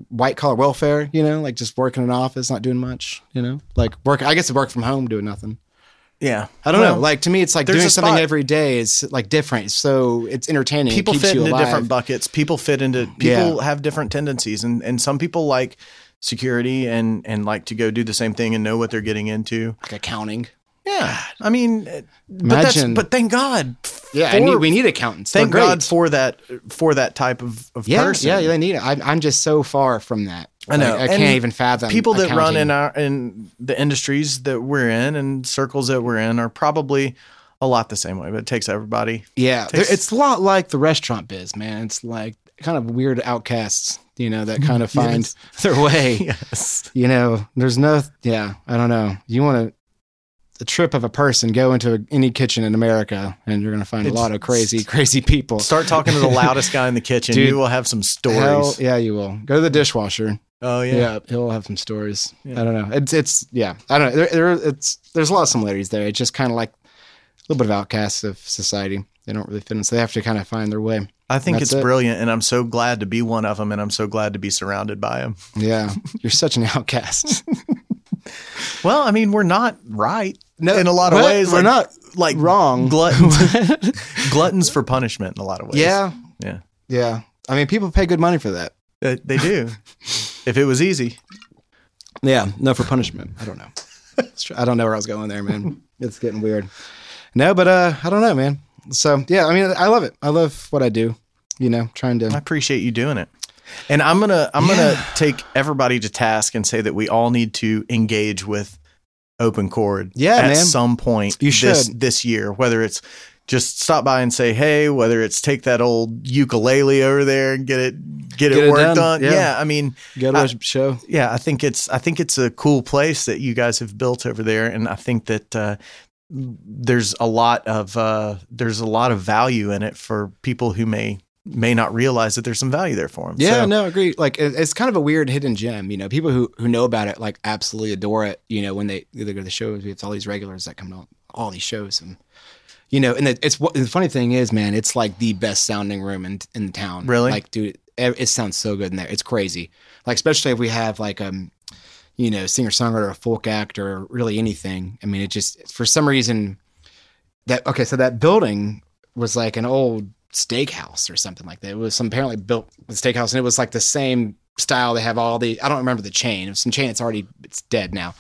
[SPEAKER 3] white collar welfare. You know, like just working in an office, not doing much. You know, like work. I guess work from home, doing nothing.
[SPEAKER 1] Yeah.
[SPEAKER 3] I don't
[SPEAKER 1] Well,
[SPEAKER 3] know. Like to me, it's like
[SPEAKER 1] there's
[SPEAKER 3] doing
[SPEAKER 1] a
[SPEAKER 3] something
[SPEAKER 1] spot.
[SPEAKER 3] every day is like different. So it's entertaining.
[SPEAKER 1] people
[SPEAKER 3] it keeps
[SPEAKER 1] fit
[SPEAKER 3] you
[SPEAKER 1] into
[SPEAKER 3] alive.
[SPEAKER 1] different buckets. People fit into people have different tendencies, and and some people like security and and like to go do the same thing and know what they're getting into.
[SPEAKER 3] like accounting.
[SPEAKER 1] Yeah, I mean, uh, but that's
[SPEAKER 3] Imagine-
[SPEAKER 1] but thank God,
[SPEAKER 3] Yeah, I
[SPEAKER 1] For-
[SPEAKER 3] need, we need accountants. They're
[SPEAKER 1] thank
[SPEAKER 3] great.
[SPEAKER 1] God for that for that type of, of
[SPEAKER 3] yeah,
[SPEAKER 1] person.
[SPEAKER 3] yeah, they need it. I, I'm just so far from that.
[SPEAKER 1] I know.
[SPEAKER 3] Like, I
[SPEAKER 1] And
[SPEAKER 3] can't even fathom
[SPEAKER 1] people that run in
[SPEAKER 3] accounting.
[SPEAKER 1] our in the industries that we're in and circles that we're in are probably a lot the same way, but it takes everybody.
[SPEAKER 3] yeah, they're-
[SPEAKER 1] takes-
[SPEAKER 3] it's a lot like the restaurant biz, man. It's like kind of weird outcasts, you know, that kind
[SPEAKER 1] [laughs]
[SPEAKER 3] of find their way.
[SPEAKER 1] Yes.
[SPEAKER 3] you know, there's no, yeah, I don't know. You want to, the trip of a person, go into any kitchen in America, and you're going to find a
[SPEAKER 1] It's-
[SPEAKER 3] lot of crazy, crazy people.
[SPEAKER 1] Start talking to the loudest guy in the kitchen.
[SPEAKER 3] [laughs] Dude.
[SPEAKER 1] you will have some stories.
[SPEAKER 3] Hell, yeah, you will. Go to the dishwasher.
[SPEAKER 1] Oh
[SPEAKER 3] Yeah,
[SPEAKER 1] yeah.
[SPEAKER 3] he'll have some stories.
[SPEAKER 1] Yeah.
[SPEAKER 3] I don't know. It's, it's, yeah, I don't know. There, there, it's, there's a lot of similarities there. It's just kind of like a little bit of outcasts of society. They don't really fit in, so they have to kind of find their way.
[SPEAKER 1] I think
[SPEAKER 3] That's
[SPEAKER 1] it's
[SPEAKER 3] it.
[SPEAKER 1] brilliant, and I'm so glad to be one of them, and I'm so glad to be surrounded by them.
[SPEAKER 3] Yeah, [laughs] you're such an outcast.
[SPEAKER 1] Well, I mean, we're not right
[SPEAKER 3] [laughs] No,
[SPEAKER 1] in a lot of
[SPEAKER 3] we're-
[SPEAKER 1] ways.
[SPEAKER 3] we're not
[SPEAKER 1] like
[SPEAKER 3] wrong.
[SPEAKER 1] gluttons,
[SPEAKER 3] [laughs]
[SPEAKER 1] gluttons for punishment in a lot of ways.
[SPEAKER 3] yeah,
[SPEAKER 1] yeah,
[SPEAKER 3] yeah. I mean, people pay good money for that.
[SPEAKER 1] Uh, they do. if it was easy,
[SPEAKER 3] Yeah, no, for punishment.
[SPEAKER 1] [laughs]
[SPEAKER 3] I don't know. It's tr- I don't know where I was going there, man. It's getting weird. No, but uh, I don't know, man. So yeah, I mean, I love it. I love what I do. You know, trying
[SPEAKER 1] I
[SPEAKER 3] to.
[SPEAKER 1] appreciate you doing it. And I'm gonna I'm gonna take everybody to task and say that we all need to engage with open chord
[SPEAKER 3] Yeah,
[SPEAKER 1] at
[SPEAKER 3] man.
[SPEAKER 1] some point
[SPEAKER 3] You
[SPEAKER 1] this
[SPEAKER 3] should.
[SPEAKER 1] this year, whether it's just stop by and say hey, whether it's take that old ukulele over there and get it get,
[SPEAKER 3] Get
[SPEAKER 1] it,
[SPEAKER 3] it
[SPEAKER 1] worked on.
[SPEAKER 3] done. Yeah.
[SPEAKER 1] yeah, I mean
[SPEAKER 3] Go to
[SPEAKER 1] I-
[SPEAKER 3] a show.
[SPEAKER 1] yeah, I think it's I think it's a cool place that you guys have built over there, and I think that uh, there's a lot of uh, there's a lot of value in it for people who may may not realize that there's some value there for them.
[SPEAKER 3] Yeah, no, I agree. Like it- it's kind of a weird hidden gem. You know, people who who know about it like absolutely adore it. You know, when they they go to the shows, we have all these regulars that come to all, all these shows, and you know, and it, it's what the funny thing is, man, it's like the best sounding room in in the town.
[SPEAKER 1] Really?
[SPEAKER 3] like dude, it, it sounds so good in there. It's crazy. Like especially if we have like um. You know, singer songwriter, a folk actor, or really anything. I mean, it just for some reason that okay so that building was like an old steakhouse or something like that it was some apparently built the steakhouse and it was like the same style they have all the i don't remember the chain it was some chain it's already it's dead now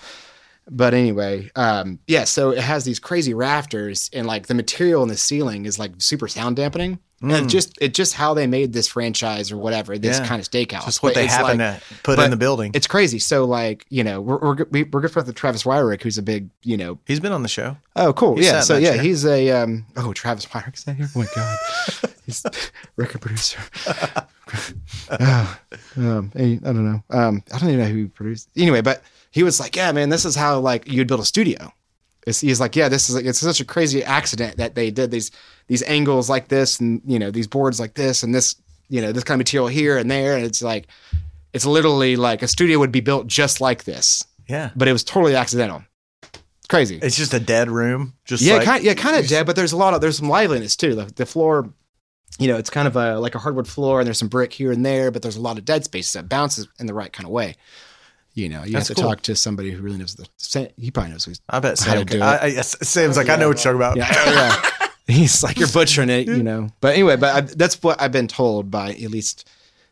[SPEAKER 3] but anyway um yeah so it has these crazy rafters and like the material in the ceiling is like super sound dampening and
[SPEAKER 1] Mm.
[SPEAKER 3] just it just how they made this franchise or whatever this
[SPEAKER 1] Yeah.
[SPEAKER 3] kind of steakhouse
[SPEAKER 1] just what
[SPEAKER 3] But
[SPEAKER 1] they
[SPEAKER 3] it's
[SPEAKER 1] happen
[SPEAKER 3] like-
[SPEAKER 1] to put in
[SPEAKER 3] but
[SPEAKER 1] the building.
[SPEAKER 3] it's crazy so like you know we're we're, we- we're good friends with travis wyrick who's a big you know
[SPEAKER 1] He's been on the show.
[SPEAKER 3] Oh, cool.
[SPEAKER 1] He
[SPEAKER 3] yeah.
[SPEAKER 1] sat
[SPEAKER 3] So
[SPEAKER 1] in that
[SPEAKER 3] yeah,
[SPEAKER 1] chair.
[SPEAKER 3] he's a um, oh Travis Myrick's that here. Oh my god,
[SPEAKER 1] [laughs]
[SPEAKER 3] he's record producer. [laughs] oh, um, I I don't know. Um, I don't even know who produced. Anyway, but he was like, yeah, man, this is how like you'd build a studio. It's, he's like, yeah, this is like it's such a crazy accident that they did these these angles like this and you know these boards like this and this you know this kind of material here and there and it's like it's literally like a studio would be built just like this,
[SPEAKER 1] Yeah,
[SPEAKER 3] but it was totally accidental. It's crazy.
[SPEAKER 1] it's just a dead room. Just
[SPEAKER 3] Yeah,
[SPEAKER 1] like,
[SPEAKER 3] kind yeah, kind of dead, but there's a lot of there's some liveliness too. The, the floor, you know, it's kind of a like a hardwood floor, and there's some brick here and there, but there's a lot of dead space that bounces in the right kind of way. You know, you
[SPEAKER 1] That's
[SPEAKER 3] have to
[SPEAKER 1] cool.
[SPEAKER 3] talk to somebody who really knows the. Sa- He probably knows. Who's,
[SPEAKER 1] I bet
[SPEAKER 3] How
[SPEAKER 1] Sam.
[SPEAKER 3] to do
[SPEAKER 1] Could, I, I, yes, Sam's like I know what you're talking about.
[SPEAKER 3] yeah, oh, yeah. [laughs] He's like you're butchering it, you know. But anyway, but I, that's what I've been told by at least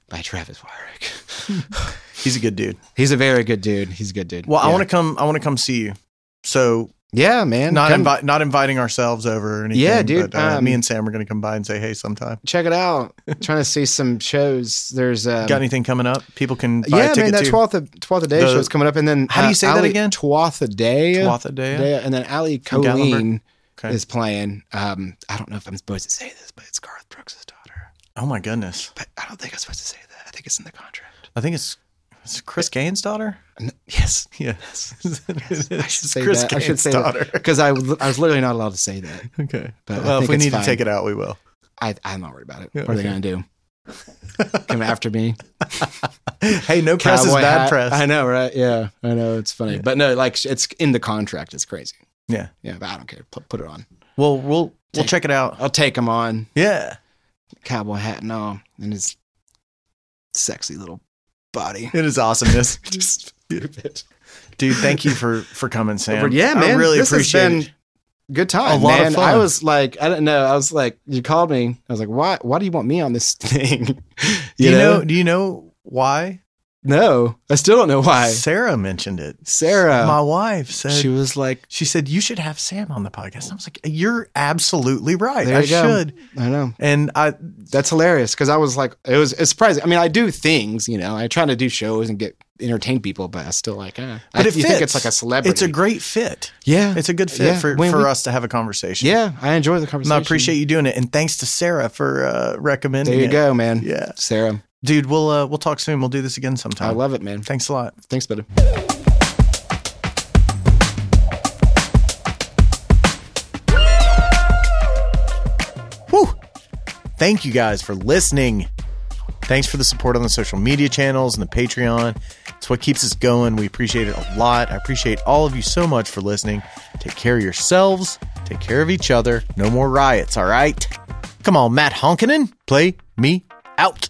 [SPEAKER 3] by Travis Wyrick.
[SPEAKER 1] [laughs]
[SPEAKER 3] [laughs]
[SPEAKER 1] He's a good dude.
[SPEAKER 3] He's a very good dude. He's a good dude.
[SPEAKER 1] Well,
[SPEAKER 3] yeah.
[SPEAKER 1] I want to come. I want to come see you. So
[SPEAKER 3] Yeah, man.
[SPEAKER 1] not
[SPEAKER 3] Come
[SPEAKER 1] invi- not inviting ourselves over or anything.
[SPEAKER 3] Yeah, dude,
[SPEAKER 1] But, uh,
[SPEAKER 3] um,
[SPEAKER 1] me and Sam are going to come by and say hey sometime.
[SPEAKER 3] check
[SPEAKER 1] [laughs]
[SPEAKER 3] it out. Trying to see some shows. There's um,
[SPEAKER 1] Got anything coming up? People can buy
[SPEAKER 3] yeah,
[SPEAKER 1] a
[SPEAKER 3] man,
[SPEAKER 1] ticket
[SPEAKER 3] that
[SPEAKER 1] to
[SPEAKER 3] twelfth of twelfth of day
[SPEAKER 1] The-
[SPEAKER 3] show is coming up, and then uh,
[SPEAKER 1] How do you say that again?
[SPEAKER 3] Twelfth of day,
[SPEAKER 1] Twatha Dea?
[SPEAKER 3] Day, and then Ali
[SPEAKER 1] Gatlinburg?
[SPEAKER 3] Colleen
[SPEAKER 1] Okay.
[SPEAKER 3] is playing. Um, I don't know if I'm supposed to say this, but it's Garth Brooks' daughter.
[SPEAKER 1] Oh my goodness!
[SPEAKER 3] But I don't think I'm supposed to say that. I think it's in the contract.
[SPEAKER 1] I think it's it's Chris Gaines' daughter. [laughs]
[SPEAKER 3] N- Yes,
[SPEAKER 1] Yes,
[SPEAKER 3] I should say
[SPEAKER 1] Chris
[SPEAKER 3] that. I should
[SPEAKER 1] Gaines'
[SPEAKER 3] say [laughs]
[SPEAKER 1] daughter.
[SPEAKER 3] because I, was- I was literally not allowed to say that.
[SPEAKER 1] Okay.
[SPEAKER 3] But I
[SPEAKER 1] well, if
[SPEAKER 3] think
[SPEAKER 1] we
[SPEAKER 3] it's
[SPEAKER 1] need
[SPEAKER 3] fine.
[SPEAKER 1] to take it out, we will. [laughs]
[SPEAKER 3] I, I'm not worried about it.
[SPEAKER 1] Yeah,
[SPEAKER 3] what are they
[SPEAKER 1] okay.
[SPEAKER 3] gonna [laughs] do? Come after me?
[SPEAKER 1] Hey, no press is
[SPEAKER 3] Cowboy
[SPEAKER 1] bad
[SPEAKER 3] hat.
[SPEAKER 1] press.
[SPEAKER 3] I know, right? Yeah, I know. It's funny, but no, like it's in the contract. It's crazy.
[SPEAKER 1] Yeah.
[SPEAKER 3] Yeah, but I don't care. Put, put it on.
[SPEAKER 1] Well, we'll we'll
[SPEAKER 3] Take-
[SPEAKER 1] check it out.
[SPEAKER 3] I'll take him on.
[SPEAKER 1] Yeah,
[SPEAKER 3] cowboy hat and all, and his sexy little body.
[SPEAKER 1] it is awesomeness,
[SPEAKER 3] [laughs] Just stupid.
[SPEAKER 1] dude. Thank you for for coming, Sam.
[SPEAKER 3] Yeah,
[SPEAKER 1] I
[SPEAKER 3] [laughs] man.
[SPEAKER 1] really
[SPEAKER 3] This has
[SPEAKER 1] appreciate
[SPEAKER 3] been
[SPEAKER 1] it.
[SPEAKER 3] good time,
[SPEAKER 1] A lot of
[SPEAKER 3] man.
[SPEAKER 1] fun.
[SPEAKER 3] I was like, I don't know. I was like, you called me. I was like, why? Why do you want me on this [laughs] thing?
[SPEAKER 1] [laughs] Do you know? Do you know why?
[SPEAKER 3] No, I still don't know why.
[SPEAKER 1] Sarah mentioned it.
[SPEAKER 3] Sarah,
[SPEAKER 1] my wife said
[SPEAKER 3] she
[SPEAKER 1] she,
[SPEAKER 3] was like,
[SPEAKER 1] said you should have Sam on the podcast. I was like, you're absolutely right.
[SPEAKER 3] There
[SPEAKER 1] I
[SPEAKER 3] you go.
[SPEAKER 1] should.
[SPEAKER 3] I know
[SPEAKER 1] And I
[SPEAKER 3] that's hilarious because I was like, it was it's surprising. I mean, I do things, you know, I try to do shows and get entertain people, but I still like, eh.
[SPEAKER 1] But
[SPEAKER 3] I,
[SPEAKER 1] it
[SPEAKER 3] you think it's
[SPEAKER 1] fits.
[SPEAKER 3] like a celebrity?
[SPEAKER 1] it's a great fit.
[SPEAKER 3] yeah,
[SPEAKER 1] It's a good fit
[SPEAKER 3] Yeah.
[SPEAKER 1] for,
[SPEAKER 3] When
[SPEAKER 1] for
[SPEAKER 3] we-
[SPEAKER 1] us to have a conversation.
[SPEAKER 3] yeah. I enjoy the
[SPEAKER 1] And
[SPEAKER 3] conversation.
[SPEAKER 1] I appreciate you doing it. And thanks to Sarah for uh, recommending
[SPEAKER 3] There you
[SPEAKER 1] it.
[SPEAKER 3] go, man.
[SPEAKER 1] Yeah.
[SPEAKER 3] Sarah,
[SPEAKER 1] Dude, we'll uh, we'll talk soon. We'll do this again sometime.
[SPEAKER 3] I love it, man.
[SPEAKER 1] Thanks a lot.
[SPEAKER 3] Thanks, buddy.
[SPEAKER 1] Whew. Thank you guys for listening. Thanks for the support on the social media channels and the Patreon. It's what keeps us going. We appreciate it a lot. I appreciate all of you so much for listening. Take care of yourselves. Take care of each other. No more riots, all right? Come on, Matt Honkinen, play me out.